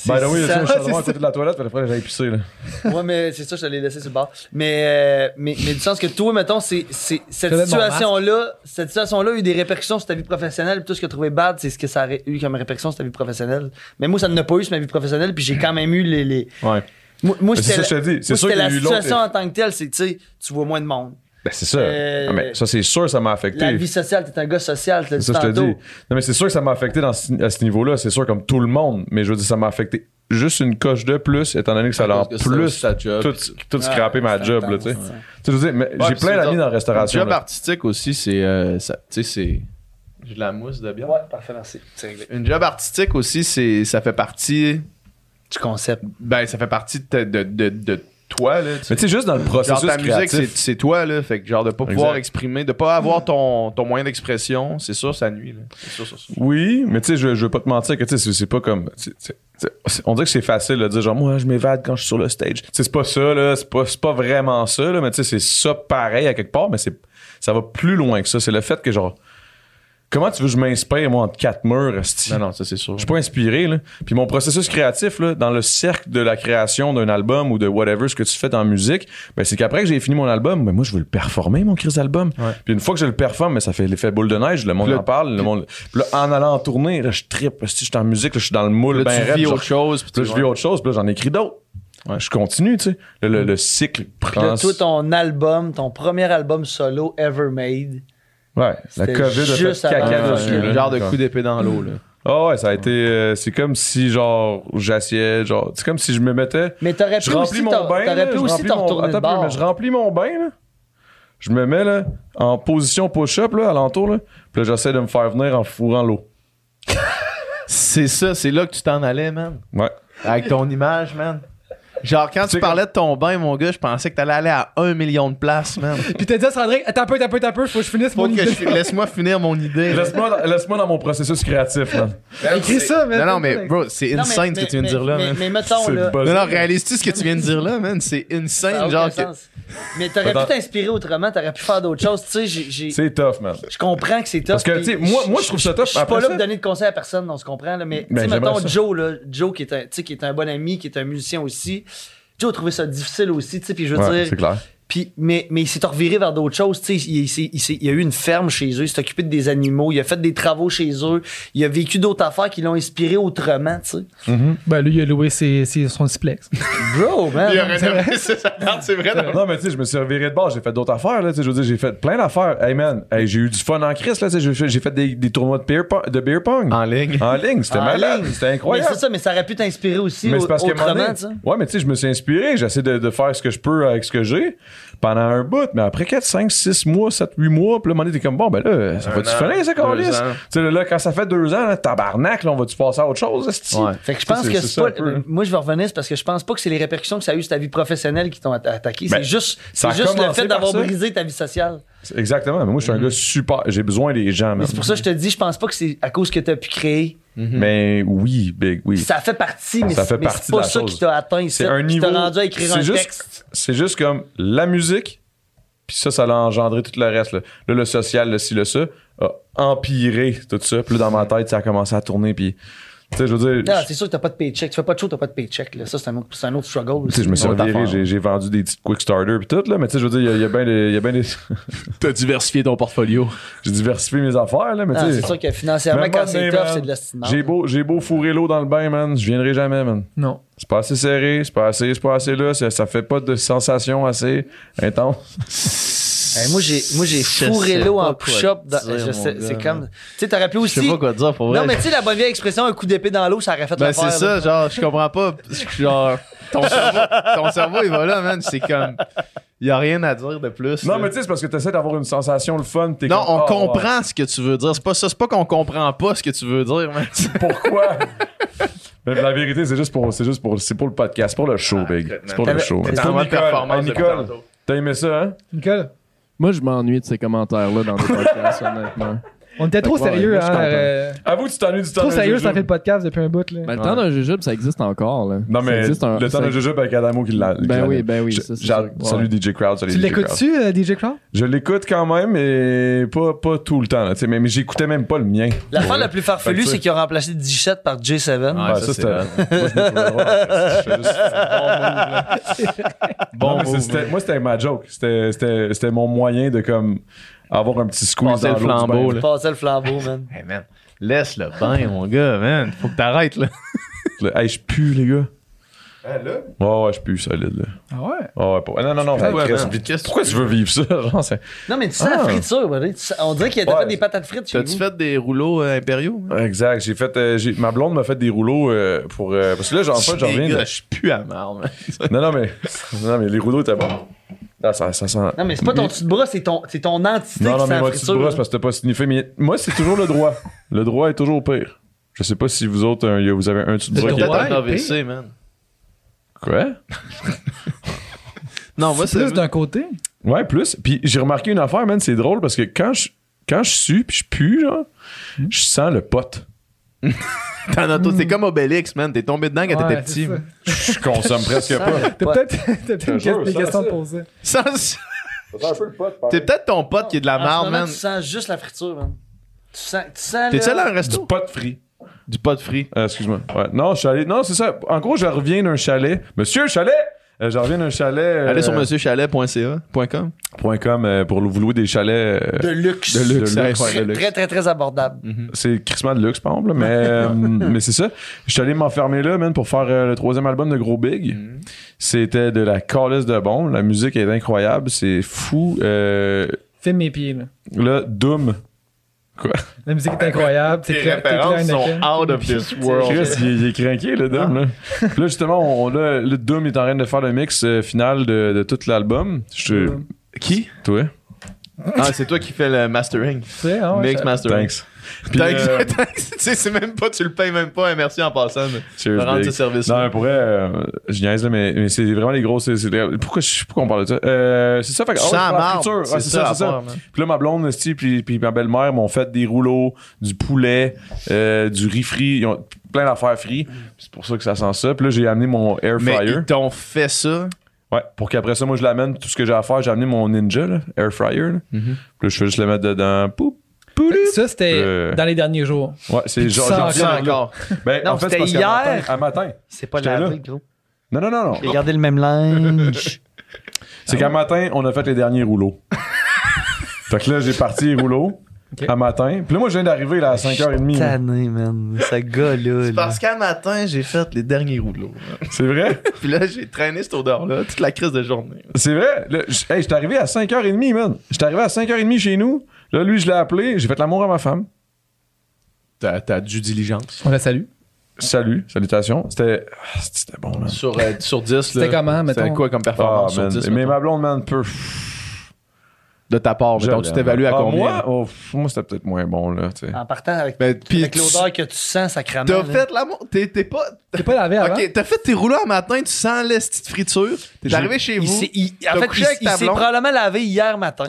By the way, tu sais,
ça.
je suis vraiment à côté de la toilette, puis après, j'allais pisser. Là.
Ouais, mais c'est ça, je te l'ai laissé sur le bord. Mais, euh, mais, mais du sens que toi, mettons, c'est, c'est, cette
Je vais mettre mon
situation-là, cette situation-là a eu des répercussions sur ta vie professionnelle. puis Tout ce que tu trouvé bad, c'est ce que ça a eu comme répercussion sur ta vie professionnelle. Mais moi, ça n'a pas eu sur ma vie professionnelle, puis j'ai quand même eu les. les...
Ouais.
Moi, moi,
C'est
c'était,
ça, je te
la-
dis. C'est sûr
moi, c'était
qu'il y a
la
eu l'autre
situation en tant que telle, c'est, tu sais, tu vois moins de monde.
Ben, c'est ça.
Euh,
Ah, mais ça, c'est sûr, ça m'a affecté.
La vie sociale, t'es un gars social, t'as dit
C'est ça, que je te
tantôt.
dis. Non, mais c'est sûr que ça m'a affecté dans ce- à ce niveau-là. C'est sûr, comme tout le monde. Mais je veux dire, ça m'a affecté juste une coche de plus, étant donné que ça leur
Parce que ça,
plus
c'est ta job.
tout, tout
Ah,
scrappé ma job, là, tu sais. Tu sais, je veux dire, mais j'ai
puis c'est
plein d'amis
autant-
dans la
Le
restauration.
job
là.
artistique aussi, c'est. euh, ça- tu sais, c'est. J'ai de la mousse de bière.
Ouais, parfait, merci. C'est réglé.
Une job artistique aussi, c'est ça fait partie.
Du concept.
Ben, ça fait partie de, ta- de, de, de toi, là. tu sais.
Mais tu sais, juste dans le
Genre,
processus
ta musique, c'est,
créatif.
c'est toi, là. Fait que, genre, de pas pouvoir
Exact.
exprimer, de pas avoir ton, ton moyen d'expression, c'est sûr, ça nuit, là. C'est sûr, c'est sûr.
Oui, mais tu sais, je, je veux pas te mentir que tu sais, c'est- c'est pas comme. tu sais, tu sais, c'est- On dirait que c'est facile de dire genre, moi, je m'évade quand je suis sur le stage. Tu sais, c'est pas ça, là. C'est pas, c'est pas vraiment ça, là. Mais tu sais, c'est ça pareil à quelque part, mais c'est ça va plus loin que ça. C'est le fait que genre. Comment tu veux que je m'inspire, moi, entre quatre murs, esti?
Non, non, ça, c'est sûr.
Je suis pas inspiré, là. Puis mon processus créatif, là, dans le cercle de la création d'un album ou de whatever, ce que tu fais dans la musique, ben, c'est qu'après que j'ai fini mon album, ben, moi, je veux le performer, mon crise d'album. Puis une fois que je le performe, ben, ça fait l'effet boule de neige, le monde
Puis là,
en parle, le monde. Puis là, en allant en tournée, là, je trippe. Si je suis en musique, là, je suis dans le moule,
Là,
ben
tu
raide,
vis
genre,
autre chose. puis
puis là,
tu-
je vis autre chose, puis là, j'en écris d'autres. Je continue, tu sais. Là, Le, le cycle
Puis là,
prend.
toi, ton album, ton premier album solo ever made.
Ouais, la
c'était
COVID a fait
juste avant.
caca
Ouais,
dessus.
ouais,
là.
genre de
Ouais.
coup d'épée dans l'eau, là.
Ah ouais, ça a été. euh, c'est comme si, genre, j'assieds, genre. C'est comme si je me mettais.
Mais t'aurais
Je
pu aussi
remplis mon
t'en-
bain.
t'aurais
là,
pu
je
aussi
remplis
t'en
mon-
retourner
Attends
de
un peu,
bord.
mais je remplis mon bain, là. Je me mets, là, en position push-up, là, alentour, là. Puis là, j'essaie de me faire venir en fourrant l'eau.
C'est ça, c'est là que tu t'en allais, man.
Ouais.
Avec ton image, man. Genre, quand tu
sais,
parlais de ton bain, mon gars, je pensais que t'allais aller à un million de places, man.
Puis t'as dit à Sandrine, attends un peu, attends un peu, attends un peu, faut que je finisse
Faut
mon
que
idée.
je- Laisse-moi finir mon idée. là.
Laisse-moi dans, laisse-moi dans mon processus créatif, là.
Écris ça, man.
Non, non, mais bro, c'est
Non,
insane
mais-
ce que tu viens de
mais-
dire là, hein.
mais-
man.
Mais mettons,
C'est
là.
buzz.
Non, non, réalise-tu ce que tu viens de dire là, man? C'est
ça a
insane,
aucun
genre que...
sens. Mais t'aurais pu
Attends.
t'inspirer autrement, t'aurais pu faire d'autres choses. Tu sais, j'ai- j'ai-
C'est tough, man.
je comprends que c'est tough.
Parce que,
puis
tu sais, moi- moi, je trouve ça tough,
Je suis pas
après
là
ça-
pour donner de conseils à personne, on se comprend, là, mais tu sais,
Ben, j'aimerais
mettons,
ça.
Joe, là, Joe qui est, un, tu sais, qui est un bon ami, qui est un musicien aussi. Joe a trouvé ça difficile aussi, tu sais, puis je veux
Ouais,
dire,
c'est clair.
Puis, mais, mais il s'est reviré vers d'autres choses. tu sais. Il, il, s'est- il s'est- il a eu une ferme chez eux, il s'est occupé de des animaux, il a fait des travaux chez eux, il a vécu d'autres affaires qui l'ont inspiré autrement. tu sais.
Ben, lui, il a loué ses, ses- son duplex.
Bro, man!
Il aurait nommé ça, ça tente, c'est vrai. non?
Non, mais tu sais, je me suis reviré de bord, j'ai fait d'autres affaires, là. Tu sais, je veux dire, j'ai fait plein d'affaires. Hey, man, hey, j'ai eu du fun en crise, là. Tu sais, j'ai fait- j'ai fait des, des tournois de beer pong. De beer pong.
En ligne.
En ligne, c'était
En
malade,
ligne.
c'était
Ah, Mais
incroyable.
c'est ça, mais ça aurait pu t'inspirer aussi
Mais
au-
c'est parce que à un moment
autrement,
donné-
tu sais.
Ouais, mais tu sais, je me suis inspiré. J'essaie de, de faire ce que je peux euh, avec ce que j'ai pendant un bout. Mais après 4, 5, 6 mois, 7, 8 mois, puis là, à un moment donné, t'es comme bon, ben là, ça
Un
va-tu
an,
finir, ça,
deux
Carlis? Tu
ans.
sais, là, là, quand ça fait deux ans, là, tabarnak, là, on va-tu passer à autre chose, esti?
Ouais.
Fait que je pense
C'est-
que
c'est
c'est
ça
pas.
un peu, hein.
moi, je vais revenir, c'est parce que je pense pas que c'est les répercussions que ça a eu sur ta vie professionnelle qui t'ont atta- attaqué.
Ben,
c'est juste,
ça
c'est
a
juste le
commencé
fait
par
d'avoir
ça.
brisé ta vie sociale.
C'est- Exactement. Mais moi, je suis un gars super. J'ai besoin des gens,
Mm-hmm. Mais
man.
c'est pour ça que je te dis, je pense pas que c'est à cause que t'as pu créer.
Mais oui, big, oui.
Mm-hmm. Ça fait partie, mais
Ça
c'est
fait
mais
partie
c'est
de
pas
la
ça
chose.
qui t'a atteint.
C'est un niveau.
Qui t'a rendu à écrire
c'est
un
juste,
texte.
C'est juste comme la musique, puis ça, ça l'a engendré tout le reste. Là, Là, le social, le ci, le ça, a empiré tout ça. Puis là, dans ma tête, ça a commencé à tourner. Puis, tu sais, je veux dire.
Non,
je-
Ah, c'est sûr que t'as pas de paycheck. Tu fais pas de show, t'as pas de paycheck. Là. Ça, c'est un, autre- c'est un autre struggle
tu sais,
aussi.
je me suis
Ouais,
reviré, j'ai, j'ai vendu des petites quick starters puis tout, là, mais tu sais, je veux dire, il y a- il y a, bien des. il y a bien des-
T'as diversifié ton portfolio.
j'ai diversifié mes affaires, là, mais
Ah,
tu sais.
c'est sûr que financièrement,
Même
quand
pas
c'est
donné,
tough,
man.
c'est de l'estimation.
J'ai beau, j'ai beau fourrer l'eau dans le bain, man. Je viendrai jamais, man.
Non.
C'est pas assez serré, c'est pas assez, c'est pas assez là. Ça, ça fait pas de sensation assez intense.
Hey, Eh, moi, j'ai, moi, j'ai fourré l'eau en push-up. dans- je sais- C'est comme. Tu sais, t'aurais pu
Je sais
aussi.
pas quoi dire, pour vrai.
Non, mais tu sais, la bonne vieille expression, un coup d'épée dans l'eau, ça aurait fait
Ben,
l'affaire.
c'est ça,
là.
genre, je comprends pas. Genre, ton cerveau, ton cerveau, il va là, man. C'est comme. Il y a rien à dire de plus.
Non,
là.
mais tu sais, c'est parce que tu essaies d'avoir une sensation, le fun. t'es
Non,
comme,
on
Ah,
comprend ce que tu veux dire. C'est pas ça, c'est pas qu'on comprend pas ce que tu veux dire, man.
ouais. Pourquoi? Mais la vérité, c'est juste pour, c'est juste pour, c'est pour le podcast, c'est pour le show, Big. C'est pour le
T'avais-
show. man.
t'étais
C'est
en
pour
mode
Nicole.
performance
Hey,
depuis
Nicole,
tantôt.
t'as aimé ça, hein?
Nicole,
Moi, je m'ennuie de ces commentaires-là dans les podcasts, honnêtement.
on était trop
Fait que, ouais,
sérieux,
moi, je
hein.
suis content.
euh,
Avoue, tu t'ennuies du temps
Trop
d'un
sérieux,
jujube.
ça fait le podcast depuis un bout, là.
Ben,
Mais Ben, le temps d'un jujube, ça existe encore. Là.
Non, mais
ça existe un-
le temps
ça-
de jujube avec Adamo qui l'a. qui
Ben
l'a-
oui, ben oui.
Je-
ça, c'est
j'ar-
ça.
Salut
Ouais.
DJ Crowd, salut
Tu
DJ Crowd.
l'écoutes-tu, euh, DJ Crown?
Je l'écoute quand même, mais pas, pas tout le temps. là, tu sais, mais mais j'écoutais même pas le mien.
L'affaire
Ouais.
la plus farfelue,
Fait que
c'est qu'ils ont remplacé 17 par J7.
Ah,
Ouais, ça, c'était. Moi, je me trouvais drôle, en fait. Je fais juste- Bon move, là. Non, mais
move,
c'était-
là.
Moi, c'était ma joke. C'était- C'était c'était mon moyen de comme avoir un petit squeeze
Passer
dans
le
l'eau du
flambeau,
bain.
là.
Passait le flambeau, man.
Hey, man. Laisse le bain, mon gars, man. Faut que t'arrêtes, là.
Le- Hey, je pue, les gars. Ouais, ouais, je pue solide, là.
Ah ouais?
Ouais, ouais, pas- Non, non, non.
Hey,
ouais,
Chris,
non.
vite, qu'est-ce que
Pourquoi
tu
tu veux vivre ça? Genre, c'est.
Non, mais tu sens la
Ah.
friture, buddy. Tu sens- on dirait qu'il a
Ouais.
fait des patates frites chez
T'as-tu
vous.
fait des rouleaux euh, impériaux? hein?
Exact. J'ai fait. euh, j'ai- Ma blonde m'a fait des rouleaux euh, pour. euh, Parce que là, j'en fait, j'en reviens. de-
Je suis plus à marre,
Non, non, mais. Non, mais les rouleaux étaient bons. Ah, ça, ça sent.
Non, mais c'est pas ton dessus de bras, c'est ton, c'est ton entité
Non, non,
qui sent
mais
la
moi, tu te
friture.
brosses parce que t'as pas signifié. Mais moi, c'est toujours le droit. Le droit est toujours pire. Je sais pas si vous autres, un- y a- vous avez un dessus de
Le
bras qui est-
droit.
Peut-être
Ouais,
un AVC, man.
Quoi?
Non, moi, c'est.
Plus d'un côté?
Ouais, plus. Puis j'ai remarqué une affaire, man, c'est drôle parce que quand je, quand je sue puis je pue, genre,
Hmm?
je sens le pote.
T'en as tous- C'est comme Obélix, man. T'es tombé dedans quand
Ouais,
t'étais petit.
c'est ça.
man.
Je consomme presque
Ça,
pas.
le
T'as
pot.
peut-être t'as peut-être
Je
une question-
jure,
des
ça,
questions à
ça.
te poser.
Sans- T'es peut-être ton pote qui est de la
En ce
marde,
moment,
man.
Tu sens juste la friture, man. Tu sens. Tu sens
T'es-tu allé
là...
à un
Du
resto?
pote frit.
Du pot frit.
Euh, Excuse-moi. Ouais. Non, je suis allé. Non, c'est ça. En gros, je reviens d'un chalet. Monsieur, chalet! Euh, je reviens d'un chalet. euh,
Allez sur monsieurchalet.ca.com.
point com, euh, pour vous louer des chalets. euh,
De luxe.
de luxe.
ouais, de
Très,
luxe.
très, très, très abordable.
C'est crissement de luxe, par exemple, là, mais, euh, mais c'est ça. Je suis allé m'enfermer là, man, pour faire euh, le troisième album de Gros Big. C'était de la calice de bon. La musique est incroyable. C'est fou. Euh,
Filme mes pieds, là.
là, Doom.
La musique est incroyable. C'est
Ah, ben, Tes
clair- c'est clair,
références sont
Heineken.
out of this world.
Chris, il, il est craqué, le Doom. Là. Puis là, justement, on, là, le Doom est en train de faire le mix euh, final de, de tout l'album. Je te-
Qui?
Toi?
Ah, c'est toi qui fais le mastering.
Tu sais, hein, ouais,
Mix
ça-
mastering.
Thanks. Puis,
Thanks.
euh,
Thanks. Tu sais, c'est même pas, tu le payes même pas. hein, Merci en passant de
cheers,
de rendre
Big.
ce service.
Non, mais pour vrai, euh, je niaise, là, mais, mais c'est vraiment les grosses. c'est- c'est- pourquoi je pourquoi on parle de ça? Euh, c'est ça, fait que.
Tu
oh,
sens
je parle
la marde.
culture. Ouais,
Ah C'est ça, à part, man.
Puis là, ma blonde, esti, puis, puis ma belle-mère m'ont fait des rouleaux, du poulet, euh, du riz frit. Ils ont plein d'affaires frites. Puis C'est pour ça que ça sent ça. Puis là, j'ai amené mon air
Mais
fryer.
ils t'ont fait ça.
Ouais, pour qu'après ça, moi, je l'amène tout ce que j'ai à faire. J'ai amené mon Ninja, là, air fryer. là. Puis là, je fais juste le mettre dedans. Poup, poup,
Ça, c'était
Euh,
dans les derniers jours.
Ouais, Ah, c'est
tu
genre.
sens
j'en
Tu
reviens
sens
vers là.
encore.
Ben,
Non,
en fait, c'est
c'était
parce qu'à
hier.
matin- À matin.
C'est pas
J'étais
lavé,
là.
gros.
Non, non, non, non.
J'ai gardé le même linge.
C'est qu'à matin, on a fait les derniers rouleaux. fait que là, j'ai parti les rouleaux
Ok.
à matin. Puis là, moi, je viens d'arriver là, à 5h30. là.
Tanné, man. Ce gars-là. là.
Parce qu'à matin, j'ai fait les derniers rouleaux.
C'est vrai?
Puis là, j'ai traîné cette odeur-là toute la crise de journée.
C'est vrai? Là, j- hey, j'étais arrivé à 5h30, man. J'étais arrivé à 5h30 chez nous. Là, lui, je l'ai appelé. J'ai fait l'amour à ma femme.
T'as, du diligence.
On la salue.
Salut, salutations. C'était ah, c'était bon, man.
Sur, euh, sur 10,
C'était
là,
comment,
c'était
mettons?
quoi comme
Ah,
performance
man.
sur 10?
Mais
mettons?
ma blonde, man, peu.
De ta part, mettons, tu t'évalues à
Ah,
combien?
Moi, Oh, pff, moi c'était peut-être moins bon, là. tu sais.
En partant avec,
Ben, puis
avec
tu-
l'odeur que tu sens, ça crame.
T'as fait l'amour. T'es, t'es pas.
T'es pas lavé avant?
Ok, t'as fait tes rouleaux un matin, tu sens l'esti de friture. T'es arrivé chez
Il
vous.
s'est- il-
T'as
en fait,
couché
il,
avec
il
ta
s'est
blonde?
probablement lavé hier matin.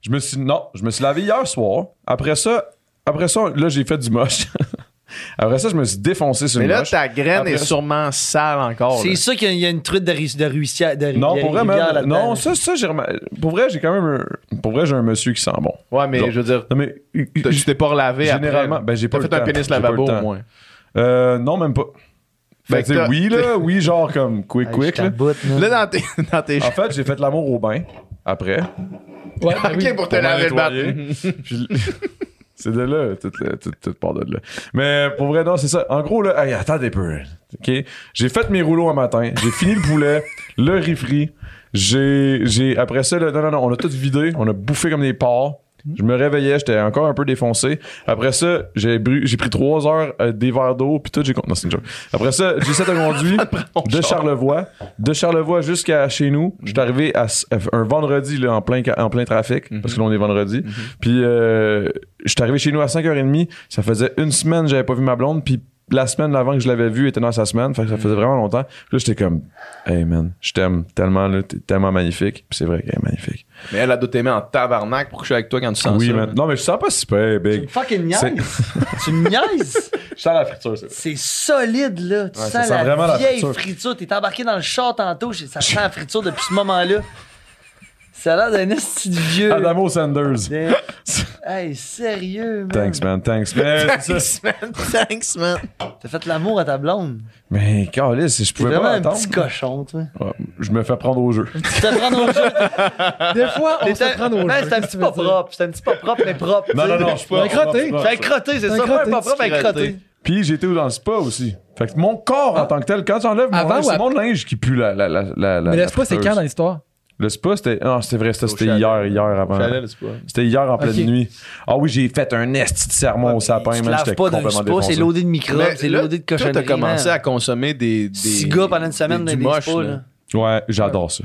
Je me suis. Non, je me suis lavé hier soir. Après ça, après ça là, j'ai fait du moche. après ça, je me suis défoncé sur
Mais
le
là,
moche.
ta graine
Après-
est sûrement sale encore.
C'est
là.
sûr qu'il y a- il y a une truite de, ru- de ruissière. De
Oh, ben. Non,
rivière-
pour vrai,
rivière
man,
là-dedans,
non,
là.
ça, ça, j'ai remar- Pour vrai, j'ai quand même un... Pour vrai, j'ai un monsieur qui sent bon.
Ouais, mais
Non.
je veux dire,
Non, mais... euh,
t'as- tu t'es pas relavé
Généralement,
après.
ben, j'ai pas
T'as
le
fait un
temps.
pénis
J'ai pas le
lavabo
temps.
au moins.
Euh, non, même pas.
Fait
Fait
que
que, tu sais,
t'as-
oui, là, oui, genre comme quick,
Hey,
quick,
Ah, je
là.
t'aboute, man.
Là, dans tes, dans tes
En fait, j'ai fait l'amour au bain, après.
Ouais, ben oui.
Ok, pour te
Pour
laver le
nettoyer.
bâton.
Puis- c'est de là, toute, la- toute, toute part de là. Mais pour vrai, non, c'est ça. En gros, là, hey, attendez un peu. OK? J'ai fait mes rouleaux un matin, j'ai fini le poulet, le riz frit. J'ai, j'ai, après ça, là, non, non, non, on a tout vidé, on a bouffé comme des porcs. Je me réveillais, j'étais encore un peu défoncé. Après ça, j'ai, bru- j'ai pris trois heures euh, des verres d'eau, puis tout, j'ai con- non, c'est une joke. Après ça, j'ai ça conduit de Charlevoix, de Charlevoix jusqu'à chez nous.
Mhm.
Je suis arrivé à, s- euh, un vendredi là, en, plein, ca- en plein trafic, parce que là, on est vendredi.
Mhm.
Puis euh, je suis arrivé chez nous à 5h30. Ça faisait une semaine que j'avais pas vu ma blonde. Puis la semaine avant que je l'avais vue elle était dans sa semaine.
Mhm.
Fait que ça faisait vraiment longtemps. Puis là, j'étais comme, hey man, je t'aime tellement, là, t'es tellement magnifique. Puis c'est vrai qu'elle est magnifique.
Mais elle a doté t'aimer en tabarnak pour coucher avec toi
Ah,
quand tu sens
oui,
ça.
man. Non, mais je sens pas si peu, big.
Fucking niaise. tu me niaises.
Je sens la friture, c'est vrai.
C'est solide, là. Tu
Ouais, ça
sens
sent
la
vraiment la
vieille
friture.
friture. T'es embarqué dans le char tantôt. j'ai- Ça sent la friture depuis ce moment-là. Ça a l'air d'un esti de vieux.
Adamo Sanders.
De- Hey, sérieux, man.
Thanks, man. Thanks, man.
Thanks, man. Thanks, man.
T'as fait l'amour à ta blonde.
Mais, Carlis, je
T'es
pouvais
vraiment
pas
un
attendre.
petit cochon, toi.
Ouais, je me fais prendre au jeu.
Tu te prends nos jeux.
Des fois, on se prend nos
Ben,
jeux,
c'était un
qu'est-ce que
petit
tu veux
pas
dire?
propre. C'était un petit pas propre, mais propre.
Non,
tu
non,
sais.
non, je suis pas.
Un crotté.
je suis pas-
C'était un crotté, c'est
Un
ça. Pas un
crotté,
pas propre, un
petit crotté.
crotté.
Puis j'étais dans le spa aussi. Fait que mon corps
Ah.
en tant que tel, quand j'enlève mon
Avant
linge,
ou
c'est mon linge qui pue la. la, la, la, la-
Mais
la
laisse pas, c'est
friteuse.
quand dans l'histoire?
Le spa, c'était. Non, c'était vrai, ça,
Au
c'était
chalet.
hier, hier avant.
Chalet, c'est pas.
C'était hier en pleine
Ok.
nuit. Ah oui, j'ai fait un esti de sermon au sapin,
tu te
man.
laves
J'étais
pas dans
complètement
le spa, c'est
défoncé.
loadé de microbes, c'est
là,
loadé de
toi,
cochonneries.
t'as commencé
man.
à consommer des. des
Six gars pendant une semaine
des- du
dans des
moche,
spas,
là.
là.
Ouais, j'adore ça.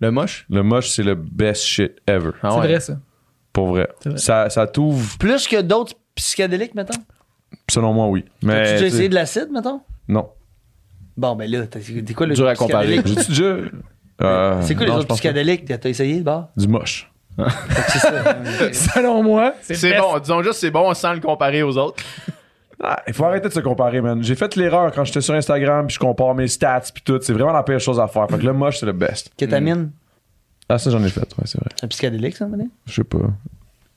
Le moche?
Le moche, c'est le best shit ever.
Ah
C'est
ouais.
vrai, ça.
Pour vrai.
vrai.
Ça, ça t'ouvre,
Plus que d'autres psychédéliques, mettons.
selon moi, oui.
As-tu
Mais.
déjà essayé
t'sais,
de l'acide, mettons?
Non.
Bon, ben là, t'as- c'est quoi le
Dur à comparer.
psychédélique?
J'ai-tu déjà. Euh,
C'est quoi les
non, je
autres
pense pas.
psychédéliques? T'as essayé, bah?
Du moche.
C'est ça.
Selon moi, c'est
C'est
le best.
bon, disons juste c'est bon sans le comparer aux autres.
Ah, il faut arrêter de se comparer, man. J'ai fait l'erreur quand j'étais sur Instagram, puis je compare mes stats, puis tout. C'est vraiment la pire chose à faire. Fait que le moche, c'est le best.
Kétamine,
Ah, ça, j'en ai fait, ouais, c'est vrai.
c'est un psychédélique, ça, madame?
Je sais pas.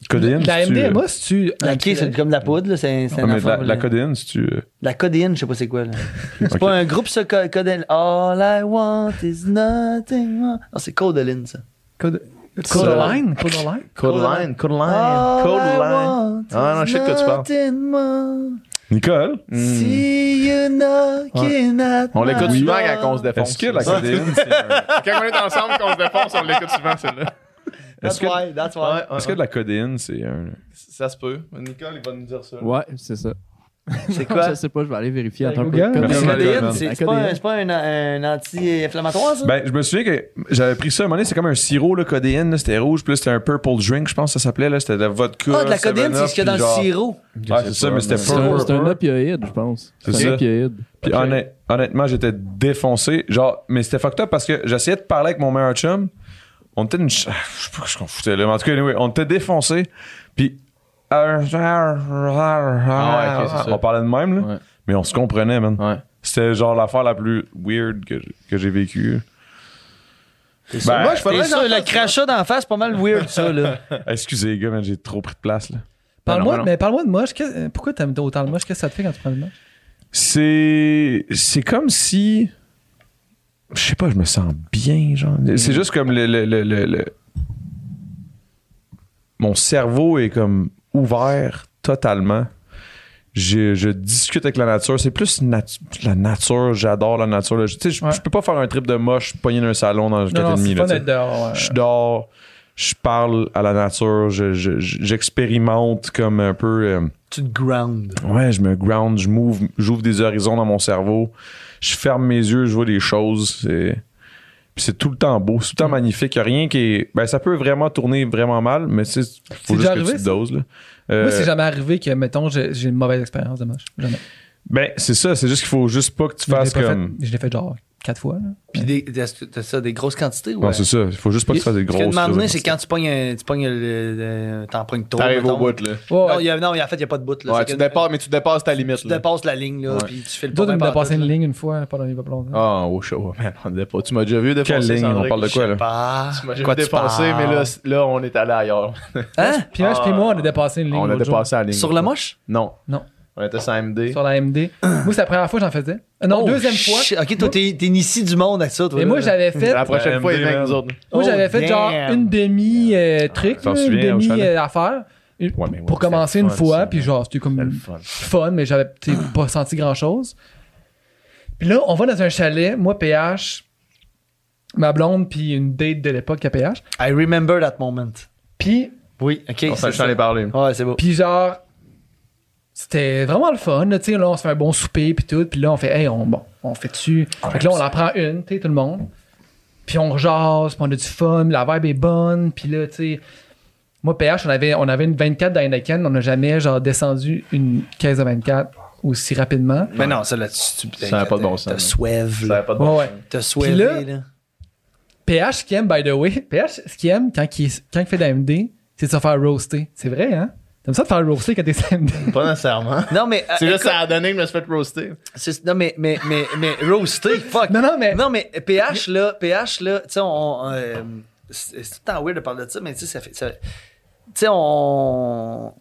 Codéine,
La
c'est-tu, euh,
MDMA, si tu.
La quai, c'est comme de la poudre, là. C'est c'est
ah,
un
mais de la,
affaire,
la
là.
codéine, si tu. euh,
La codéine, je sais pas c'est quoi. là. C'est
Ok.
pas un groupe, ça, co- codéine. All I want is nothing more. Non, c'est codeline, ça.
Codeline? Codeline?
Codeline, Codeline,
All I
Codeline.
want
Ah non, je sais de quoi tu parles.
is nothing more.
Nicole,
Mm. See you knocking at
On l'écoute
my
souvent
door.
quand on se défonce.
est-ce que la codéine, c'est un-
Quand on est ensemble, quand on se défonce, on l'écoute souvent, celle-là.
That's
Est-ce que-
why, that's why.
Ouais,
est-ce que de la codéine, c'est un.
Ça se peut. Nicole, il va nous dire ça.
Ouais, c'est ça.
C'est quoi?
Je sais pas, je vais aller vérifier.
Avec
Attends un peu.
Google?
Codéine.
La codéine,
Codéine.
c'est
La
c'est pas un,
codéine.
c'est pas un, un anti-inflammatoire, ça?
Ben, je me souviens que j'avais pris ça à un moment donné, c'est comme un sirop, là, codéine, là, c'était rouge, puis là, c'était un purple drink, je pense que ça s'appelait, là, c'était de la vodka.
ah, de la codéine, c'est ce qu'il y a dans le sirop.
sirop. Ouais, ah, c'est ça, mais c'était
C'est un-
purple.
C'est un opioïde, je pense.
C'est
C'est
ça.
un opioïde.
Puis honnêt- honnêtement, j'étais défoncé. Genre, mais c'était fucked up parce que j'essayais de parler avec mon meilleur chum. On était une. ch- Je sais pas ce qu'on foutait là, mais en tout cas, anyway, on était défoncé. Puis. ah,
Ah ouais, ok, c'est ça.
on parlait de même, là.
Ouais.
Mais on se comprenait, man.
Ouais.
C'était genre l'affaire la plus weird que, j- que j'ai vécue. Ben,
Moi, je
faudrait
ça, le crachat d'en face, c'est pas mal weird, ça, là.
Excusez, les gars, man, j'ai trop pris de place, là.
Parle-moi,
non.
mais parle-moi de moche. qu'est- Pourquoi t'aimes autant le moche? Qu'est-ce que ça te fait quand tu prends le moche?
C'est. C'est comme si. Je sais pas, je me sens bien, genre.
Mm.
C'est juste comme le, le- le- le- le- Mon cerveau est comme ouvert totalement. Je, je discute avec la nature. C'est plus natu- la nature. J'adore la nature. là. Je- Tu sais, je,
Ouais.
je peux pas faire un trip de moche, pogner dans un salon dans le
Non, non,
4,5.
c'est
là,
pas
tu sais.
d'être dehors. ouais.
Je dors, je parle à la nature, je- je- je- j'expérimente comme un peu. euh,
tu te ground.
Ouais, je me ground, je move, j'ouvre des horizons dans mon cerveau, je ferme mes yeux, je vois des choses. C'est... Puis c'est tout le temps beau, c'est tout le temps magnifique. Y a rien qui est. Ben, ça peut vraiment tourner vraiment mal, mais tu sais,
C'est
faut juste
déjà
que
arrivé,
tu te
ça?
doses. Là. Euh,
Moi, c'est jamais arrivé que, mettons, j'ai j'ai une mauvaise expérience de moche. Jamais.
ben, c'est ça, c'est juste qu'il faut juste pas que tu
Je l'ai
fasses
pas
comme.
fait- Je l'ai fait genre quatre fois. là.
Puis des- t'as t'as ça, des grosses quantités, ouais.
Non, c'est ça, il faut juste pas que tu fasses des
Ce que
grosses
demande
choses.
c'est quand tu pognes, un- tu pognes le, le- t'en pognes trop.
T'arrives au
mettons.
bout, là.
Ouais,
Non,
ouais.
il y a- non, en fait, il n'y a pas de bout. Là.
Ouais,
C'est
tu
que- euh,
dépasses, mais tu dépasses ta limite,
tu
là.
dépasses la ligne, là,
Ouais.
puis tu fais le
Toi, tu
pas
me
mal Hein?
dépasser
partout,
une
là.
ligne une fois pendant les longs.
Ah, oh, show, man, on dépasse. Tu m'as déjà vu défoncer.
Quelle ligne On
Sandrick?
parle de quoi, là
Bah,
Tu m'as déjà
quoi
vu
tu
défoncer,
parles?
mais là, c- là, on est allé ailleurs.
Hein?
Puis là, puis moi, on a dépassé une ligne.
on a
l'autre jour.
dépassé la ligne.
Sur le moche?
Non.
Non.
On était sur MD.
Sur la MD. moi, c'est la première fois que j'en faisais. Euh, Non,
Ah. Oh,
deuxième fois.
shit. Ok, toi, t'es t'es initié du monde à ça, toi.
Et
là,
moi,
là.
j'avais fait.
La prochaine
La
fois, il
MD,
vient avec
man.
nous autres.
Moi,
Oh,
j'avais fait genre
damn.
une demi-trick, une
T'en souviens, au chalet?
demi-affaire.
Ouais, mais ouais,
pour commencer
c'était
une
fun,
fois,
ça.
puis genre, c'était
C'était le
comme
fun.
fun, mais j'avais tu sais, pas senti grand-chose. Puis là, on va dans un chalet, moi, PH, ma blonde, puis une date de l'époque à PH.
I remember that moment.
Puis
Oui, ok.
On s'en
c'est ça.
est parlé.
Ouais, c'est beau.
Puis genre, c'était vraiment le fun. Là, tu sais, là, on se fait un bon souper, puis tout. Puis là, on fait, hey, on, bon, on fait dessus. fait que là, on en prend une, tu sais, tout le monde. Puis on rejase, puis on a du fun, la vibe est bonne. Puis là, tu sais, moi, PH, on avait, on avait une 24 d'Heineken. On n'a jamais, genre, descendu une 15 de 24 aussi rapidement.
Mais non, ça, là, tu. tu-
Ça n'a pas de bon sens,
T'as
là.
suève,
Ça
là.
avait pas de
Ouais,
bon
ouais.
sens.
T'as
là-
suève, là.
PH, ce qu'il aime, by the way, PH, ce qu'il aime quand il, quand il fait de la MD, c'est de se faire roaster. C'est vrai, hein? T'aimes ça te faire roaster quand t'es sur MD?
Pas nécessairement.
Non, mais. euh,
C'est juste
écoute,
ça a donné que je me suis fait roaster.
c'est- Non, mais, mais, mais, mais, roasté, fuck.
Non, non, mais.
Non, mais PH, là, PH, là, tu sais, on. euh, c'est c'est tout le temps weird de parler de ça, mais tu sais, ça fait. ça- Tu sais, on.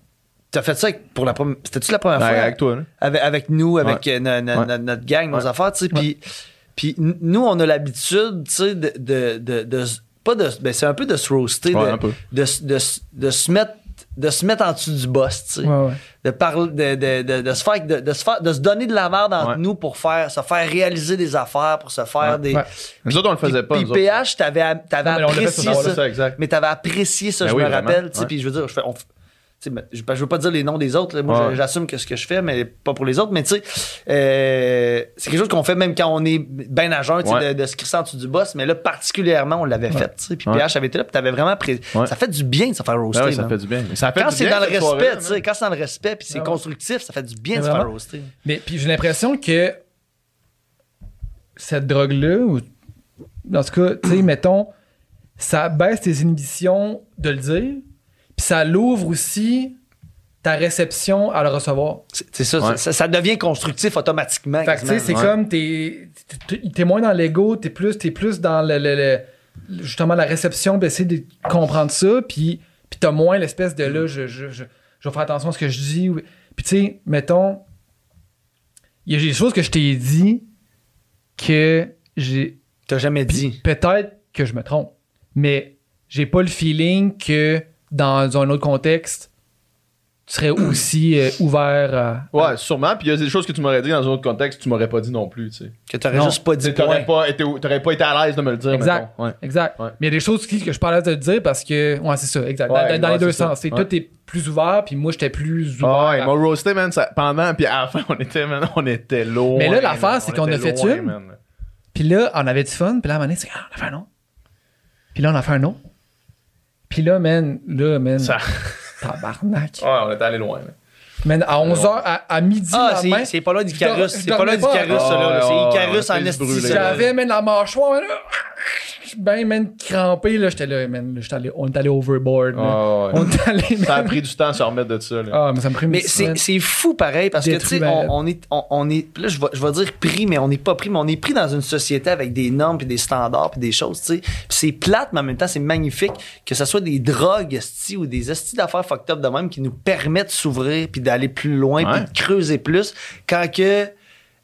T'as fait ça avec- pour la première. C'était-tu la première fois?
Ouais, Ben, avec toi, là.
avec, avec nous, avec euh, no- no-
Ouais.
no- notre gang, nos
Ouais.
affaires, tu sais. Puis, puis n- nous, on a l'habitude, tu sais, de, de, de, de s- Pas de. Ben, c'est un peu de se roaster,
Ouais,
de,
un peu.
de, s- de s- de se mettre de se mettre en dessous du boss, tu sais.
Ouais, ouais.
de parler de, de, de, de se faire de, de se faire de se donner de la merde entre
Ouais.
nous pour faire se faire réaliser des affaires pour se faire des
ouais.
Nous autres, on le faisait pas.
puis
nous autres.
PH t'avais t'avais
Non, mais on l'a fait
apprécié
sur- on
Ouais,
l'a
ça,
c'est ça, exact.
mais t'avais apprécié ça
Ben
je
oui,
me
vraiment,
rappelle tu sais
ouais.
puis je veux dire je fais on f- tu sais, ben, je, ben, je veux pas dire les noms des autres là. moi
Ouais.
j'assume que ce que je fais mais pas pour les autres mais tu sais euh, c'est quelque chose qu'on fait même quand on est ben à jeun tu sais,
Ouais.
de, de se crisser en dessous du boss mais là particulièrement on l'avait fait tu sais puis
Ouais.
PH avait été là puis t'avais vraiment apprécié
Ouais.
ça fait du bien de se faire roaster
Ben ouais, ça
man.
fait du bien. Ça fait
Quand
du
c'est
bien,
dans le
cette soirée-là,
respect, tu
man.
sais, quand c'est dans le respect, puis c'est
Ouais.
constructif, ça fait du bien de se
Mais
faire
vraiment.
roaster.
Mais puis j'ai l'impression que cette drogue-là, ou en tout cas, tu sais, mettons, ça baisse tes inhibitions de le dire, puis ça l'ouvre aussi ta réception à le recevoir.
C'est c'est ça,
Ouais.
ça, ça devient constructif automatiquement.
Fait que, tu sais,
quasiment.
c'est
Ouais.
comme t'es, t'es, t'es moins dans l'ego, t'es plus, t'es plus dans le, le- le- justement la réception, d'essayer de comprendre ça, puis, puis t'as moins l'espèce de là, je, je, je, je vais faire attention à ce que je dis. ou- Puis tu sais, mettons, il y a des choses que je t'ai dit que j'ai.
T'as jamais dit.
Peut-être que je me trompe, mais j'ai pas le feeling que dans un autre contexte, tu serais aussi euh, ouvert à.
Ouais, sûrement. Puis il y a des choses que tu m'aurais dit dans un autre contexte, tu m'aurais pas dit non plus. Tu sais.
Que t'aurais
Non.
juste pas dit.
Tu t'aurais
point.
pas été, t'aurais pas été à l'aise de me le dire.
Exact.
mettons. Ouais.
Exact.
Ouais.
Mais il y a des choses qui- que je parlais de dire parce que. Ouais, c'est ça, exact. Dans-
Ouais,
dans dans
ouais,
les deux
c'est ça.
sens. C'est
Ouais.
Toi, t'es plus ouvert, puis moi, j'étais plus ouvert.
Ah ouais,
à-
il m'a roasté, man, ça- pendant, puis à la fin, on était, man, on était loin.
Mais là, l'affaire, c'est qu'on a fait une.
man.
Puis là, on avait du fun, puis là, à un moment donné, c'est ah, on a fait un autre. Puis là, on a fait un autre. Puis là, man, là, man.
Ça- Ah.
Tabarnak.
Ouais, on était allé loin, man.
Man, à 11h, à, à midi,
Ah,
le lendemain,
c'est- c'est pas là d'Icarus.
dors-
C'est
je
pas là
dormais pas.
d'Icarus, ça, là.
Ah, ouais,
C'est
ouais,
Icarus en
ouais,
esti.
brûlé,
ça.
j'avais, man, la mâchoire, man, là, je suis ben, man, crampé, là. J'étais là, man, là, j'étais allé- on est allé overboard, là.
Ah ouais.
On est allé,
Ça a
man.
pris du temps à se remettre de ça, là.
Ah, mais ça me prend une
Mais
petite
c'est
semaine.
c'est fou pareil parce que tu
Détruit,
sais,
ben,
on, on est, on, on est, là je vais, je vais dire pris, mais on n'est pas pris, mais on est pris dans une société avec des normes puis des standards puis des choses, tu sais. Puis c'est plate, mais en même temps c'est magnifique que ce soit des drogues esti, ou des estis d'affaires fucked up de même qui nous permettent de s'ouvrir puis d'aller plus loin
Ouais.
puis de creuser plus quand que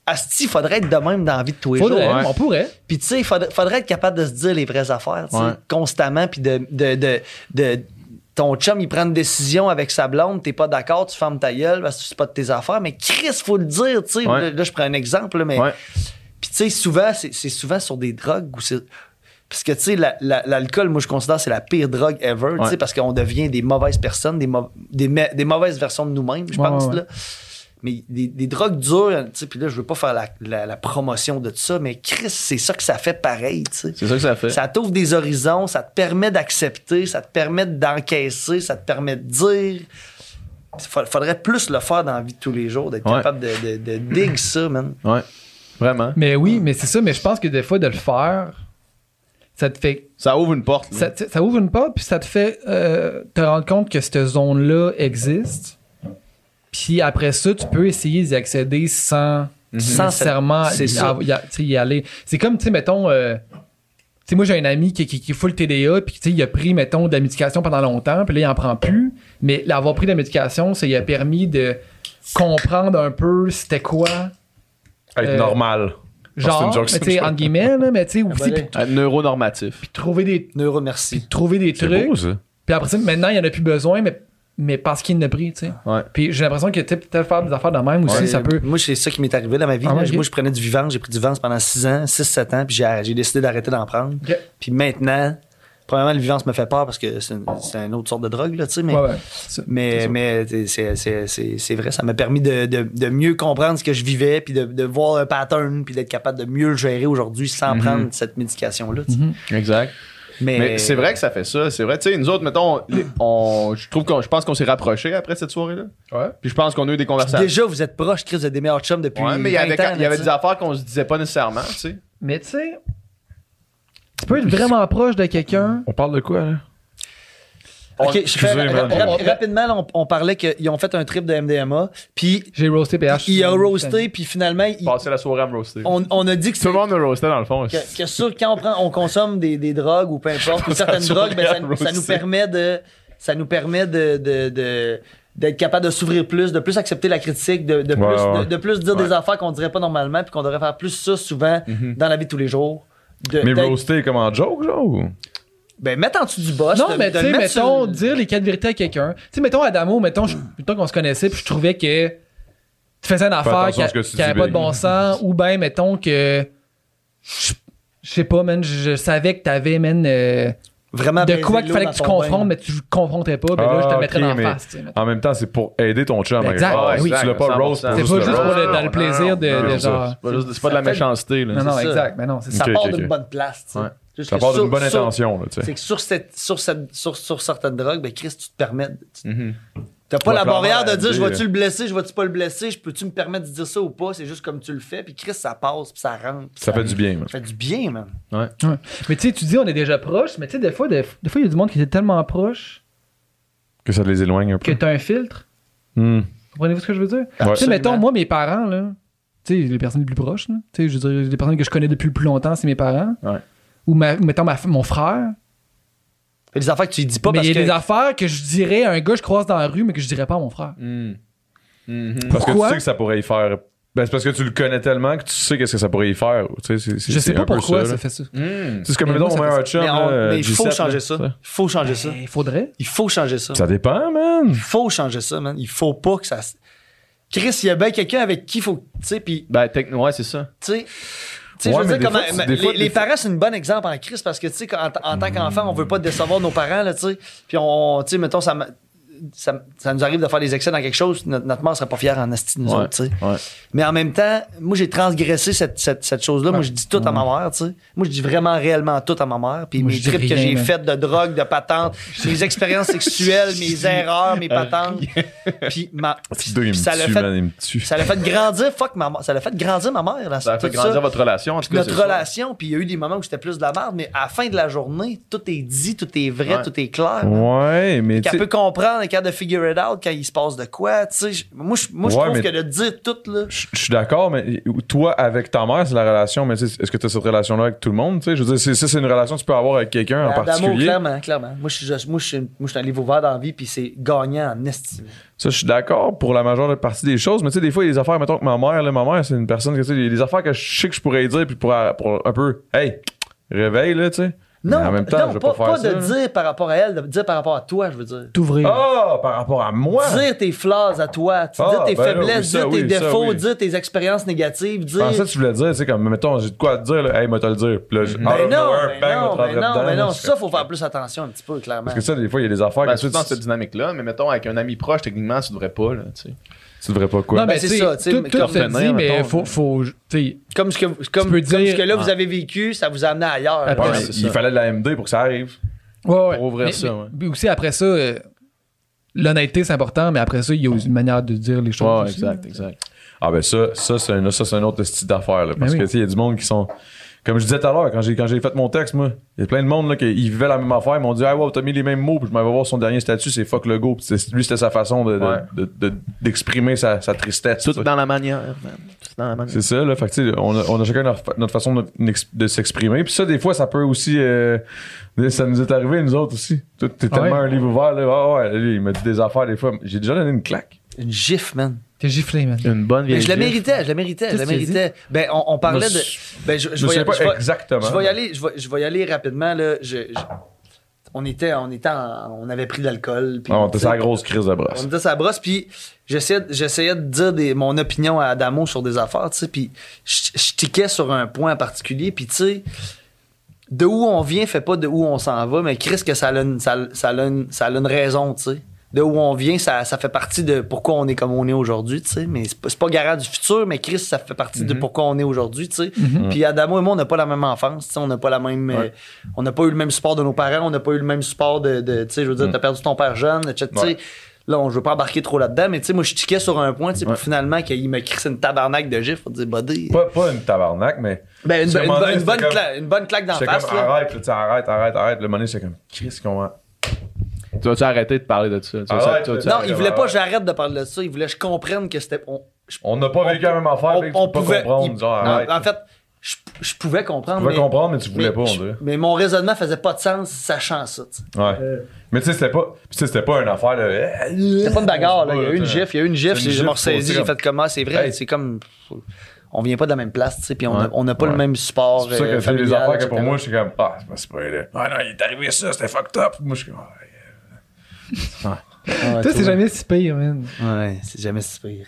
asti, faudrait être de même dans la vie de tous les
Faudrait,
jours.
Ouais.
on pourrait.
Puis tu sais, il faudrait, faudrait être capable de se dire les vraies affaires, tu sais,
Ouais.
constamment, puis de, de, de, de- ton chum, il prend une décision avec sa blonde, t'es pas d'accord, tu fermes ta gueule parce que c'est pas de tes affaires, mais Chris, faut le dire, tu sais.
Ouais.
Là, là, je prends un exemple, là, mais
Ouais.
puis tu sais, souvent, c'est c'est souvent sur des drogues ou c'est. Parce que, tu sais, la- la- l'alcool, moi, je considère que c'est la pire drogue ever, tu
Ouais.
sais, parce qu'on devient des mauvaises personnes, des, mau- des, ma- des mauvaises versions de nous-mêmes, je
Ouais,
pense,
ouais.
là. Mais des, des drogues dures, tu sais, puis là, je veux pas faire la, la- la promotion de tout ça, mais Chris, c'est ça que ça fait pareil, tu sais.
C'est ça que ça fait.
Ça t'ouvre des horizons, ça te permet d'accepter, ça te permet d'encaisser, ça te permet de dire. Fa- Faudrait plus le faire dans la vie de tous les jours, d'être
Ouais.
capable de, de, de dig ça, man.
Ouais. Vraiment.
Mais oui, mais c'est ça, mais je pense que des fois, de le faire, ça te fait.
Ça ouvre une porte. là.
Ça, ça ouvre une porte, puis ça te fait euh, te rendre compte que cette zone-là existe. Puis après ça, tu peux essayer d'y accéder sans
Sans
Mm-hmm. nécessairement
cette- c'est
y,
ça.
av- y a- tu sais, y aller. C'est comme, tu sais, mettons. euh, tu sais, moi, j'ai un ami qui, qui, qui est full TDA, puis tu sais, il a pris, mettons, de la médication pendant longtemps, puis là, il en prend plus. Mais l'avoir pris de la médication, ça lui a permis de comprendre un peu c'était quoi
Être
Euh,
normal. Oh, c'est
genre,
une joke,
mais
c'est
tu sais,
une
entre guillemets, là, mais tu sais, aussi,
Abonné.
puis
Euh, Neuronormatif.
trouver des,
Neuro, merci.
trouver des
C'est
trucs.
beau, ça.
Puis après ça, maintenant, il n'y en a plus besoin, mais, mais parce qu'il en a pris, tu sais.
Ouais.
Puis j'ai l'impression que, tu sais, peut-être faire des affaires de même aussi,
Ouais,
ça peut.
Moi, c'est ça qui m'est arrivé dans ma vie.
Ah
là.
ouais, ok.
Moi, je prenais du vivant, j'ai pris du vivant pendant 6 ans, 6-7 ans, puis j'ai, j'ai décidé d'arrêter d'en prendre.
Ok.
Puis maintenant, premièrement, le vivance me fait peur parce que c'est une, c'est une autre sorte de drogue, là, tu sais, mais.
Ouais, ouais. c'est ça.
Mais, mais c'est- c'est- c'est c'est- c'est vrai, ça m'a permis de, de- de mieux comprendre ce que je vivais, puis de, de voir un pattern, puis d'être capable de mieux le gérer aujourd'hui sans prendre cette médication-là. tu sais.
Mhm.
Exact.
Mais,
Mhm. Mais c'est vrai que ça fait ça. C'est vrai. Tu sais, nous autres, mettons, les- on, je trouve qu'on, je pense qu'on s'est rapprochés après cette soirée-là.
Ouais.
Puis je pense qu'on a eu des conversations.
Déjà, vous êtes proche, Chris, vous êtes des meilleurs chums depuis.
Ouais, mais il y
20
avait,
ans,
il y avait
là,
des affaires qu'on se disait pas nécessairement, tu sais.
Mais tu sais, tu peux être vraiment proche de quelqu'un.
On parle de quoi, là?
Ok, je fais-
Excusez, man.
rap- rapidement, là, on, on parlait qu'ils ont fait un trip de MDMA, puis
J'ai roasté PH.
il a roasté, puis finalement, il-
Passer la soirée à me roaster.
on, on a dit que,
Tout le monde me roastait dans le fond.
c'est- que, que sur- quand on, prend, on consomme des, des drogues ou peu importe, ou certaines
Ça
drogues, ben, ça-
surveille
ça, nous
aussi.
permet de, ça nous permet de, de- de- d'être capable de s'ouvrir plus, de plus accepter la critique, de, de plus,
Ouais, ouais. Mhm.
De, de plus dire des affaires qu'on dirait pas normalement, puis qu'on devrait faire plus ça souvent dans la vie de tous les jours. De-
Mais
d'être-
roaster comme en joke, genre? ou-
Ben, mettre en dessous du boss.
Non,
de-
mais
de
tu sais,
le mettre sur-
mettons, dire les quatre vérités à quelqu'un. Tu sais, mettons, Adamo, mettons, je- mettons qu'on se connaissait, puis je trouvais que tu faisais une affaire
attention à ce que tu
qui n'avait
dis,
pas de
Billy.
bon sens, ou ben, mettons que. Je je sais pas, man, je, je savais que t'avais, man, euh,
Vraiment
de
baiser
quoi qu'il
l'eau
fallait
dans
que tu
ton
confrontes,
bain.
mais tu confrontais pas, ben là, je te
Ah,
mettrais
ok,
dans
mais
la face, tu sais. mettons.
En même temps, c'est pour aider ton chum.
Ben, exact,
Ah,
ben
si
oui.
Tu l'as pas
100%.
roast pour
C'est
juste
pas
le
juste
roast.
pour le, dans le plaisir de,
non,
de
non,
genre.
C'est pas juste- c'est pas de la
Ça fait-
méchanceté, là.
Non, non,
ça.
exact, mais non, c'est
Ça
Ok,
part
ok,
d'une
ok.
bonne place. tu sais.
Ouais.
Juste
Ça
que
part
sur-
d'une bonne
sur-
intention, là, tu sais.
C'est que sur, cette, sur, cette, sur, sur certaines drogues, ben Chris, tu te permets. de- tu- T'as pas
Ouais,
la
Mm-hmm. clairement,
barrière de
elle
dire
dit,
je vais-tu le blesser, je vais-tu pas le blesser, je peux-tu me permettre de dire ça ou pas, c'est juste comme tu le fais, puis Chris, ça passe, puis ça rentre. puis
Ça fait du bien, man.
Ça fait du bien, man.
Ouais. Mais tu sais, tu dis on est déjà proche, mais tu sais, des fois, des, des fois, il y a du monde qui était tellement proche
Que ça les éloigne un
que
peu.
t'as un filtre.
Hmm.
Comprenez-vous ce que je veux dire?
Ouais.
Tu sais, mettons,
Absolument.
moi, mes parents, là, tu sais, les personnes les plus proches, là, tu sais, je veux dire, les personnes que je connais depuis le plus longtemps, c'est mes parents.
Ouais.
Ou ma- mettons ma- mon frère.
Il y a des affaires que tu dis pas
mais il
parce
y a des
que.
affaires que je dirais à un gars que je croise dans la rue, mais que je dirais pas à mon frère.
Hmm.
Parce que tu
Pourquoi?
sais que ça pourrait y faire. Ben, c'est parce que tu le connais tellement que tu sais qu'est-ce que ça pourrait y faire. Tu sais, c'est- c'est-
Je sais
c'est
pas
un peu
pourquoi ça,
là.
fait ça.
Tu sais, C'est comme euh,
Mais moi,
mettons, on
ça
met
fait
un chum.
Mais, on-
là,
mais il faut
17,
changer
là.
ça. Il faut changer ça.
Il faudrait.
Il faut changer ça.
Ça dépend, man.
Il faut changer ça, man. Il faut pas que ça. se- Chris, il y a bien quelqu'un avec qui il faut. Tu sais, puis
Ben, techn- ouais, c'est ça.
tu sais. Tu sais,
Ouais,
je
mais
veux dire,
des
comment-
fois, tu-
mais
des
les,
fois-
les
des fois- Hmm.
parents, c'est une bonne exemple en crise parce que, tu sais, quand- en, en tant qu'enfant, on veut pas décevoir nos parents, là, tu sais. Puis, on, tu sais, mettons, ça, m'a- ça, ça nous arrive de faire des excès dans quelque chose, notre, notre mère serait pas fière en asti de nous
Ouais,
autres, tu sais.
ouais.
Mais en même temps, moi, j'ai transgressé cette, cette, cette chose-là. Moi, je dis tout à ma
Hmm.
mère, tu sais. Moi, je dis vraiment, réellement tout à ma mère. Puis,
Moi,
mes
je dis
trips que
rien,
j'ai
hein.
man.
faites de drogue, de patente, mes expériences sexuelles, mes erreurs, mes patentes. Puis, ma,
Petit deux, il
puis
me
ça l'a
tue,
fait
man, il me tue.
ça l'a fait grandir, fuck ma mère. Ça l'a fait grandir ma mère dans
Ça a fait
tout
grandir
ça.
votre relation, en tout cas.
Notre
c'est ça.
relation, puis il y a eu des moments où c'était plus de la merde, mais à la fin de la journée, tout est dit, tout est vrai,
Ouais.
tout est clair.
Ouais, mais tu
Qu'elle
sais-
peut comprendre, qu'elle capable de figure it out quand il se passe de quoi, tu sais. Je- Moi, je, moi, je
Ouais,
trouve
mais-
que de dire tout, là.
Je je suis d'accord, mais toi, avec ta mère, c'est la relation, mais tu sais, est-ce que tu as cette relation-là avec tout le monde? tu sais? Je veux dire, c'est- ça, c'est une relation que tu peux avoir avec quelqu'un en
Adamo,
particulier.
clairement, clairement. Moi, je suis, juste- moi, je suis, moi, je suis un livre ouvert dans la vie, puis c'est gagnant en estime.
Ça, je suis d'accord pour la majeure partie des choses, mais tu sais, des fois, il y a des affaires, mettons que ma mère, là, ma mère, c'est une personne que tu sais, il y a des affaires que je sais que je pourrais dire, puis pour, pour un peu, hey, réveille, là, tu sais.
Non,
Mais en même temps,
non,
je vais
pas,
pas,
pas
faire
de
ça. là.
dire par rapport à elle, de dire par rapport à toi, je veux dire.
T'ouvrir.
Oh!
Ah, par rapport à moi.
Mm. Dire tes flaws à toi, tu-
Ah,
dire tes
ben là,
faiblesses,
oui, ça,
dire tes
oui, ça,
défauts,
oui.
dire tes expériences négatives,
Je
dire.
pensais que tu voulais dire, tu sais, comme, mettons, j'ai de quoi te dire, là, hey, moi, te le dire. Puis là, je- out
Ben
of
non,
nowhere,
ben
bang, me
non,
tremperais
ben non,
dedans,
ben
là,
non.
je-
Ça, faut faire plus attention un petit peu, clairement.
Parce que ça, des fois, il y a des affaires
Ben,
que tu,
surtout dans cette
tu,
dynamique-là, mais mettons, avec un ami proche, techniquement, tu devrais pas, là, tu sais.
tu devrais pas quoi.
Non, mais
Ben, c'est
tu sais,
ça, tu sais,
tout,
mais
tout
comme
se
tenir,
dit, mais
mettons,
faut,
là.
faut, tu sais,
Comme ce que, comme,
peux
comme
dire-
ce que là, vous avez vécu, ça vous a amené ailleurs.
Après,
Ah, Ouais,
là.
mais
c'est
il
ça.
fallait de la MD pour que ça arrive.
Ouais, ouais.
Pour ouvrir
Mais-
ça,
mais-
ouais.
mais aussi, après ça, euh, l'honnêteté, c'est important, mais après ça, il y a une manière de dire les choses.
Ouais,
aussi,
exact, exact.
Ah ben ça, ça c'est un, ça, c'est un autre style d'affaire. là, Parce
Ben oui.
que tu sais, il y a du monde qui sont. Comme je disais tout à l'heure, quand j'ai, quand j'ai fait mon texte, moi, il y a plein de monde là, qui ils vivaient la même affaire. Ils m'ont dit Ah wow, t'as mis les mêmes mots, puis je m'en vais voir son dernier statut, c'est fuck le go. Puis c'est- lui, c'était sa façon de, de-
Ouais.
de- de- d'exprimer sa, sa tristesse.
Tout
tu sais.
dans la manière, man. Tout dans la manière.
C'est ça, là. Fait que, tu sais, on a, on a chacun notre, fa- notre façon de, de s'exprimer. Puis ça, des fois, ça peut aussi. euh, ça nous est arrivé, nous autres aussi. Toi, T'es
Ah
tellement
ouais?
un livre ouvert, là. Ah ouais, lui, il m'a dit des affaires, des fois. J'ai déjà donné une claque.
Une gifle, man.
T'es giflé, man.
Une bonne
Mais
vieille
je la
gifle.
méritais, je la méritais, je
Qu'est-ce
la
qu'il a dit?
méritais. Ben, on, on parlait
Je
de.
me
Ben, je,
Je me
je vais y
souviens
aller- je
pas
vais-
exactement.
je vais y aller, je vais, je vais y aller rapidement, là. Je- je- on était, on était en- on avait pris de l'alcool. puis-
Ah, on était sur la grosse crise de brosse.
On était sa brosse, puis j'essayais, j'essayais de dire des- mon opinion à Adamo sur des affaires, tu sais, puis je je tiquais sur un point en particulier, puis tu sais, de où on vient fait pas de où on s'en va, mais Chris, que ça a une, ça, ça a une- ça a une raison, tu sais. De où on vient, ça, ça fait partie de pourquoi on est comme on est aujourd'hui, tu sais. Mais c'est pas, c'est pas garant du futur, mais Chris, ça fait partie
Mhm.
de pourquoi on est aujourd'hui, tu sais. Puis Adamo et moi, on n'a pas la même enfance, tu sais. On n'a pas la même. euh, on n'a pas eu le même support de nos parents, on n'a pas eu le même support de. de, tu sais, je veux dire, t'as perdu ton père jeune, etc. tu sais.
Mhm. Ouais.
Là, on, je veux pas embarquer trop là-dedans, mais tu sais, moi, je tiquais sur un point, tu sais, pour finalement qu'il me crisse une tabarnak de gifle pour dire, buddy.
Pas, pas une tabarnak, mais.
Ben,
Parce
une,
qu'à un
une-
moment donné,
une bonne
c'était comme-
cla- une bonne claque d'en
J'étais
face,
comme, Ah,
là.
arrête, là, tu sais, arrête, arrête, arrête. Le monnaie, c'est comme, qu'est-ce qu'on va.
Tu vas-tu arrêter de parler de ça? Tu vas-tu-
Arrête.
tu vas-tu-
Ah Non,
Ouais,
il voulait
ouais,
pas
ouais.
que j'arrête de parler de ça. Il voulait que je comprenne que c'était. On, je-
On n'a pas vécu la même affaire,
on-
fait que
on
tu peux pas
pouvait-
comprendre.
il-
genre,
non,
arrête.
en fait, je, je pouvais comprendre.
tu pouvais
mais,
comprendre, mais tu voulais
mais
pas, on
je-
dirait.
mais mon raisonnement faisait pas de sens sachant ça. tu sais.
Ouais. Mais tu sais, c'était pas, puis tu sais, c'était pas une affaire de.
euh,
eh,
C'était pas une bagarre. là. Il y a eu une
gifle.
gifle. Il y a eu une gifle.
Une
j'ai- Je
gifle,
me ressaisis.
c'est
J'ai
comme-
fait comment C'est vrai.
Hey.
C'est comme. on vient pas de la même place, tu sais, puis on
Ouais.
a- on n'a pas
Ouais.
le même support.
C'est pour ça
euh,
que c'est des
familial,
affaires que pour
etc.
moi, je suis comme, ah, c'est pas- c'est pas là. Ah non, il est arrivé ça, c'était fucked up. Moi, je suis comme, ah,
Ouais,
Toi,
tu
c'est
vois.
jamais si pire, man.
Ouais, c'est jamais si pire.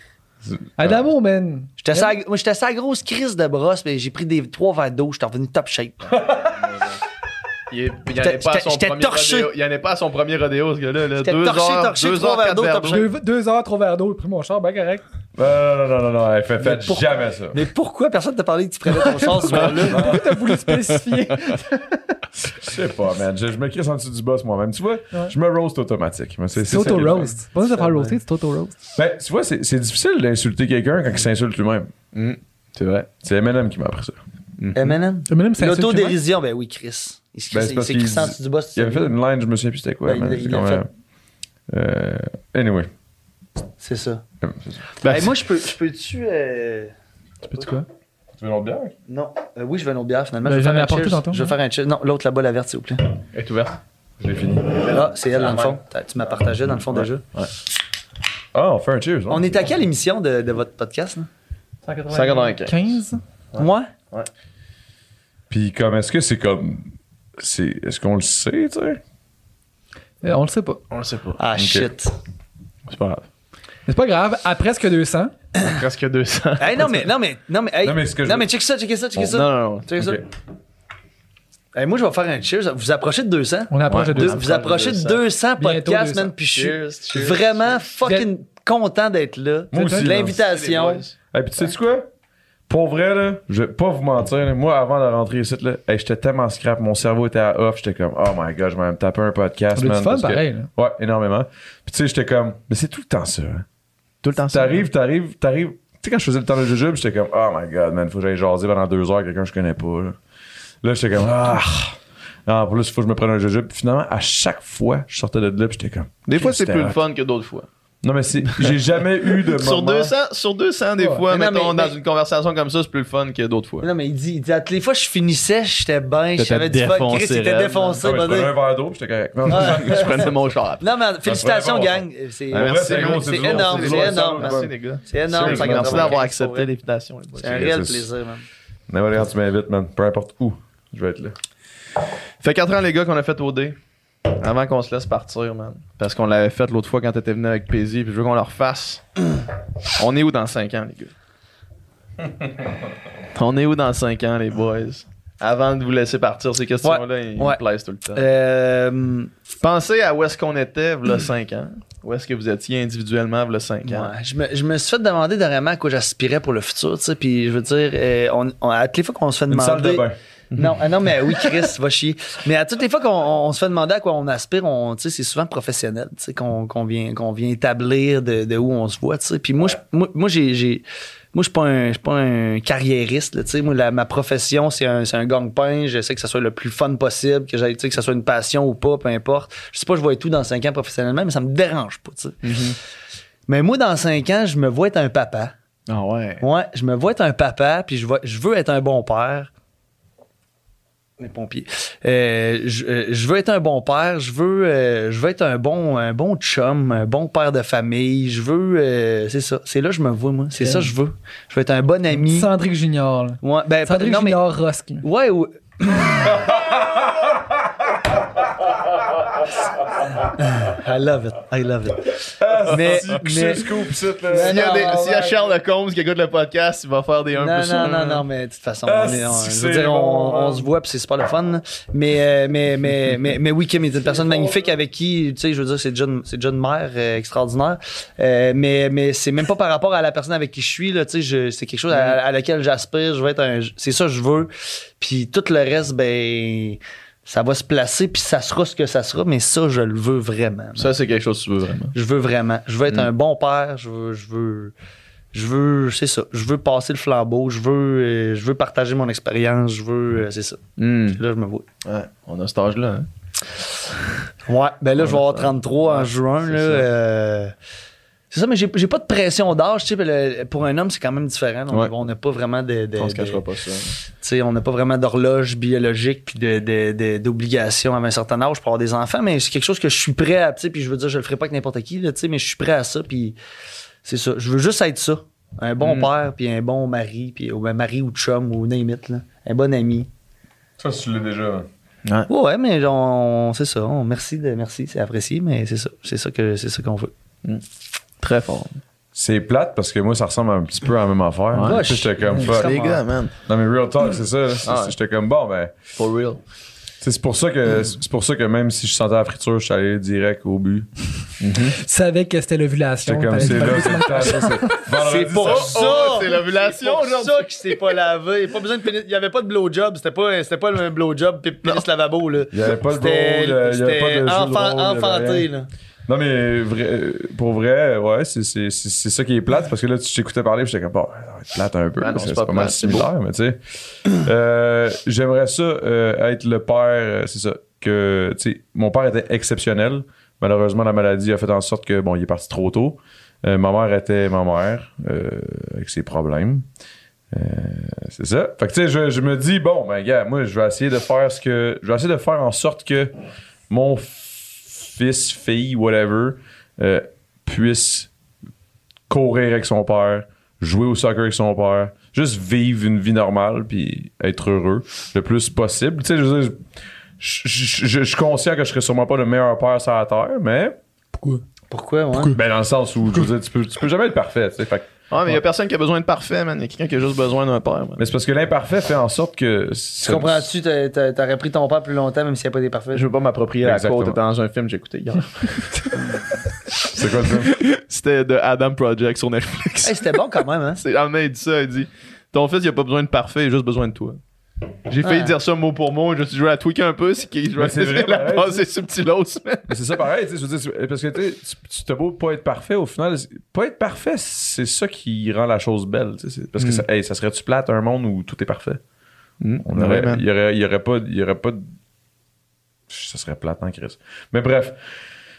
Adamo, man.
J'étais sa, moi, j'étais sa grosse crise de brosse, mais j'ai pris des trois verres d'eau, j'étais revenu top shape.
Il est- il y en
J'étais-
est pas à son
j'étais
premier
torché.
rodéo. Il y en est pas à son premier rodéo, ce gars-là. là.
J'étais
Deux
torché,
heures,
torché,
deux
trois
heures,
verres
quatre
d'eau,
verres
top
d'eau.
Deux, deux heures, trois verres d'eau, j'ai pris mon char, ben correct.
Non, non, non, non, non, elle fait, faites
pourquoi-
jamais ça.
Mais pourquoi personne t'a parlé que tu prenais ton char ce soir-là?
Pourquoi t'as voulu spécifier?
Je sais pas, man. Je, je me crisse en dessous du boss moi-même. Tu vois, je me roast automatique. Mais
C'est
ça qui est le fun.
auto-roast. C'est Pas besoin de faire roaster, c'est auto-roast.
Ben, tu vois, c'est c'est difficile d'insulter quelqu'un quand il s'insulte lui-même.
C'est vrai.
C'est M&M qui m'a appris ça.
Eminem?
Eminem, c'est insulte humaine.
L'autodérision, ben oui, Chris. Il se
Ben, c'est
crisse- il
parce
s'est
qu'il
crissé en
dit-
dessous du boss.
Il avait fait une line, je me souviens plus c'était quoi.
Ben,
man.
il-
C'est
il l'a
quand même- Euh, anyway.
C'est ça.
Euh, c'est ça.
Ben,
Hey, moi, je peux- je peux-tu. euh,
Tu veux une autre bière?
Non. Euh, oui, je vais à une autre bière finalement.
Ben,
je vais
j'en ai
faire un
apporté
cheers.
tantôt,
Je vais
hein.
faire un cheers. Non, l'autre là-bas, la verte, s'il vous plaît.
Elle est ouverte.
Je l'ai fini.
Ah, c'est elle, dans le fond. T'as- Tu m'as partagé, dans le fond, déjà.
Ah, on fait un cheers.
On est à quelle émission de, de votre podcast, là?
195.
15?
Moi?
Puis comme, est-ce que c'est comme... c'est- Est-ce qu'on le sait, tu sais?
Euh, on le sait pas.
On le sait pas.
Ah,
Ok.
shit.
C'est pas grave.
Mais c'est pas grave, à presque 200.
Presque 200.
Hey, non, mais, non, mais, non, mais, hey.
Non, mais ce que je
non,
veux-
mais check ça, check ça, check
Non,
ça.
non, non.
Check ça.
Ok.
Hey, moi, je vais faire un cheers. Vous approchez de 200?
On approche
Ouais.
de
Deux-
200.
vous approchez de 200
Bientôt
podcasts,
200.
man, puis je
Cheers,
suis
cheers,
vraiment fucking content d'être là.
Moi aussi,
L'invitation.
Et puis, tu sais quoi? Pour vrai, là, je vais pas vous mentir, là, moi, avant de rentrer ici, là, hey, j'étais tellement scrap, mon cerveau était à off, j'étais comme, oh my god, je vais me taper un podcast,
On a
man.
du fun,
parce que-
pareil. là.
Ouais, énormément. Puis, tu sais, j'étais comme, mais c'est tout le temps ça. hein.
Tout le temps ça.
T'arrives, t'arrives, t'arrives. Tu sais, quand je faisais le temps de jujube, j'étais comme, oh my god, man, faut que j'aille jaser pendant deux heures avec quelqu'un que je connais pas, là. Là, j'étais comme, ah. Non, pour là, il faut que je me prenne un jujube. Puis finalement, à chaque fois, je sortais de là, puis j'étais comme.
Des fois,
Christ,
c'est plus
c'était
le fun que d'autres fois.
Non, mais c'est, j'ai jamais eu de
Sur
moment-
200, sur 200 des fois,
Mais non,
mettons,
mais-
dans
mais-
une conversation comme ça, c'est plus le fun que d'autres fois.
Mais Non, mais il dit, il dit, à toutes les fois, je finissais, j'étais bien,
T'étais
j'avais du fun.
défoncé, Ah
Chris, il était
raide,
défoncé.
Non, mais Ah je
bon,
prenais un
Non,
verre d'eau, puis j'étais correct. Non,
Ah.
je prenais mon char.
mais félicitations,
prenait un
gang. C'est
Ah, Ouais, merci,
c'est gros, c'est
c'est
du lourd,
énorme,
c'est du
c'est
lourd,
énorme.
c'est du lourd.
Merci, les gars.
C'est énorme.
Merci,
ça
Merci
commence
d'avoir
à-
accepté l'invitation. les boys.
C'est un réel
C'est-
plaisir, man.
Non, mais regarde, tu m'invites, man. Peu importe où, je vais être là.
Fait 4 ans, les gars, qu'on a fait au dé. Avant qu'on se laisse partir, man. Parce qu'on l'avait fait l'autre fois quand t'étais venu avec Paisy, puis je veux qu'on le refasse. On est où dans 5 ans, les gars? On est où dans 5 ans, les boys? Avant de vous laisser partir, ces questions-là, ils
Ouais.
me plaisent tout le temps.
Euh,
Pensez à où est-ce qu'on était, v'là 5 ans. Où est-ce que vous étiez individuellement, v'là 5 ans.
ouais, je, me, je me suis fait demander dernièrement à quoi j'aspirais pour le futur, tu sais, puis je veux dire, euh, on, on- à toutes les fois qu'on se fait
Une
demander...
salle de bain.
Non, ah non, mais oui, Chris, va chier. Mais à toutes les fois qu'on on- on se fait demander à quoi on aspire, on, tu sais, c'est souvent professionnel, tu sais, qu'on qu'on vient, qu'on vient établir de, de où on se voit, tu sais. Puis moi, je- moi, moi, j'ai, j'ai- moi, je suis pas un, je suis pas un carriériste, là, tu sais. Moi, la- ma profession, c'est un, c'est un gang-pain. J'essaie que ça soit le plus fun possible, que j'aille, tu sais, que ça soit une passion ou pas, peu importe. Je sais pas, je vois tout dans cinq ans professionnellement, mais ça me dérange pas, tu sais. Mais moi, dans cinq ans, je me vois être un papa.
Ah ouais.
Ouais, je me vois être un papa, puis je, vois- je veux être un bon père. Les pompiers. Euh, je, euh, je veux être un bon père, je veux, euh, je veux être un bon, un bon chum, un bon père de famille. Je veux. euh, c'est ça. C'est là que je me vois, moi. C'est ça que je veux. Je veux être un bon ami.
Cendrick Junior. là.
Ouais, ben, pas-
Cendrick
non, mais-
Junior Rosk. là.
Ouais, ou- I love it. I love it. Mais, mais-
scoop, c'est
S'il y, a
Euh, Non,
des-
non,
s'il y a
non.
Charles Combs qui écoute le podcast, il va faire des 1
non,
plus
non,
1.
non, non, mais de toute façon,
Ah,
on, est- on-
si,
je veux
c'est
dire, on,
bon,
on
hein.
se voit, puis c'est super le fun. Mais, euh, mais, mais, mais, mais oui, Kim est une personne
hein.
magnifique avec qui, tu sais, je veux dire, c'est déjà, une- c'est déjà une mère euh, extraordinaire. Euh, mais, mais c'est même pas par rapport à la personne avec qui je suis, là, tu sais, je- c'est quelque chose
Mm-hmm.
à, à laquelle j'aspire, je veux être un, c'est ça que je veux. Puis tout le reste, ben, ça va se placer, puis ça sera ce que ça sera, mais ça, je le veux vraiment.
Ça, c'est quelque chose que tu veux vraiment.
Je veux vraiment. Je veux être
Mm.
un bon père. Je veux, je veux, je veux, c'est ça. Je veux passer le flambeau. Je veux, euh, je veux partager mon expérience. Je veux, euh, c'est ça.
Mm.
Là, je me vois.
Ouais, on a cet âge-là. hein.
Ouais. Ben là, je vais avoir 33 en juin.
c'est
là,
ça.
euh, C'est ça, mais j'ai j'ai pas de pression d'âge. tu sais, ben, le- Pour un homme, c'est quand même différent. On
Ouais.
on n'a pas vraiment de. de-
On
de-
se cachera pas ça.
Tu sais, on n'a pas vraiment d'horloge biologique puis de- de- de- d'obligation de, à un certain âge pour avoir des enfants, mais c'est quelque chose que je suis prêt à, tu sais, puis je veux dire, je le ferai pas avec n'importe qui, là, tu sais, mais je suis prêt à ça, puis c'est ça. Je veux juste être ça. Un bon
Mm.
père, puis un bon mari, puis ou un mari ou chum, ou name it, là. Un bon ami.
Ça, tu l'as déjà. hein.
Ouais, ouais, mais genre, on- c'est ça. on- merci, de, merci, c'est apprécié, mais c'est ça. C'est ça que- c'est ça qu'on veut.
Très fort.
C'est plate parce que moi, ça ressemble un petit peu à la même affaire.
Ouais.
Puis J'étais comme fuck.
Les gars, man.
Non, mais real talk, c'est ça. C'est-
Ah ouais.
J'étais comme bon, ben.
For real.
C'est c'est pour ça que c'est pour ça que même si je sentais la friture, je suis allé direct au but.
Tu savais que c'était l'ovulation.
J'étais comme
t'avais
c'est
pas
là,
vu
c'est
ça.
le temps, ça, c'est vendredi, ça.
oh, c'est l'ovulation
C'est pour ça qu'il s'est pas lavé. Pas besoin de pénis- Il n'y avait pas de blowjob. C'était pas, c'était pas le blowjob pis pénis lavabo. Là.
Il y avait pas de
C'était-
drôle, euh, il y avait pas de
C'était
jeu de
enfant-
rôle, il y avait
enfanté.
rien.
Là.
Non, mais vrai- euh, pour vrai, ouais, c'est- c'est c'est- c'est ça qui est plate parce que là, tu t'écoutais parler et j'étais comme, bah, ça va être plate un peu.
Ben non,
c'est
c'est
c'est
pas
pas, mal
plate, c'est beau.
similaire, mais tu sais. Euh, J'aimerais ça euh, être le père, euh, c'est ça, que, tu sais, mon père était exceptionnel. Malheureusement, la maladie a fait en sorte que, bon, il est parti trop tôt. Euh, ma mère était ma mère, euh, avec ses problèmes. Euh, c'est ça. Fait que, tu sais, je, je me dis, bon, ben, gars, moi, je vais essayer de faire ce que. Je vais essayer de faire en sorte que mon f- fils, fille, whatever, euh, puisse courir avec son père, jouer au soccer avec son père, juste vivre une vie normale puis être heureux le plus possible. Tu sais, je veux dire, je, je- je- je suis conscient que je serais sûrement pas le meilleur père sur la terre, mais
Pourquoi, ouais?
ben dans le sens où je veux dire, tu peux, tu peux jamais être parfait. tu sais. Fait que-
Ouais, Ah, mais il y a personne qui a besoin de parfait, man. Il y a quelqu'un qui a juste besoin d'un père, man.
mais c'est parce que l'imparfait fait en sorte que
Tu comprends-tu? t'a- t'a- T'aurais pris ton père plus longtemps, même s'il n'y a pas des parfaits.
Je veux pas m'approprier la
Exactement.
quote. C'était dans un film que j'ai écouté hier.
C'est quoi le film?
C'était de Adam Project sur Netflix.
Hey, c'était bon quand même, hein?
C'est, ah, mais il dit ça, il dit Ton fils, il a pas besoin de parfait, il a juste besoin de toi. J'ai failli
Ah.
dire ça mot pour mot, je suis joué à tweaker un peu, c'est qu'il je vais
Mais c'est vrai,
la
pareil,
passer subtilos, man.
Mais c'est ça pareil, tu sais, je veux dire, c'est- parce que tu sais, tu- tu t'as beau pas être parfait, au final, c'est- pas être parfait, c'est ça qui rend la chose belle. tu sais, c'est-
Mm.
Parce que ça, hey, ça serait-tu plate un monde où tout est parfait? On aurait,
Ouais, man.
il y aurait, il y aurait pas, il y aurait pas de- ça serait plate, hein, Chris. Mais bref.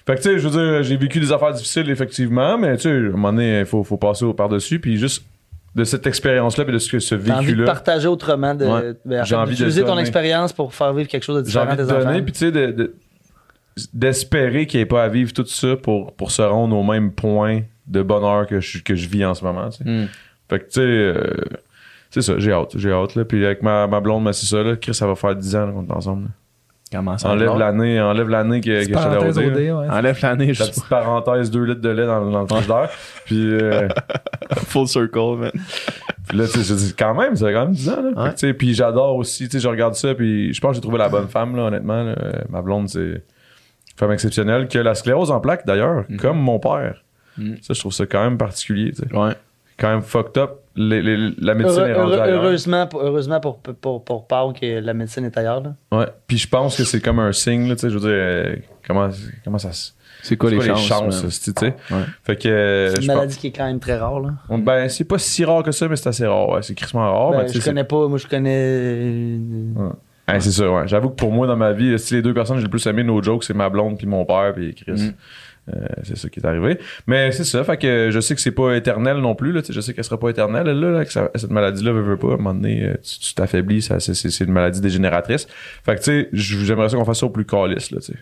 Fait que, tu sais, je veux dire, j'ai vécu des affaires difficiles, effectivement, mais tu sais, à un moment donné, il faut, faut passer au par-dessus, puis juste de cette expérience-là, puis de ce, que- ce
T'as envie de
vécu-là.
partager autrement, de,
Ouais.
ben, en
J'ai
fait,
envie de
d'utiliser ton
donner.
expérience pour faire vivre quelque chose de
J'ai
différent
envie
à
de
tes
donner,
enfants.
puis tu sais, de- de- d'espérer qu'il n'y ait pas à vivre tout ça pour, pour se rendre au même point de bonheur que je, que je vis en ce moment. tu sais.
Hmm.
Mm.
Fait que tu sais, euh, c'est ça, j'ai hâte, j'ai hâte. Là. Puis avec ma, ma blonde, mais c'est ça, là, Chris, ça va faire 10 ans là, qu'on est ensemble. là.
Comment
Enlève l'année, enlève l'année que, que je t'avais
Parenthèse
rodée,
OD,
là.
ouais.
Enlève l'année,
La
juste
petite parenthèse, 2 litres de lait dans, dans le frigidaire. Puis, euh,
full circle, man.
puis là, tu sais, je dis, quand même, ça fait quand même 10 ans. Là. Fait que,
Ouais.
tu sais, puis j'adore aussi, tu sais, je regarde ça, puis je pense que j'ai trouvé la bonne femme, là, honnêtement. là. Euh, Ma blonde, c'est une femme exceptionnelle, qui a la sclérose en plaques, d'ailleurs, comme mon père.
Mhm.
Ça, je trouve ça quand même particulier, tu sais.
Ouais.
Quand même fucked up. Les- les- la médecine
Heureux-
est rendue
heureux-
ailleurs.
heureusement, pour, heureusement pour, pour, pour Paul que la médecine est ailleurs. Là.
Ouais. Puis je pense que c'est comme un signe, là, tu sais, je veux dire, euh, comment, comment ça se...
C'est quoi,
c'est
les chances,
ça, c'est- tu sais.
Ouais.
Fait que... euh,
C'est une
je pense-
maladie qui est quand même très rare. Là.
On- Ben, c'est pas si rare que ça, mais c'est assez rare. ouais. C'est crissement rare.
Ben,
mais Ah, tu sais,
je connais pas, moi je connais.
c'est Ouais, c'est ça, ouais. J'avoue que pour moi, dans ma vie, si les deux personnes que j'ai le plus aimé, nos jokes, c'est ma blonde puis mon père puis Chris.
Mm.
Euh, c'est ça qui est arrivé. Mais c'est ça, fait que je sais que c'est pas éternel non plus. Là, tu sais, je sais qu'elle sera pas éternelle, elle, là, là, que ça- cette maladie-là veut, veut pas. À un moment donné, euh, tu tu t'affaiblis, ça, c'est, c'est- c'est une maladie dégénératrice. Fait que tu sais, j- j'aimerais ça qu'on fasse ça au plus calice, là, tu sais.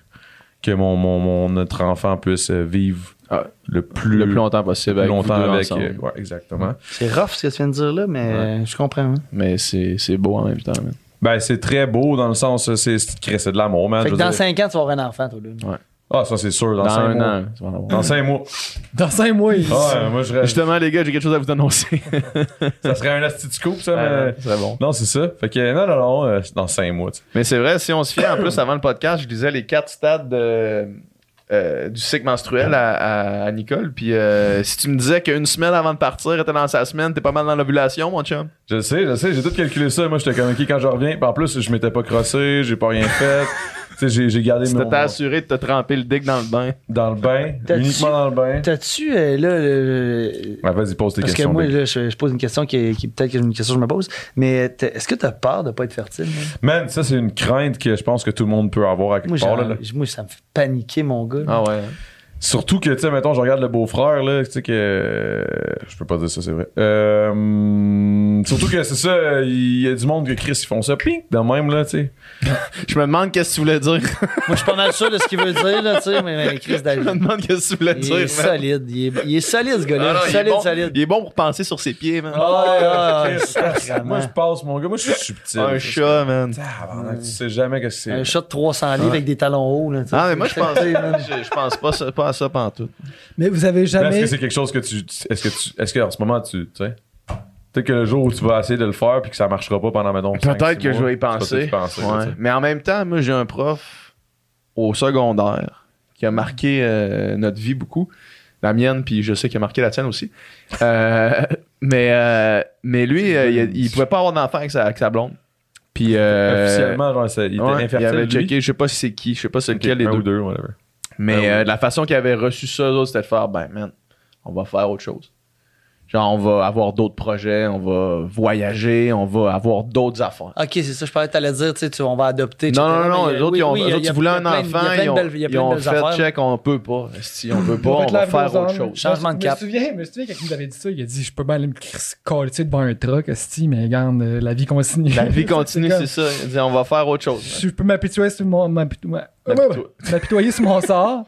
Que mon, mon, mon- notre enfant puisse euh, vivre
Ah,
le plus,
Le plus longtemps possible avec
longtemps
vous deux
avec.
ensemble. Mm.
euh, ouais, exactement.
C'est rough ce que tu viens de dire là, mais euh, je comprends. hein.
Mais c'est, c'est beau en même temps, man.
Ben, c'est très beau dans le sens, euh, c'est, c'est, Chris, c'est de l'amour, man.
Fait
Ah, je
que
veux
dans
dire.
5 ans, tu vas avoir un enfant, toi. Là.
Ah, ça, c'est sûr, dans,
Dans,
cinq
un
mois.
an, tu vas en avoir.
Dans cinq mois.
Dans 5 mois, il-
Ah, ouais, moi, je reste-
Justement, les gars, j'ai quelque chose à vous annoncer.
ça serait un asti de scoop, ça, mais.
C'est bon.
Non, c'est ça. Fait que, non, non, non, euh, c'est dans cinq mois, tu sais.
Mais c'est vrai, si on se fie en plus avant le podcast, je disais les quatre stades de- euh, du cycle menstruel à, à- à Nicole. Puis euh, si tu me disais qu'une semaine avant de partir, était dans sa semaine, t'es pas mal dans l'ovulation, mon chum.
Je le sais, je le sais, j'ai tout calculé ça. Moi, j'étais comme, ok, quand je reviens. Puis en plus, je m'étais pas crossé, j'ai pas rien fait. tu sais, j'ai, j'ai gardé
Tu
mon.
t'es assuré de te tremper le dick dans le bain.
Dans le bain,
T'as-tu-
uniquement dans le bain.
T'as-tu euh, là. le-
Ouais, vas-y, pose tes
Parce que
questions.
moi,
Bill.
là, je, je pose une question qui, est- qui est peut-être que- une question que je me pose, mais t'as- est-ce que t'as peur de pas être fertile? man?
Man, ça, c'est une crainte que je pense que tout le monde peut avoir à quelque
Moi,
part,
j'en-
là, là.
moi, ça me fait paniquer, mon gars.
Ah ouais.
Surtout que, tu sais, mettons, je regarde le beau-frère, là, tu sais, que. euh, Je peux pas dire ça, c'est vrai. Euh, surtout que c'est ça, il y a du monde que Chris, ils font ça, ping, de même, là, tu sais.
Je me demande qu'est-ce que tu voulais dire.
Moi, je suis pas mal sûr de ce qu'il veut dire, là, tu sais, mais, mais Chris
Je
David.
me demande qu'est-ce que tu voulais
Il
dire.
est
man.
solide. Il est, il est solide, ce
Ah
gars-là.
non, il est
solide,
bon-
solide.
Il est bon pour penser sur ses pieds, man.
Ah, ouais, ouais,
Chris,
sacrément.
moi, je passe, mon gars. Moi, je suis subtil.
un chat, man.
Tabarnak, tu sais jamais qu'est-ce
Un
que c'est.
chat de 300 livres avec des talons hauts. Là, tu sais.
Ah, mais moi, je pense, je, je pense pas, ça- pas à ça pantoute.
Mais vous avez
Mais Est-ce
jamais.
que c'est quelque chose que tu. Est-ce que tu. Est-ce qu'en ce moment, tu. Tu sais. Peut-être que le jour où tu vas essayer de le faire puis que ça marchera pas pendant, mettons, cinq,
Peut-être
six
que
mois,
je vais y
tu vas peut-être
penser.
là,
Ouais.
tu sais.
Mais en même temps, moi, j'ai un prof au secondaire qui a marqué euh, notre vie beaucoup. La mienne, puis je sais qu'il a marqué la tienne aussi. Euh, mais, euh, mais lui, euh, il, il pouvait pas avoir d'enfant avec sa, avec sa blonde. Puis, euh,
Officiellement, genre, ça- il était
ouais,
infertile.
il avait
lui.
checké, je sais pas si c'est qui, je sais pas c'est
Ok,
lequel
ben
des
un ou
deux.
deux, whatever.
Mais
Ben
Ah oui.
euh, de la façon qu'il avait reçu ça, eux autres, c'était de faire ben man, on va faire autre chose. Genre, on va avoir d'autres projets, on va voyager, on va avoir d'autres affaires.
Ok, c'est ça, je parlais que t'allais dire, tu sais, tu- on va adopter.
Non, non,
etc.
non,
Mais,
les
euh,
autres,
oui,
ils ont,
oui,
eux
il y a-
autres,
il y
ils
a
voulaient
plein
un
de-
enfant,
Il y
ils
a plein de belles,
ont,
il y a
ils
plein
ont
de belles
fait
affaires.
check, on peut pas. Si on peut pas, on
Faut être
va
la
faire
grosse
autre
arme.
chose.
Changement de
Je
cap.
me souviens, je me souviens quand il nous avait dit ça, il a dit Je peux bien aller me crisser devant un truck, esti, mais regarde, euh, la vie continue.
La vie continue,
comme-
c'est ça. Il dit, on va faire autre chose.
Je peux m'apitoyer sur mon. m'apito- ouais, ouais,
M'apito-
ouais, M'apitoyer sur mon sort,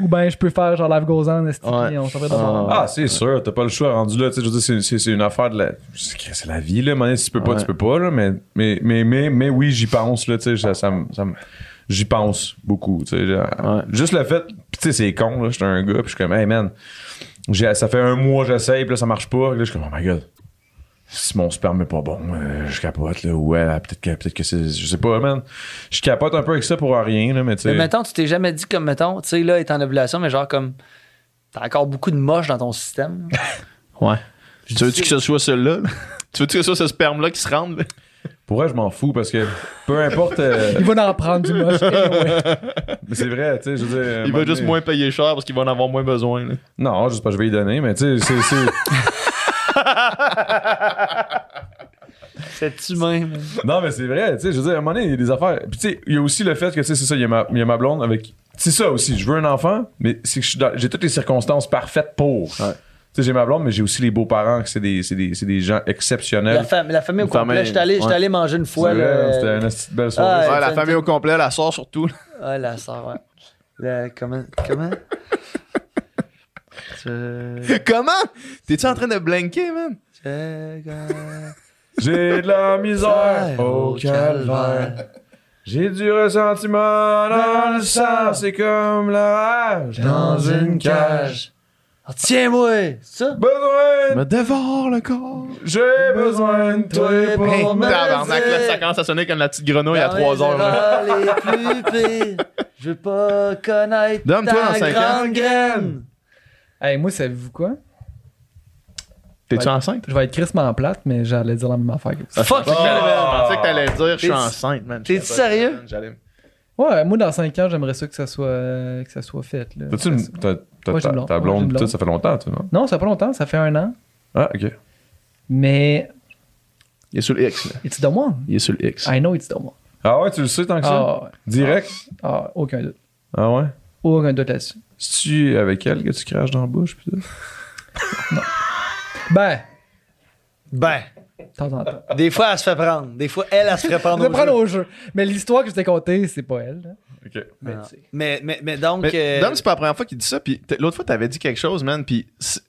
ou ben je peux faire genre Live Goes On, esti,
Ouais.
puis on s'en va
Ah.
dans
Ah, c'est sûr, t'as pas le choix rendu là. Tu sais, je veux dire, c'est- c'est c'est une affaire de la. C'est c'est la vie, là. Man, si tu peux pas,
Ouais.
tu peux pas, là. Mais, mais, mais, mais, mais oui, j'y pense, là. Tu sais, ça, ça, me- ça me- j'y pense beaucoup. Tu sais, genre,
Ouais.
juste le fait. Puis, tu sais, c'est con, là. J'étais un gars, puis je suis comme, hey, man, j'ai- ça fait un mois, j'essaye, puis là, ça marche pas. Puis là, je suis comme, oh my god. Si mon sperme est pas bon, euh, je capote, là. Ouais, peut-être que, peut que c'est. Je sais pas, man. Je capote un peu avec ça pour rien, là. Mais tu
Mais
sais.
mettons, tu t'es jamais dit comme, mettons, tu sais, là, est en ovulation, mais genre comme, t'as encore beaucoup de moche dans ton système.
Ouais. Tu veux-tu que ce soit celui-là? là? Tu veux-tu que ce soit ce sperme-là qui se rende? là?
Pour vrai, je m'en fous, parce que peu importe. euh,
Il va en prendre du moche. anyway.
mais c'est vrai, tu sais, je veux dire.
Il va
man,
juste
mais-
moins payer cher parce qu'il va en avoir moins besoin. là.
Non, je sais pas, je vais y donner, mais tu sais, c'est- c'est.
C'est humain. man.
non, mais c'est vrai, tu sais, je veux dire, à un moment donné, il y a des affaires. Puis tu sais, il y a aussi le fait que, tu sais, c'est ça, il y, a ma- il y a ma blonde avec. C'est ça aussi, je veux un enfant, mais c'est que je suis dans- j'ai toutes les circonstances parfaites pour. Tu sais, j'ai ma blonde, mais j'ai aussi les beaux-parents, que c'est des, c'est des, c'est des gens
La,
exceptionnels.
fam- la famille au
Une famille,
complet, j'étais allé, j'étais
ouais.
allé manger une
C'est
fois.
vrai, hein,
là,
C'était une petite belle soirée.
Ouais,
Ouais, la
t'as-
famille au complet, la soeur surtout. là.
Ah, la sœur, ouais. Le- comment? Comment? Je-
Comment? T'es-tu en train de blanker, man?
je-
J'ai de la misère au calvaire. J'ai du ressentiment dans le sang, c'est comme la rage dans une cage.
Ah, Tiens-moi! C'est ça?
Besoin, de-
Me dévore le corps.
j'ai besoin de toi pour
Hey,
Oh,
tabarnak, là,
merci.
ça commence à sonner comme la petite grenouille à
Dans
3
les
heures. là.
erreurs les plus pires, je veux pas connaître
Donne-toi dans
ta
cinq ans.
grande
Ah,
graine.
hey, moi, savez-vous quoi
T'es-tu enceinte?
Je vais être crissement plate, mais j'allais dire la même affaire que vous.
Fuck you,
Je
man.
pensais que t'allais dire, je suis
T'es-
enceinte, man.
t'es-tu sérieux?
J'allais-
Ouais, moi, dans 5 ans, j'aimerais ça que ça soit, euh, que ça soit fait. Là.
T'as-tu une.
Ça-
T'as, t'as,
Moi, j'ai
ta-
une blonde.
ta
Moi, j'ai une
blonde, pis tout,
blonde.
ça fait longtemps, tu non?
Non, ça fait pas longtemps, ça fait un an.
Ah, ok.
Mais
Il est sur le X, là.
it's the one.
Il est sur le X.
I know it's the one.
Ah ouais, tu le sais tant que ça?
Ah, ouais.
Direct?
Ah, aucun doute.
Ah ouais?
Aucun doute là-dessus.
C'est-tu avec elle que tu craches dans la bouche, pis tout?
Ben,
Ben,
de temps en temps.
des fois, elle se fait prendre. Des fois, elle, elle se fait prendre.
Je
au
prends
jeu.
au jeu. Mais l'histoire que je t'ai contée, c'est pas elle. là.
Ok.
Mais
Ah.
tu sais.
Mais, mais, mais donc.
Mais,
euh,
Dom, c'est pas la première fois qu'il dit ça. Puis t- l'autre fois, t'avais dit quelque chose, man. Puis c'est-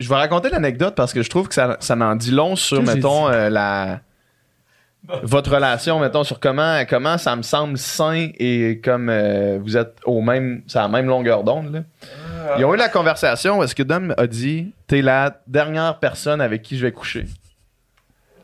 je vais raconter l'anecdote parce que je trouve que ça, ça m'en dit long sur,
Qu'est-ce que j'ai
mettons, euh, la. Votre relation, mettons, sur comment, comment ça me semble sain et comme euh, vous êtes au même, sur la même longueur d'onde. là. Ils ont eu la conversation où est-ce que Dom a dit T'es la dernière personne avec qui je vais coucher.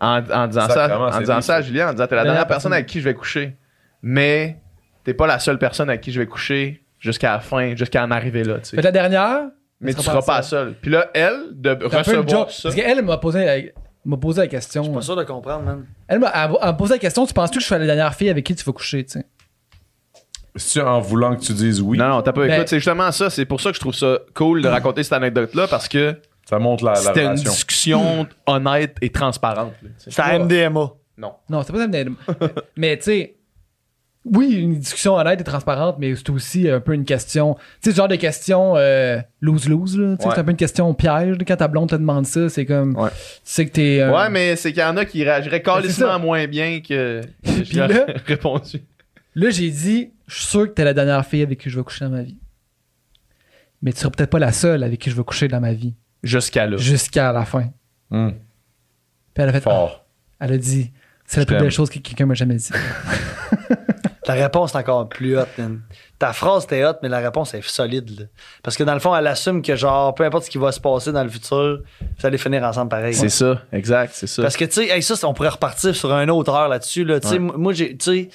En, en disant, ça,
Sacrément,
en
c'est
disant
deep,
ça à Julien, en disant T'es la
Dernière
dernière personne
personne.
avec qui je vais coucher. Mais t'es pas la seule personne avec qui je vais coucher jusqu'à la fin, jusqu'à en arriver là. tu sais.
Fait que la dernière,
Mais
ça
tu
sera
seras
pas
pas la seule. Puis là, elle, de
c'est un peu une joke.
recevoir ça.
Parce qu'elle m'a posé, la- m'a posé la question.
pas sûr de comprendre, man.
Elle m'a, elle m'a- elle m'a posé la question Tu penses-tu que je suis la dernière fille avec qui tu vas coucher tu sais?
C'est-tu en voulant que tu dises oui?
Non, non, t'as pas
Ben- Mm.
écoute, c'est justement ça. C'est pour ça que je trouve ça cool de raconter cette anecdote-là parce que
Ça montre Ah, la, la
c'était une
relation.
discussion honnête et transparente. là, tu sais.
C'est un MDMA.
Non, c'est pas ça. Mais, mais tu sais, oui, une discussion honnête et transparente, mais c'est aussi un peu une question. Tu sais, ce genre de question euh, lose-lose, là. Tu sais,
Ouais.
C'est un peu une question piège. là. Quand ta blonde te demande ça, c'est comme.
Ouais.
Tu sais que t'es. euh, Ben,
Ouais, mais c'est qu'il y en a qui réagiraient
ça.
carrément moins bien que que
Puis
je leur
là-
ai répondu.
Là, j'ai dit, je suis sûr que t'es la dernière fille avec qui je vais coucher dans ma vie. Mais tu seras peut-être pas la seule avec qui je vais coucher dans ma vie.
Jusqu'à là.
Jusqu'à la fin.
Hmm.
Puis elle a fait.
Fort.
Ah. Elle a dit, c'est la
Je
plus
t'aime.
belle chose que quelqu'un m'a jamais dit.
Ta réponse est encore plus hot, man. Ta phrase était hot, mais la réponse est solide. là. Parce que dans le fond, elle assume que, genre, peu importe ce qui va se passer dans le futur, vous allez finir ensemble pareil.
C'est ça, exact, c'est ça.
Parce que, tu sais, hey, ça, on pourrait repartir sur un autre heure là-dessus. Là. Tu sais, m- Moi, j'ai. tu sais,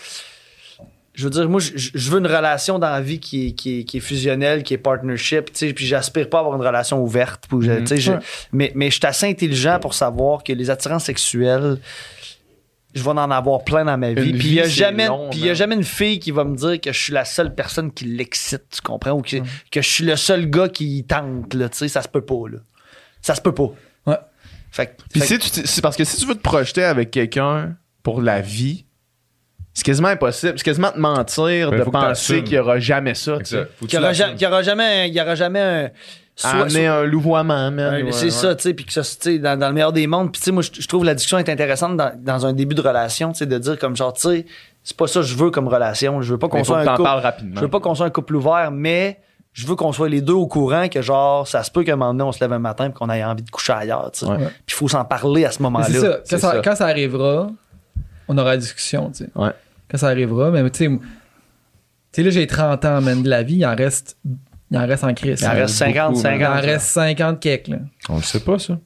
Je veux dire, moi, j- j- je veux une relation dans la vie qui est, qui est, qui est fusionnelle, qui est partnership, tu sais, puis j'aspire pas à avoir une relation ouverte. puis
Mm-hmm.
je- tu sais, je- mais, mais je suis assez intelligent pour savoir que les attirances sexuelles, je vais en avoir plein dans ma vie.
Une
Puis il y a
vie, c'est
jamais,
long,
puis il y a
man.
jamais une fille qui va me dire que je suis la seule personne qui l'excite, tu comprends, ou que,
Mm-hmm.
que je suis le seul gars qui y tente, là, tu sais, ça se peut pas, là. Ça se peut pas.
Ouais.
Fait que-
Puis
fait
si tu t- c'est parce que si tu veux te projeter avec quelqu'un pour la vie, c'est quasiment impossible. C'est quasiment te mentir
Ben,
de
faut que
penser
t'assumes.
qu'il n'y aura jamais ça. tu sais.
Exact. Faut que
qu'il
tu
n'y aura, ja-
l'assumes.
qu'il y aura jamais un, il y aura jamais un soit-
Amener un louvoiement, man.
un-
hein, ouais,
c'est
ouais.
ça, tu sais, puis que ça, tu sais, dans, dans le meilleur des mondes, puis tu sais, moi, je je trouve la discussion est intéressante dans, dans un début de relation, tu sais, de dire comme genre, tu sais, c'est pas ça que je veux comme relation, je veux pas
Mais
qu'on
faut
soit
que
un
t'en
couple,
parles rapidement.
je veux pas qu'on soit un couple ouvert, mais je veux qu'on soit les deux au courant que genre, ça se peut qu'à un moment donné, on se lève un matin et qu'on ait envie de coucher ailleurs, tu sais,
Ouais.
puis il faut s'en parler à ce
Mais
moment-là.
c'est ça.
c'est
Quand ça,
ça.
quand ça arrivera, on aura la discussion, tu sais.
Ouais.
Quand ça arrivera, mais tu sais, m- tu sais, là, j'ai 30 ans, man, de la vie, il en reste, il en reste en crise.
Il en reste 50,
Il en
50.
reste 50 quelques, là.
On le sait pas, ça.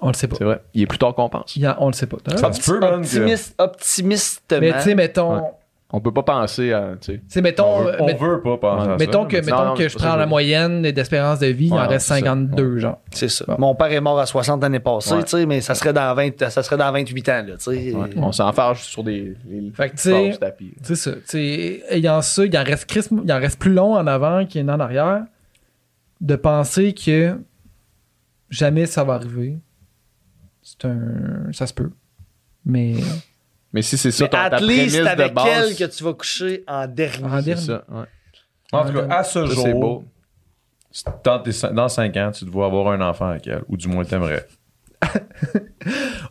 On le sait pas.
C'est vrai. Il est plus tard qu'on pense.
Il en- on le sait pas.
Ah,
T'as
Ça
raison.
se peut, man. que-
Optimiste, optimistement.
Mais tu sais, mettons,
Ouais. On peut pas penser à. tu sais.
tu sais,
On
mettons,
veut-
euh,
on
met-
veut pas penser à ça.
mettons que,
mais
mettons
non, Ah,
que
c'est
je
pas ça
prends
que
la
je-
moyenne d'espérance de vie, il
Ouais,
en reste
c'est ça.
52, genre.
C'est ça.
Bon.
Mon père est mort à 60 l'année passée,
Ouais.
tu sais, mais ça serait dans 20, ça serait dans 28 ans, là, tu sais.
Ouais. On s'enfarge sur des. les-
Fait que, tu sais,
forces tapis.
C'est ça. Tu sais, ayant ça, il en reste crisp- il en reste plus long en avant qu'il y en a en arrière. De penser que jamais ça va arriver, c'est un. ça se peut. Mais
Mais si c'est ça
Mais
ton ta
at
prémisse
least avec
de base,
elle que tu vas coucher en dernier.
en
c'est
dernier.
ça. ouais.
En tout cas, à
Ça,
ce
c'est
jour,
beau.
dans, tes- dans 5 ans, tu devrais avoir un enfant avec elle, ou du moins t'aimerais.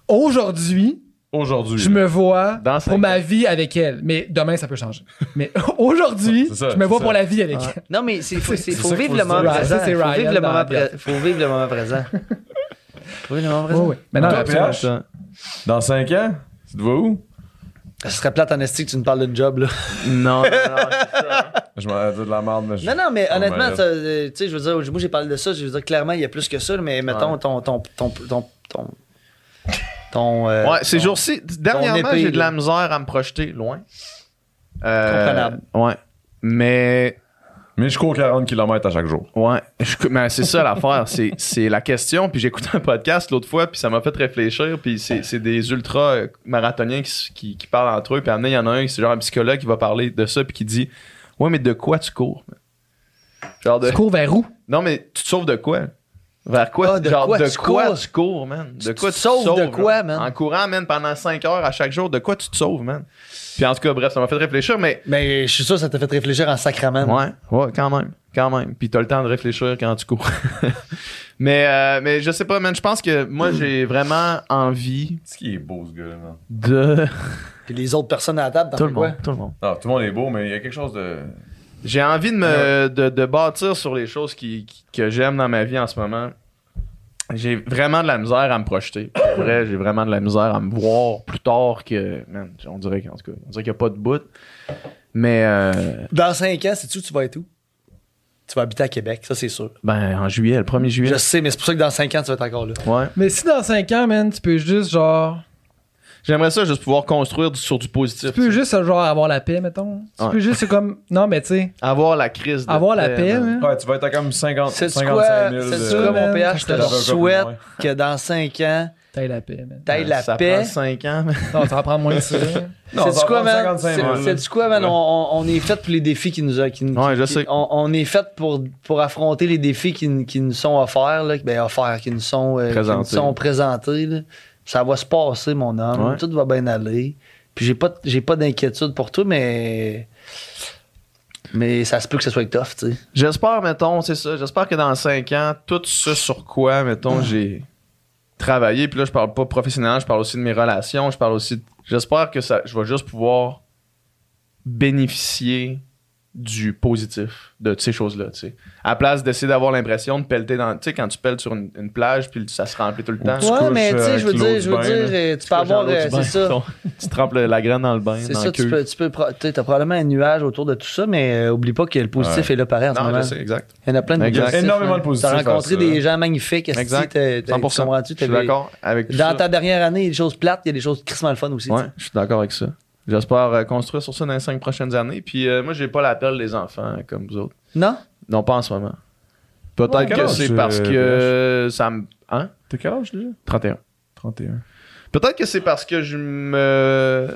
Aujourd'hui,
Aujourd'hui.
je me vois
Dans cinq
pour ma
ans.
vie avec elle. Mais demain, ça peut changer. Mais aujourd'hui,
C'est ça,
je me
c'est
vois
ça.
pour la vie avec elle.
Non, mais c'est, faut,
C'est
c'est- faut
ça qu'il
vivre
faut
le
se
moment
dire.
présent.
Ça, c'est
Faut
Ryan
vivre le
dans
moment
la
pré- faut vivre le moment présent. Faut vivre le moment présent.
Ouais, ouais. Mais non,
Toi,
absolument.
PH, dans 5 ans, tu te vois où?
Ça serait plate en esti que tu nous parles de job, là.
Non, non, non, c'est ça.
Je m'en ai dit de la merde, mais je...
Non, non, mais
Oh,
ben
honnêtement,
my
ça, euh, tu sais, je veux dire, moi, j'ai parlé de ça, je veux dire, clairement, il y a plus que ça, mais mettons, ton, ton, ton, ton, ton, ton, euh,
Ouais, ces
ton-
jours-ci, dernièrement,
épée,
j'ai de
là.
la misère à me projeter loin. Euh,
Comprenable.
Ouais. Mais,
Mais je cours 40 km à chaque jour.
ouais. je- mais c'est ça l'affaire. C'est, c'est la question. Puis j'écoutais un podcast l'autre fois, puis ça m'a fait réfléchir. Puis c'est, c'est des ultra-marathoniens qui, s- qui, qui parlent entre eux. Puis à un moment donné, il y en a un, qui- c'est genre un psychologue qui va parler de ça, puis qui dit Ouais, mais de quoi tu cours Genre de.
Tu cours vers où?
Non, mais tu te sauves de quoi Vers quoi
Ah, de
Genre,
quoi
de
tu
quoi
cours?
tu cours, man De
Tu
quoi
te sauves de
là?
quoi, man?
En courant, man, pendant 5 heures à chaque jour, de quoi tu te sauves, man Puis en tout cas, bref, ça m'a fait réfléchir, mais.
Mais je suis sûr que ça t'a fait réfléchir en sacrament.
Ouais, ouais, quand même. Quand même. Puis t'as le temps de réfléchir quand tu cours. mais, euh, mais je sais pas, man. Je pense que moi,
Hmm.
j'ai vraiment envie
Ce qui est beau, ce gars-là, man.
de.
Puis les autres personnes à la table, t'en
Tout
fais
le
quoi?
monde. Tout le monde.
Non, Ah, tout le monde est beau, mais il y a quelque chose de.
J'ai envie de me de, de bâtir sur les choses qui, qui- que j'aime dans ma vie en ce moment. J'ai vraiment de la misère à me projeter. Pour vrai, j'ai vraiment de la misère à me voir plus tard que. man, on dirait qu'en tout cas, on dirait qu'il n'y a pas de bout. Mais euh,
Dans 5 ans, c'est tu tu vas être où? Tu vas habiter à Québec, ça c'est sûr.
ben en juillet, le 1er juillet.
Je sais, mais c'est pour ça que dans 5 ans, tu vas être encore là.
Ouais.
Mais si dans 5 ans, man, tu peux juste genre.
J'aimerais ça juste pouvoir construire du- sur du positif.
Tu peux
tu sais.
juste genre avoir la paix, mettons. Tu
Ouais.
peux juste c'est comme. Non, mais tu sais,
Avoir la crise. de
avoir la paix, hein.
man.
man.
Ouais, tu vas être à comme 50,
C'est
55
quoi,
000.
c'est
euh,
quoi, mon
man,
père? Je te
d'avocat,
souhaite
ouais.
que dans 5 ans,
T'as la paix, man.
t'ailles la
Euh, ça
paix.
prend 5 ans. man.
Non, ça va prendre moins de ça.
Non,
C'est
ça
du
prend
quoi, man?
55 000.
C'est- C'est du quoi, man? On- On, on est fait pour les défis qui nous a. Qui, nous-
Ouais, je
qui-
sais.
On, on est fait pour, pour affronter les défis qui, nous- qui nous sont offerts, là, ben, offerts, qui nous sont, euh, qui nous
Présentés.
sont présentés. là. Ça va se passer, mon homme.
Ouais.
Tout va bien aller. Puis j'ai pas, j'ai pas d'inquiétude pour toi, mais. Mais ça se peut que ce soit tough, tu sais.
J'espère, mettons, c'est ça. J'espère que dans 5 ans, tout ce sur quoi, mettons, j'ai travaillé, puis là, je parle pas professionnellement, je parle aussi de mes relations, je parle aussi. de- J'espère que ça, je vais juste pouvoir bénéficier du positif de toutes ces choses-là, tu sais. À place d'essayer d'avoir l'impression de pelleter dans. Tu sais, quand tu pelles sur une, une plage, puis ça se remplit tout le temps.
Tu couches, euh, avec l'eau du bain, là.
euh, tu peux
couches dans
avoir.
l'eau du
euh,
bain.
C'est ça.
Tu trempes le- la graine dans le bain,
C'est
dans
ça,
le
tu
cul.
peux, tu peux, pro- tu as probablement un nuage autour de tout ça, mais euh, oublie pas que le positif est là pareil en ce
Non,
moment.
je sais, exact.
Il y en a plein de
Exact.
positifs.
Énormément
hein.
de positifs
T'as
à
rencontré
ça.
des gens magnifiques. est-ce que
Exact.
t'es- t'es-
100%.
comprends-tu?
Je suis
T'avais-
d'accord avec tout
Dans
ça.
ta dernière année, il y a des choses plates, il y a des choses crissement le fun aussi.
Ouais,
tu sais.
je suis d'accord avec ça. J'espère euh, construire sur ça dans les cinq prochaines années. Puis euh, moi, j'ai pas l'appel des enfants euh, comme vous autres.
Non?
Non, pas en ce moment. Peut-être
Quel
que
âge,
c'est
euh,
parce que euh, ça me. Hein?
T'as quel âge déjà
31.
31.
Ah,
Peut-être que c'est parce que je me.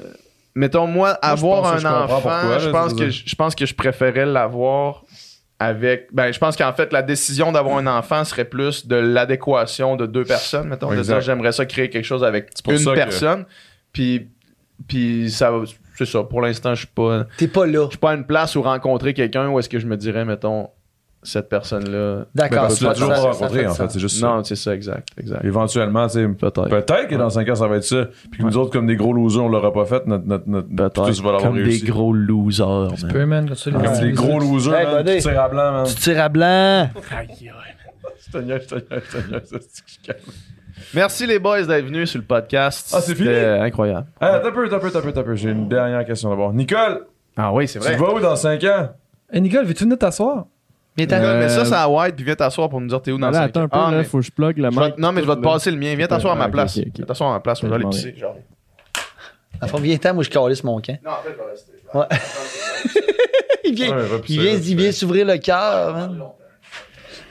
Mettons, moi, avoir
pense que je
un
comprends
enfant,
pourquoi,
je,
là,
pense
c'est
que
ça.
je, je pense que je préférais l'avoir avec. Ben, je pense qu'en fait, la décision d'avoir un enfant serait plus de l'adéquation de deux personnes. Mettons, de
Exact.
dire, j'aimerais ça créer quelque chose avec
pour
une
ça que-
personne. Puis, puis ça, va- c'est ça. Pour l'instant, je suis pas.
T'es pas là.
Je suis pas à une place où rencontrer quelqu'un où est-ce que je me dirais, mettons, cette personne-là. Ben,
D'accord.
Parce que tu l'as
Ça-
toujours
ça-
pas
ça-
rencontré,
ça
en
fait
fait. C'est juste ça.
Non, c'est ça, exact, exact.
Éventuellement, tu sais,
Peut-être.
peut-être que dans 5 ans, ça va être ça. Puis que nous autres, comme des gros losers, on l'aura pas fait. Notre, notre, notre, tout ça va l'avoir
Comme
réussi.
des gros losers. man.
Superman, quand tu
Comme
Ouais.
des gros losers,
Hey,
man,
buddy.
qui tirent à blanc, man.
Tu tires à blanc.
Je te niaise, je te niaise, je te niaise, c'est que je calme.
Merci les boys d'être venus sur le podcast.
Ah, c'est fini?
C'était euh, incroyable.
Ah, T'as peu, t'as peu, t'as peu, t'as peu. J'ai une dernière question d'abord. Nicole,
Ah oui, c'est
tu vas où dans 5 ans?
Hey, Nicole, veux-tu venir t'asseoir?
Mais t'as-
Nicole,
Euh,
mais ça, c'est à White, puis viens t'asseoir pour me dire t'es où dans
Là,
cinq
attends
ans.
un peu,
Ah,
là,
mais-
faut que je plug le
je vais-
mic.
Non, mais je vais te passer le mien. Viens t'asseoir à ma
Ok,
place.
ok, ok.
Viens t'asseoir à ma place, je vais aller
Ouais.
pisser. genre.
À fond, viens temps, moi je calisse mon camp.
Non, en fait, je vais rester.
Ouais. il vient,
Ouais, va pisser,
il vient,
va
il vient s'ouvrir le cœur. hein. man.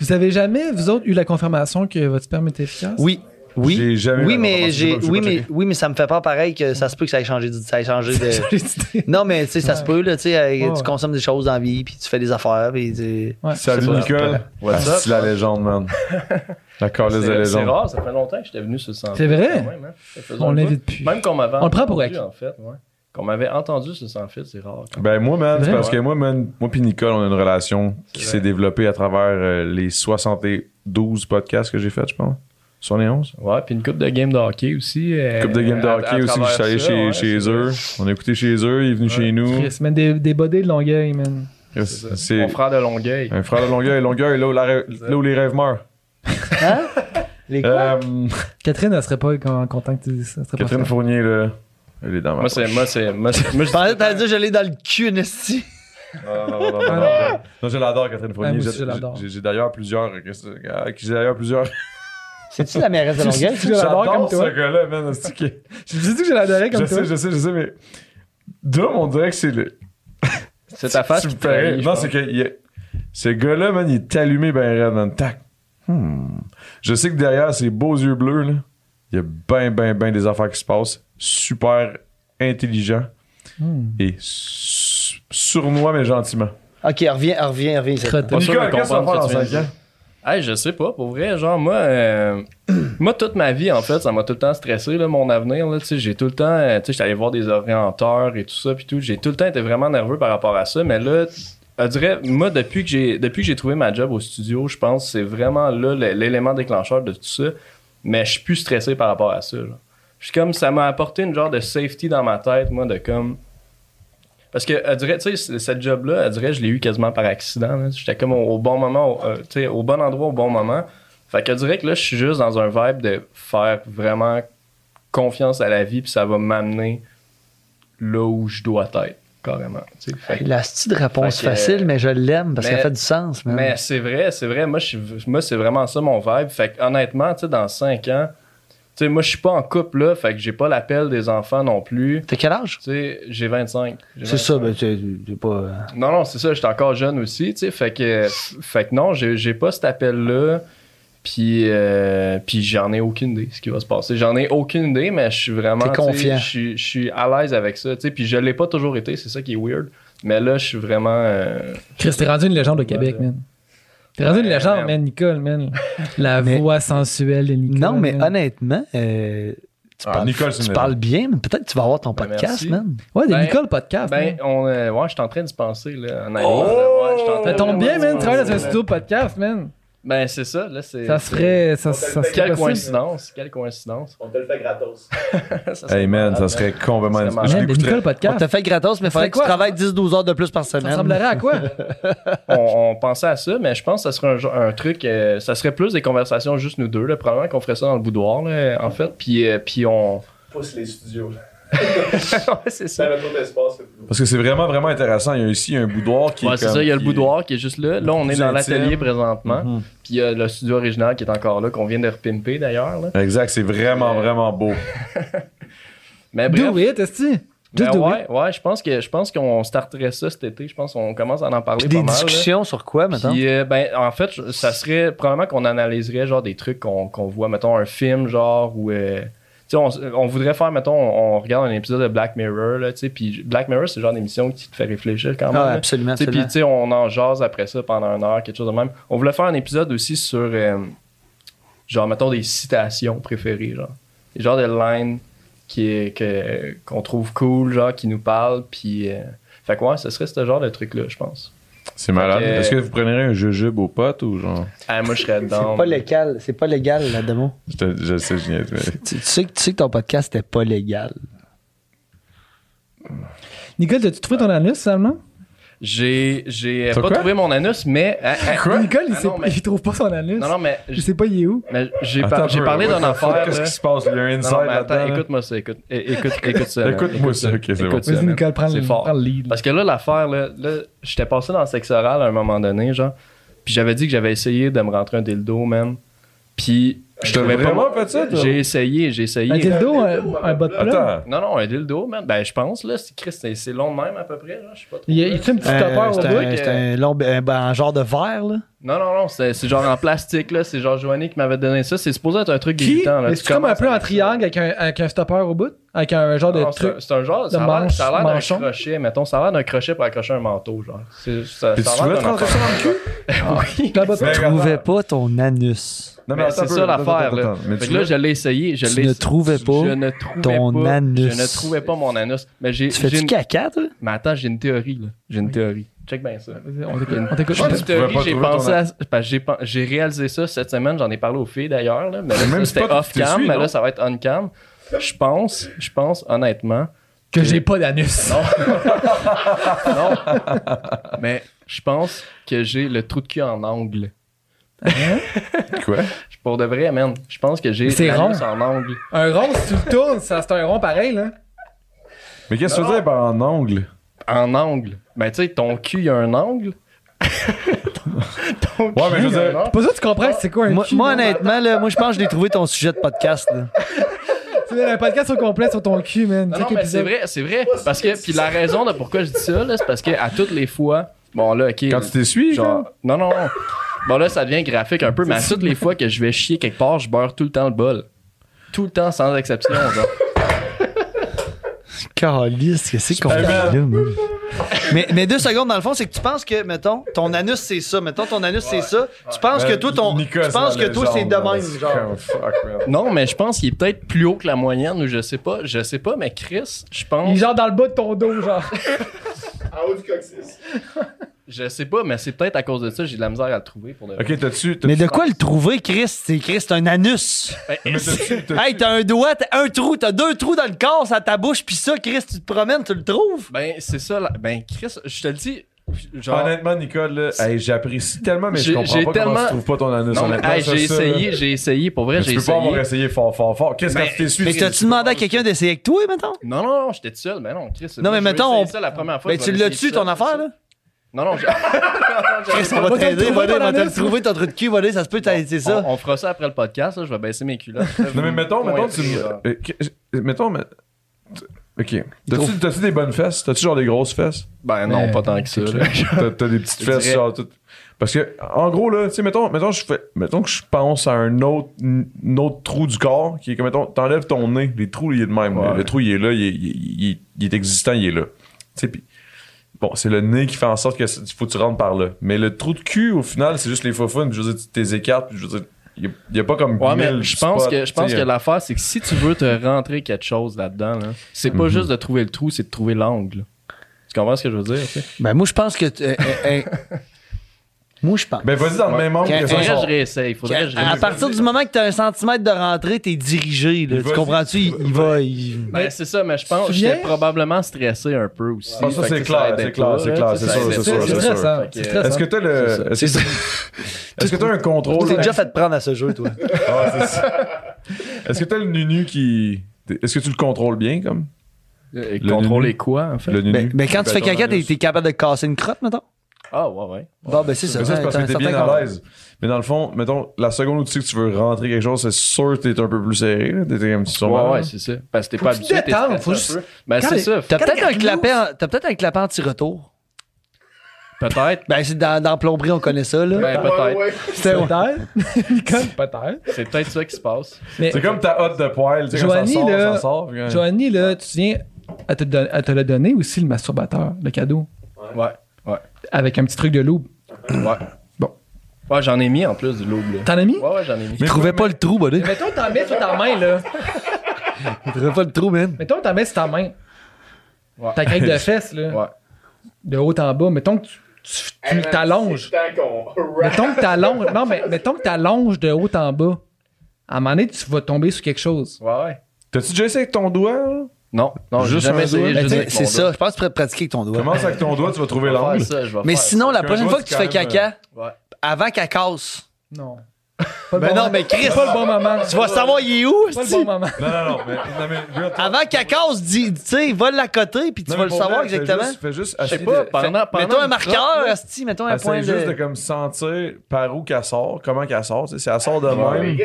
Vous avez jamais, vous autres, eu la confirmation que votre sperme est efficace?
Oui. Oui.
J'ai jamais eu
Oui,
la
mais
confirmation,
j'ai,
je sais pas,
oui,
je sais
mais,
pas
oui, mais ça me fait pas pareil que ça se peut que ça ait changé, de- ça ait changé de.
J'ai dit-
Non, mais tu sais, ça se peut, là, tu sais, euh,
Ouais, ouais.
tu consommes des choses dans la vie, puis tu fais des affaires, puis tu...
Ouais.
Salut Nicole. Ah,
What's up?
C'est la légende, man. La calice de
C'est c'est
légende.
rare, ça fait longtemps que j'étais venu sur le centre.
C'est vrai?
Ouais, man. hein. Ça faisait
On
un
l'invite
bout.
plus.
Même qu'on m'avait
On le prend pour
entendu,
acquis.
en fait, ouais. Qu'on m'avait entendu sur le sans fil, c'est rare.
Ben moi, man, c'est
Vraiment?
parce que moi, man, moi puis Nicole, on a une relation qui
vrai.
s'est développée à travers euh, les 72 podcasts que j'ai fait, je pense. 71?
Ouais, puis une coupe de game de hockey aussi. euh,
Coupe de game de
à- à
hockey aussi que je
travers
suis allé
ça,
chez,
ouais,
chez
c'est
eux.
vrai.
On a écouté chez eux, il est venu chez nous.
Chris, man, des, des bodés de Longueuil, man.
C'est ça.
C'est
Mon frère de Longueuil.
un frère de Longueuil. Longueuil, là où, la rê- là où les rêves meurent.
Hein? Les quoi?
Euh,
Catherine, elle serait pas en content que tu dises ça. Elle serait pas
Catherine
fière.
Fournier, là. Elle est dans ma
Moi, c'est. Moi, c'est. Moi, c'est. moi,
Je
je dis-
pensais que t'allais dire j'allais dans le cul, Nestie.
Ah,
Non, non, non, non, non, non. Non, je l'adore, Catherine
Ouais,
Fournier.
moi aussi,
J'ai-
je l'adore.
j'ai- J'ai d'ailleurs plusieurs. qu'est-ce que- Ah, J'ai d'ailleurs plusieurs.
C'est-tu la mairesse de Longueuil?
Je l'adore comme
J'adore
toi.
ce gars-là, man. c'est qui-
J'ai dit que je l'adorais
Je
comme toi.
sais, je sais, je sais, mais. Dom, on dirait que c'est le.
C'est ta face.
Tu me
qui
fais
trahit,
rire.
je
Non,
pense.
c'est que. il est- Ce gars-là, man, il est allumé ben raide, man. Tac. Hmm. Je sais que derrière ses beaux yeux bleus, là, il y a ben, ben, ben des affaires qui se passent. Super intelligent et su- sournois, mais gentiment.
Ok, reviens, reviens, reviens. c'est-
Crotte.
Pas sûr
Nicole,
de
qu'est-ce qu'on va faire
comprendre
dans
ce que tu
5
viens de
ans?
dire. Hey, je sais pas, pour vrai, genre moi, euh, moi toute ma vie en fait, ça m'a tout le temps stressé là, mon avenir là, tu sais, j'ai tout le temps, euh, tu sais, j'étais allé voir des orienteurs et tout ça puis tout, j'ai tout le temps été vraiment nerveux par rapport à ça, mais là, je dirais moi depuis que j'ai depuis que j'ai trouvé ma job au studio, je pense que c'est vraiment là le- l'élément déclencheur de tout ça, mais je suis plus stressé par rapport à ça. genre. Je suis comme ça m'a apporté une genre de safety dans ma tête, moi de comme parce que, elle dirait, tu sais, c- cette job-là, elle dirait, je l'ai eu quasiment par accident. là. J'étais comme au, au bon moment, au, euh, tu sais, au bon endroit, au bon moment. Fait que, elle dirait que là, je suis juste dans un vibe de faire vraiment confiance à la vie, puis ça va m'amener là où je dois être, carrément. tu sais. Fait que-
La style de réponse
Fait que-
facile, mais je l'aime parce
Mais-
qu'elle fait du sens, man.
mais c'est vrai, c'est vrai. Moi, je suis- moi c'est vraiment ça mon vibe. Fait que, honnêtement, tu sais, dans 5 ans, tu sais, moi, je suis pas en couple, là. Fait que j'ai pas l'appel des enfants non plus.
T'as quel âge?
Tu sais, j'ai 25. j'ai
C'est ça,
25.
ben, t'es t'es pas.
Non, non, c'est ça, j'étais encore jeune aussi, tu sais, fait que, fait que non, j'ai j'ai pas cet appel-là, puis, euh, puis j'en ai aucune idée ce qui va se passer. J'en ai aucune idée, mais je suis vraiment...
T'es
tu sais,
confiant.
Je suis- je suis à l'aise avec ça, tu sais, puis je l'ai pas toujours été, c'est ça qui est weird, mais là, je suis vraiment... euh,
Chris, t'es rendu une légende au Québec, man. T'es rendu une
Ouais,
légende,
man.
man, Nicole, man. La
Mais-
voix sensuelle de Nicole.
Non, mais
man.
honnêtement, euh, tu Tu
Ah,
parles,
Nicole,
tu
c'est une
parles bien, mais peut-être que tu vas avoir ton
Ben,
podcast,
merci.
man.
Ouais, des
Ben,
Nicole Podcast. man.
Ben, on, euh, ouais, je suis en train de se penser, là. En
Oh!
arrivant, ouais, je suis en train
Ça tombe
vraiment
bien,
d'y
man,
penser,
travailler dans un
là.
studio podcast, man.
euh, Ben, c'est ça, là. c'est-
Ça serait. Ça, ça serait
Quelle
possible.
coïncidence, quelle coïncidence. On te le fait gratos.
Hey man, ça serait complètement.
Ça serait
Je
Man, des
l'écouterais.
Nicole
On
Podcast.
t'a fait gratos, mais il faudrait
fait
que tu
quoi,
travailles 10-12 heures de plus par
Ça
semaine.
ressemblerait à quoi?
on, on pensait à ça, mais je pense que ça serait un, genre- un truc. euh, ça serait plus des conversations juste nous deux. Là. Probablement qu'on ferait ça dans le boudoir, là, en fait. Puis, euh, puis on. Pousse les studios. ouais, c'est ça.
Parce que c'est vraiment, vraiment intéressant. Il y a ici un boudoir qui
Ouais,
est.
c'est
comme-
ça. Il y a le
qui est-
boudoir qui est juste là. Là, on est
Plus
dans
intime.
l'atelier présentement.
Mhm.
Puis il y a le studio original qui est encore là, qu'on vient de repimper d'ailleurs. là.
Exact, c'est vraiment, vraiment beau.
Mais bref.
Do it, esti.
mais
Just do
Ben ouais, ouais, je pense que je pense qu'on starterait ça cet été. Je pense qu'on commence à en parler
Puis des
pas mal. là.
discussions sur quoi, maintenant?
Puis, euh, ben, en fait, je- ça serait probablement qu'on analyserait genre des trucs qu'on qu'on voit, mettons un film, genre, ou. euh, tu sais, on, on voudrait faire, mettons, on, on regarde un épisode de Black Mirror, là, tu sais, puis Black Mirror, c'est le genre d'émission qui te fait réfléchir quand même.
Ah,
là.
absolument,
euh, Tu sais, Puis,
absolument.
tu sais, on en jase après ça pendant une heure, quelque chose de même. On voulait faire un épisode aussi sur, euh, genre, mettons, des citations préférées, genre. Des genres de lines qui est- que- qu'on trouve cool, genre, qui nous parlent, puis... euh, fait que, ouais, ce serait ce genre de truc-là, je pense.
C'est malade.
Fait que-
Est-ce que vous prendrez un jujube aux potes ou genre.
Ah, moi, je serais dedans.
C'est pas légal, c'est pas légal, là, Demo.
Je, te- je sais, je niaise, mais-
Tu, tu sais, que- tu sais que ton podcast était pas légal.
Nicole, t'as-tu trouvé ton anus, seulement?
J'ai, j'ai euh,
T'as
pas
quoi?
trouvé mon anus, mais. ah, ah,
Nicole, il,
Ah
sait
non,
pas-
mais-
il trouve pas son anus.
Non, non, mais.
Je
j'-
sais pas, il est où.
mais J'ai,
Attends
par-
un
j'ai
peu,
parlé
what
d'un
the fuck,
affaire.
Qu'est-ce
là.
qui se passe? Il y a un
Non,
inside
non, mais attends,
là-dedans. là.
écoute-moi ça, écoute, é- écoute, écoute ça. man,
Écoute-moi
écoute
ça, ok, c'est
écoute
bon.
ça,
Vas-y,
man.
Nicole, prends
C'est
le,
fort.
prends le lead.
Parce que là, l'affaire, là, là j'étais passé dans le sexe oral à un moment donné, genre. Puis j'avais dit que j'avais essayé de me rentrer un dildo, man. Puis. Je
T'as
trouvais pas-
vraiment fait ça, toi?
J'ai essayé, j'ai essayé.
Un dildo, euh, un, un bas de plat.
Attends.
Non, non, un dildo, man. Ben, je pense, là. c'est- Chris, c'est, c'est long de même à peu près, genre. Je sais pas trop.
Il y a
là.
il tient un petit
Euh,
topper au
c'est
bout.
un,
que-
c'est un long, un, ben, un genre de verre, là.
Non, non, non, c'est c'est genre en plastique, là. C'est genre Joanny qui m'avait donné ça. C'est supposé être un truc
Qui?
débutant, là.
Est-ce comme un
commences
peu en
avec ça.
triangle avec un, avec un stopper au bout? Avec un genre
Non,
de
c'est
truc?
un- C'est un genre,
de
ça a l'air-
manche-
ça a l'air d'un
manchon.
crochet, mettons. Ça a l'air d'un crochet pour accrocher un manteau, genre. C'est- Ça,
Puis
ça a
tu
l'air
voulais te
d'un
rentrer ça dans le cul?
Avec un bas de
Mais
plat.
Tu
regarde,
trouvais pas ton anus.
Non,
Mais
attends
c'est
un peu,
ça
attends,
l'affaire,
attends,
là.
attends. Mais
Fait
tu
que là,
vois-
je l'ai essayé. Je
Tu
l'ai-
ne trouvais
je-
pas
Je ne trouvais
ton
pas.
anus.
Je ne trouvais pas mon anus. Mais j'ai.
Tu
j'ai
fais-tu
une-
caca, toi?
Mais attends, j'ai une théorie, là. J'ai une théorie. Check bien ça.
Vas-y, On t'écoute, on t'écoute.
J'ai une
tu pouvais
théorie,
pas
j'ai
trouver ton
pensé à- parce que j'ai pen- j'ai réalisé ça cette semaine, j'en ai parlé aux filles d'ailleurs, là, mais là,
Même
ça,
si
c'était
pas tu t'es
off-cam,
suivi,
mais
non?
là, ça va être on-cam. Je pense, je pense, honnêtement,
Que j'ai pas d'anus.
non, mais je pense que j'ai le trou de cul en angle.
Quoi?
Pour de vrai, man, je pense que j'ai
C'est
l'anus en angle.
Un rond, si tu le tournes, ça, c'est un rond pareil, là.
Mais qu'est-ce que tu veux dire par en ongle?
En angle. Ben, tu sais, ton cul, il y a un angle. ton
Ouais, mais je veux
il y a un
dire-
angle.
Pas ça, tu
Ah.
comprends c'est quoi un
Moi,
cul, là.
moi, honnêtement, là, moi, je pense que je l'ai trouvé ton sujet de podcast. là.
Tu veux un podcast au complet sur ton cul, man.
Non,
Check
non, mais c'est
l'épisode.
vrai, c'est vrai. Parce que, puis la raison de pourquoi je dis ça, là, c'est parce que à toutes les fois, bon là, ok.
Quand tu t'essuies, genre.
genre, non, non, non. Bon là, ça devient graphique un peu, mais à toutes les fois que je vais chier quelque part, je beurre tout le temps le bol. Tout le temps, sans exception. genre.
Caliste, qu'est-ce qu'on fait là, man? mais, mais deux secondes, dans le fond, c'est que tu penses que, mettons, ton anus, c'est ça. Mettons, ton anus, c'est ça. Tu penses que toi, ton,
Nicolas,
tu penses
ça,
que
les
toi, c'est de
jambes, là,
même,
c'est
genre.
comme fuck, man.
Non, mais je pense qu'il est peut-être plus haut que la moyenne, ou je sais pas, je sais pas, mais Chris, je
Il est
pense,
genre dans le bas de ton dos, genre.
je sais pas, mais c'est peut-être à cause de ça, j'ai de la misère à le trouver pour de vrai.
Ok, t'as-tu. t'as-tu-
Mais de quoi le trouver, Chris? C'est Chris, t'as un anus.
Mais t'as-tu- t'as-tu-
Hey, t'as un doigt, t'as un trou, t'as deux trous dans le corps, ça ta bouche, puis ça, Chris, tu te promènes, tu le trouves.
Ben, c'est ça, là. ben Chris, je te le dis, genre,
Honnêtement, Nicole, là, hey, j'apprécie tellement, mais je
J'ai-
comprends
j'ai
pas comment
tellement-
tu trouves pas ton anus.
non, mais,
honnêtement,
hey,
ça,
j'ai
ça, là.
essayé, j'ai essayé, pour vrai,
Mais
j'ai
Tu peux pas
essayé.
avoir essayé fort, fort, fort. Qu'est-ce que
Mais-
quand tu t'essuies?
Mais
tu-
t'as-tu demandé à quelqu'un d'essayer avec toi, mettons?
Non, non, non, j'étais tout seul, mais non, Chris.
Non, mais
moi, je vais
mettons, on-
essayer ça la première fois.
Ben,
je
tu
vais
l'as-tu,
l'essayer
ton
seul,
affaire,
seul.
là?
Non, non, j'ai-
Chris, on va
Va te le trouver,
t'aider, on va t'aider,
ton
on va te le
anus.
trouver, ton trou de cul, va aller, ça se peut, t'as- c'est ça.
on, on fera ça après le podcast, là, je vais baisser mes culottes.
Non, mais mettons, mettons, tu.
Genre.
Euh, que- Mettons, mais. Ok. T'as-tu- T'as-tu des bonnes fesses? T'as-tu genre des grosses fesses?
Ben non,
Mais-
pas tant que ça. là.
T'as t'as des petites
Je
fesses,
dirais-
genre, tout- Parce que, en gros, là, tu sais, mettons, mettons, je fais, mettons que je pense à un autre, un autre trou du corps qui est comme, mettons, t'enlèves ton nez, les trous, il est de même. là. Le trou, il est là, il est, il est- il est existant, il est là. Tu sais, puis bon, c'est le nez qui fait en sorte que c'est- faut que tu rentres par là. Mais le trou de cul, au final, c'est juste les faufounes, puis je veux dire, tu t'es écartes, puis je veux dire, Il n'y a, pas comme.
Ouais, mais
mille
je pense
spots,
que, je pense
tu
que
sais.
l'affaire, c'est que si tu veux te rentrer quelque chose là-dedans, là, c'est pas juste de trouver le trou, c'est de trouver l'angle. Tu comprends ce que je veux dire? tu sais?
Ben, moi, je pense que. t- euh, euh, euh, moi, je pense.
Ben, vas-y dans le même angle
Qu'un-
que
Faudrait
ça.
que
son-
je réessaye. Faudrait que je
à
réessaye.
partir du moment que t'as un centimètre de rentrée, t'es dirigé. là.
Il
tu
va-
comprends-tu? Il, il va. il-
Ben, c'est ça, mais je pense que
Souviens?
j'étais probablement stressé un peu aussi.
Ah, ça,
Fait que
c'est
ça
clair,
aide
c'est
d'être
clair,
là,
c'est
là,
clair,
tu
c'est
sais, ça
sûr,
aide
c'est
d'être
sûr,
là.
c'est sûr.
stressant,
Fait que,
c'est
euh,
Est-ce que t'as le. Est-ce est-ce que t'as un
Tu
contrôle.
t'es déjà fait te prendre à ce jeu, toi.
Ah, c'est ça. Est-ce que t'as le nunu qui. Est-ce que tu le contrôles bien, comme
euh,
Le
Contrôler quoi, en fait?
le nunu?
Mais Ben, quand tu fais caca, t'es t'es capable de casser une crotte, mettons?
Ah, ouais, ouais.
Bon, ben, c'est ça.
Mais ça, c'est parce
T'as un
que t'es bien
certain
à
contrôle.
l'aise. Mais dans le fond, mettons, la seconde où tu sais que tu veux rentrer quelque chose, c'est sûr que t'es un peu plus serré. là. T'es comme si
Ouais, ouais, c'est ça. Parce que t'es pas
que tu
habitué, t'es
détends,
stressé
faut
un
juste-
peu. Ben, c'est ça.
T'as peut-être un
Regarde,
clapet en- t'as peut-être un clapet anti-retour.
Peut-être.
Ben, c'est dans, dans plomberie, on connaît ça, là.
Ben, peut-être.
C'était-
Peut-être. Nicole, peut-être.
C'est peut-être ça qui se passe.
Mais
C'est comme ta hotte de poêle. Tu sais, quand ça
Joanie,
sort,
là-
ça sort. puis, hein.
Joanie, là, tu viens à te, don- elle te l'a donné aussi, le masturbateur, le cadeau.
Ouais.
Avec un petit truc de loup.
Ouais.
Bon.
Ouais, j'en ai mis en plus du loup, là.
T'en as mis?
Ouais, ouais, j'en ai mis.
Il trouvait pas le trou, buddy.
Mettons, t'en mets sur ta main, là.
Il trouvait pas le trou, man.
Mettons, t'en mets sur ta main.
Ouais.
Ta craque de fesses, là.
Ouais.
De haut en bas. Mettons que tu, tu- tu t'allonges. Mettons que t'allonges. Non, mais mettons que t'allonges de haut en bas. À un moment donné, tu vas tomber sur quelque chose.
Ouais, ouais.
T'as-tu déjà essayé avec ton doigt? là?
Non, non, j'ai
Juste
jamais
un doigt.
essayé.
Ben,
juste
tu sais,
avec mon
C'est
doigt.
ça. Je pense que tu pourrais pratiquer avec ton doigt.
Commence avec ton doigt, tu vas trouver
Je vais
l'angle.
faire ça, je vais
Mais
faire
sinon, la
Qu'un
prochaine
jour,
fois que
c'est
tu fais
quand même,
caca,
ça. Ouais.
avant qu'elle casse.
Non. Pas le
Ben
bon
non,
moment.
mais Chris,
Pas le bon moment.
tu vas savoir, il est où?
Pas le
c'ti?
bon moment.
Non, non, non. Mais, non, mais, regarde, toi-
Avant qu'elle casse, dis- tu sais, va la côté, puis tu
non,
Ah, vas
mais
le
pour
savoir
vrai, fais
exactement.
juste- Fais juste
Je sais
essayer
pas,
de-
pendant,
Mettons
pendant.
un
une crotte,
marqueur,
là.
Asti, mettons un point
Essaye juste de
de.
comme sentir par où qu'elle sort, comment qu'elle sort, tu sais, si elle sort de même.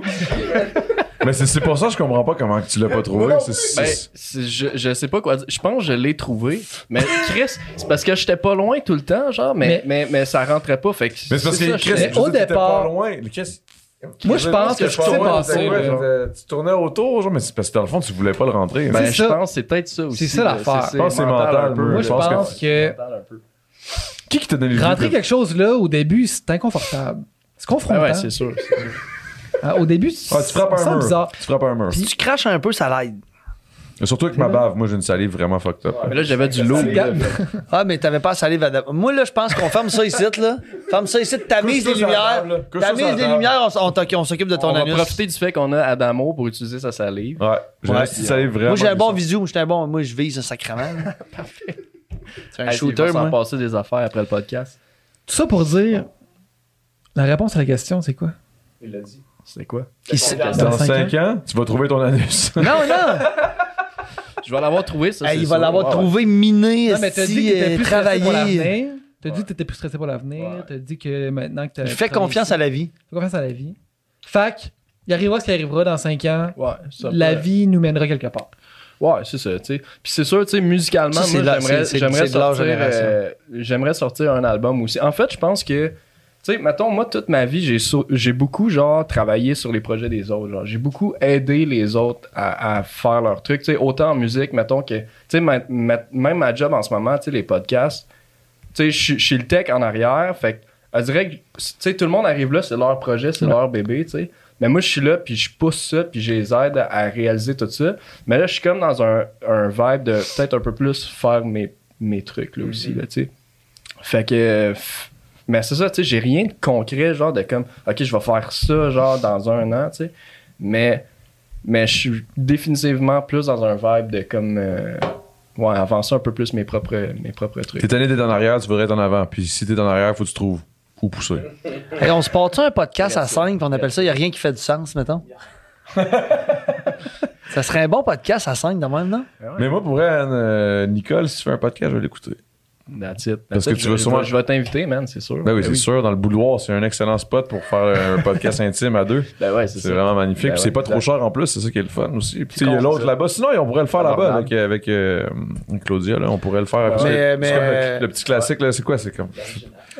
Mais c'est c'est pour ça que je comprends pas comment que tu l'as pas trouvé. c'est-
Ben,
c'est-
c'est- je, je sais pas quoi dire. Je pense que je l'ai trouvé. Mais Chris, c'est parce que j'étais pas loin tout le temps, genre, mais, mais, mais, ça rentrait pas. Fait que
Mais c'est parce que
ça,
Chris,
j'étais-
je veux
au
dire, t'étais
départ-
pas loin. Le Chris-
Moi, je pense que
Parce
ce qui s'est
tournais-
passé,
ouais,
là.
t'étais- Tu tournais autour, genre, mais c'est parce que dans le fond, tu voulais pas le rentrer.
Ben,
C'est
je
ça.
pense que c'est peut-être ça aussi.
ça
là.
l'affaire.
Je pense que c'est mental,
un
moi.
peu.
Moi,
je
je
pense que-
pense que
Mental un peu.
qui qui t'a donné le
rentrer
goût de-
quelque chose là, au début, c'est inconfortable. C'est
Ah
confrontant.
ouais, c'est sûr.
Hein, au début, c'est
Ah, tu frappes
ça
un
sent
mur.
bizarre.
Tu frappes un mur.
Si tu craches un peu, ça l'aide.
Et Surtout avec ma bave, moi j'ai une salive vraiment fucked up.
Mais là, j'avais du loup.
Regarde,
Ah, mais t'avais pas à salive à dab- Moi, là, je pense qu'on ferme ça ici, là. Ferme ça ici, tamise
Couche-toi
les
sur la
lumières.
table, là. Couche-toi sur la
Tamise les
table.
lumières, on s- on t'occu- on s'occupe de ton
On va
anus.
profiter du fait qu'on a Adamo pour utiliser sa salive.
Ouais, j'ai une petite salive vraiment.
Moi, j'ai un bon visu, moi, j'étais un bon. Moi, je vise un sacrement. C'est un
Hey, il va
shooter,
s'en
moi.
passer des affaires après le podcast.
Tout ça pour dire, la réponse à la question, c'est quoi?
C'est quoi?
Il s-
Dans
Dans cinq
5 ans, tu vas trouver ton anus.
Non, non!
Je vais l'avoir trouvé, ça.
Hey,
c'est
il va
sûr.
l'avoir
Ouais, ouais.
trouvé miné,
Non, mais t'as dit
si,
que t'étais
euh,
plus stressé pour
travaillé.
l'avenir. T'as dit que t'étais plus stressé pour l'avenir. T'as dit que maintenant que t'as.
Il fait confiance à la vie.
Fais confiance à la vie. Fac, il arrivera ce qui arrivera dans 5 ans.
Ouais, ça
La
peut-
vie nous mènera quelque part.
Ouais, c'est ça, tu sais. Puis c'est sûr, tu sais, musicalement,
Ça, c'est
moi,
de la-
j'aimerais,
c'est- c'est-
j'aimerais
c'est de leur
sortir,
génération.
euh, j'aimerais sortir un album aussi. En fait, je pense que, tu sais, mettons, moi, toute ma vie, j'ai, sau- j'ai beaucoup, genre, travaillé sur les projets des autres. Genre, j'ai beaucoup aidé les autres à, à faire leur truc, tu sais, autant en musique, mettons que, tu sais, ma- ma- même ma job en ce moment, tu sais, les podcasts, tu sais, je suis- je suis le tech en arrière, fait que, on dirait que, tu sais, tout le monde arrive là, c'est leur projet, c'est leur bébé, tu sais. Mais moi, je suis là, puis je pousse ça, puis je les aide à, à réaliser tout ça. Mais là, je suis comme dans un, un vibe de peut-être un peu plus faire mes, mes trucs, là aussi, là, tu sais. Fait que. euh, f- Mais c'est ça, tu sais, j'ai rien de concret, genre de comme, OK, je vais faire ça, genre, dans un an, tu sais. Mais, mais je suis définitivement plus dans un vibe de comme. euh, ouais, avancer un peu plus mes propres, mes propres trucs.
T'es tanné d'être en arrière, tu voudrais être en avant. Puis si t'es en arrière, faut que tu trouves où pousser.
Hey, Eh, on se porte un podcast à 5 puis on appelle ça Il n'y a rien qui fait du sens, mettons. ça serait un bon podcast à 5 de même, non?
Mais moi, pour vrai, Anne, euh, Nicole, si tu fais un podcast, je vais l'écouter.
That's it.
Parce
That's
que
it.
tu vas
Je-
sûrement-
Je vais t'inviter, man, c'est sûr.
Ben oui, c'est sûr, dans le boudoir, c'est un excellent spot pour faire un podcast intime à deux.
Ben ouais, c'est
C'est
ça.
vraiment magnifique.
Ben
puis c'est
ouais,
pas trop
exact.
cher en plus, c'est ça qui est le fun aussi. Puis tu sais, il y a
con,
l'autre
ça.
là-bas. Sinon, on pourrait le faire là-bas
Abordable.
avec, avec euh, Claudia. Là. On pourrait le faire. après.
Mais-
C'est-
mais-
c'est comme le, le petit classique, là, c'est quoi C'est comme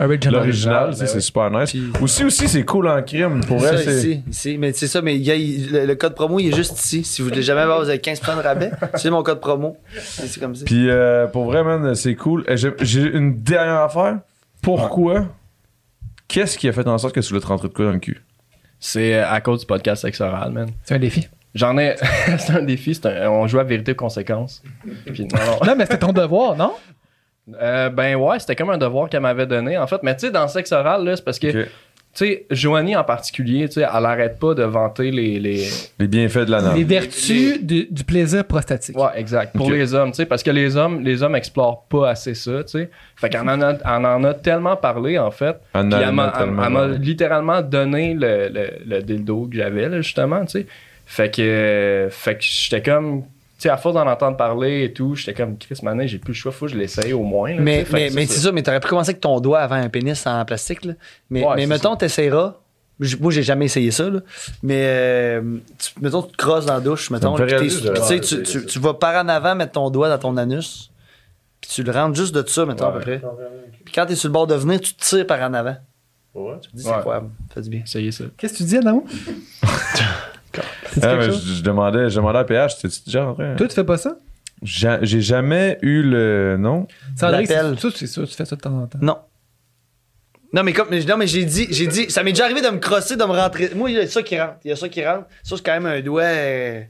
Original.
l'original, tu sais,
ben
c'est
oui.
super nice. Aussi, aussi, c'est cool en crime. Pour
Ça,
elle, c'est.
ici, ici. Mais c'est ça, mais il y a- il- le, le code promo, il est juste ici. Si vous voulez jamais avoir, vous avez 15% de rabais. C'est mon code promo. C'est c'est comme ça.
Puis euh, pour vrai, man, c'est cool. Euh, J'ai j'ai une dernière affaire. Pourquoi Qu'est-ce qui a fait en sorte que tu voulais te rentrer de quoi dans le cul
C'est à cause du podcast sexe oral, man.
C'est un défi.
J'en ai. c'est un défi, c'est un- on joue à vérité ou conséquence. Puis non, non.
Non, mais c'était ton devoir, non?
Euh, ben ouais, c'était comme un devoir qu'elle m'avait donné, en fait. Mais tu sais, dans le sexe oral, là, c'est parce que.
Ok.
Tu sais, Joanie en particulier, tu sais, elle arrête pas de vanter les. les...
Les bienfaits de la
Les
nage.
vertus du, du plaisir prostatique.
Ouais, exact. Pour
Ok.
les hommes, tu sais, parce que les hommes, les hommes explorent pas assez ça, tu sais. Fait qu'on en a, on en a tellement parlé, en fait.
En
Puis elle m'a-
allemand,
elle m'a elle m'a
tellement.
littéralement donné le, le, le dildo que j'avais, là, justement, tu sais. Fait que, euh, fait que j'étais comme, tu sais, à force d'en entendre parler et tout, j'étais comme, Chris, mané, j'ai plus le choix, faut que je l'essaye au moins. là, tu
Mais,
sais. Fait
mais,
que
mais c'est ça, mais t'aurais pu commencer avec ton doigt avant un pénis en plastique. Là. Mais,
Ouais,
mais
c'est
mettons, t'essayeras. J- Moi, j'ai jamais essayé ça, là. mais euh, tu- mettons, tu te crosses dans la douche, mettons,
me fait
puis t'es-
réaliser,
puis tu, sais,
j'aurais
tu,
essayé
tu- tu vas par en avant mettre ton doigt dans ton anus, puis tu le rentres juste de ça, mettons, à peu
Ouais.
près. Puis quand t'es sur le bord de venir, tu tires par en avant.
Ouais.
Tu te dis, c'est
Ouais.
incroyable, ça fait du bien.
Essayez ça.
Qu'est-ce que tu dis, Adamo? T'as dit
Ah,
quelque
mais
chose?
je, je demandais, je demandais à PH, c'était déjà en train.
Toi, tu fais pas ça?
J'a- J'ai jamais eu le. Non?
Cendrick,
L'appel.
c'est ça, c'est ça, tu fais ça de temps en temps.
Non. Non, mais comme, mais- non, mais j'ai dit, j'ai dit, ça m'est déjà arrivé de me crosser, de me rentrer. Moi, il y a ça qui rentre, il y a ça qui rentre. Ça, c'est quand même un doigt. euh,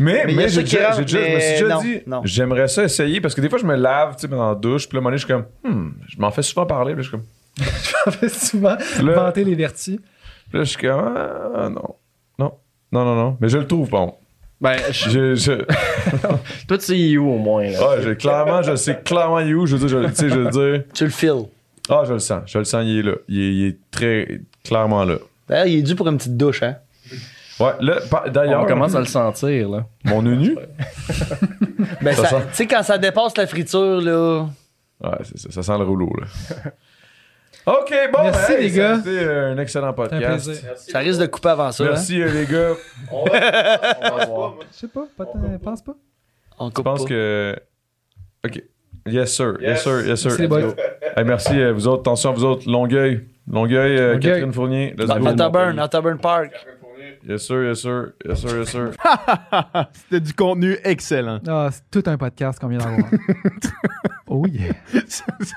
Mais,
Mais
mais,
il y a
j'ai
ceux qui
déjà,
rentrent,
j'ai déjà- je me suis
mais
déjà
non,
dit,
non.
j'aimerais ça essayer parce que des fois, je me lave tu sais, dans la douche, puis là, à un moment donné, je suis comme, hmm, je m'en fais souvent parler, puis là, je suis comme,
On fait souvent
Le-
vanter les vertus.
puis là, je suis comme, ah, non, non, non, non, non, mais je le trouve bon.
Ben, je-
Je, je-
toi, tu sais où au moins, là.
ah, je- clairement, je sais clairement il est où, je veux dire, je, tu sais, je veux dire,
Tu le files.
ah, je le sens, je le sens, il est là, il est, il est très clairement là.
D'ailleurs, il est dû pour une petite douche, hein.
Ouais, là, par-
On
d'ailleurs,
commence à le sentir, là.
mon enu,
Ben,
Ça
ça-
sent.
tu sais, quand ça dépasse la friture, là.
ouais, c'est ça, ça sent le rouleau, là. Ok, bon,
Merci,
ben,
les
ça
gars.
a été euh, un excellent
C'est un
podcast.
plaisir.
Ça risque de couper avant ça. hein.
Merci, euh, les gars.
On va voir.
Je sais pas, pas tant- pense pas.
hein. On
Je
coupe
pense
pas.
que. Ok. Yes, sir. Yes, sir. Yes, sir.
Merci les boys.
Hey, merci, euh, vous autres. Attention à vous autres. Longueuil. Longueuil, euh,
Longueuil.
Catherine Fournier. Let's
Ba-
go.
Bantaburn, Bantaburn Park.
Yes, sir. Yes, sir. Yes, sir. Yes, sir.
C'était du contenu excellent.
Ah, c'est tout un podcast qu'on vient d'avoir. oh yeah.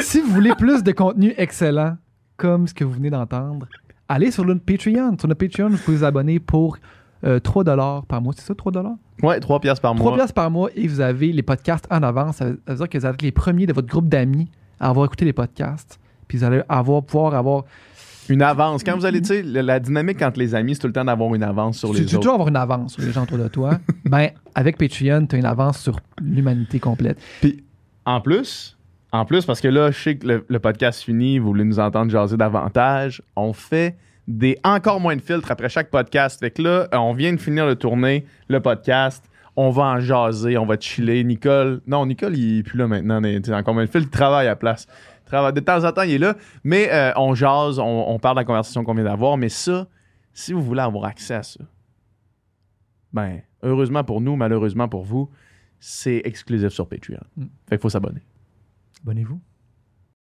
si vous voulez plus de contenu excellent, comme ce que vous venez d'entendre, allez sur le Patreon. Sur le Patreon, vous pouvez vous abonner pour euh, 3$ par mois. C'est ça, 3$?
Ouais, 3 piastres par
3
mois.
piastres par mois et vous avez les podcasts en avance. Ça veut ça veut dire que vous allez être les premiers de votre groupe d'amis à avoir écouté les podcasts. Puis vous allez avoir, pouvoir avoir.
Une avance. Quand vous allez, tu sais, la, la dynamique entre les amis, c'est tout le temps d'avoir une avance sur
tu
les
tu veux
autres.
toujours avoir une avance sur les gens autour de toi. ben, avec Patreon, tu as une avance sur l'humanité complète.
En plus, en plus, parce que là, je sais que le, le podcast finit, vous voulez nous entendre jaser davantage, on fait des encore moins de filtres après chaque podcast. Fait que là, euh, on vient de finir de tourner le podcast. On va en jaser, on va chiller. Nicole, non, Nicole, il est plus là maintenant. mais t'sais, Encore moins de filtres, il travaille à la place. Il travaille- De temps en temps, il est là. Mais euh, on jase, on, on parle de la conversation qu'on vient d'avoir. Mais ça, si vous voulez avoir accès à ça, ben, heureusement pour nous, malheureusement pour vous, c'est exclusif sur Patreon. Fait qu'il faut s'abonner.
Abonnez-vous.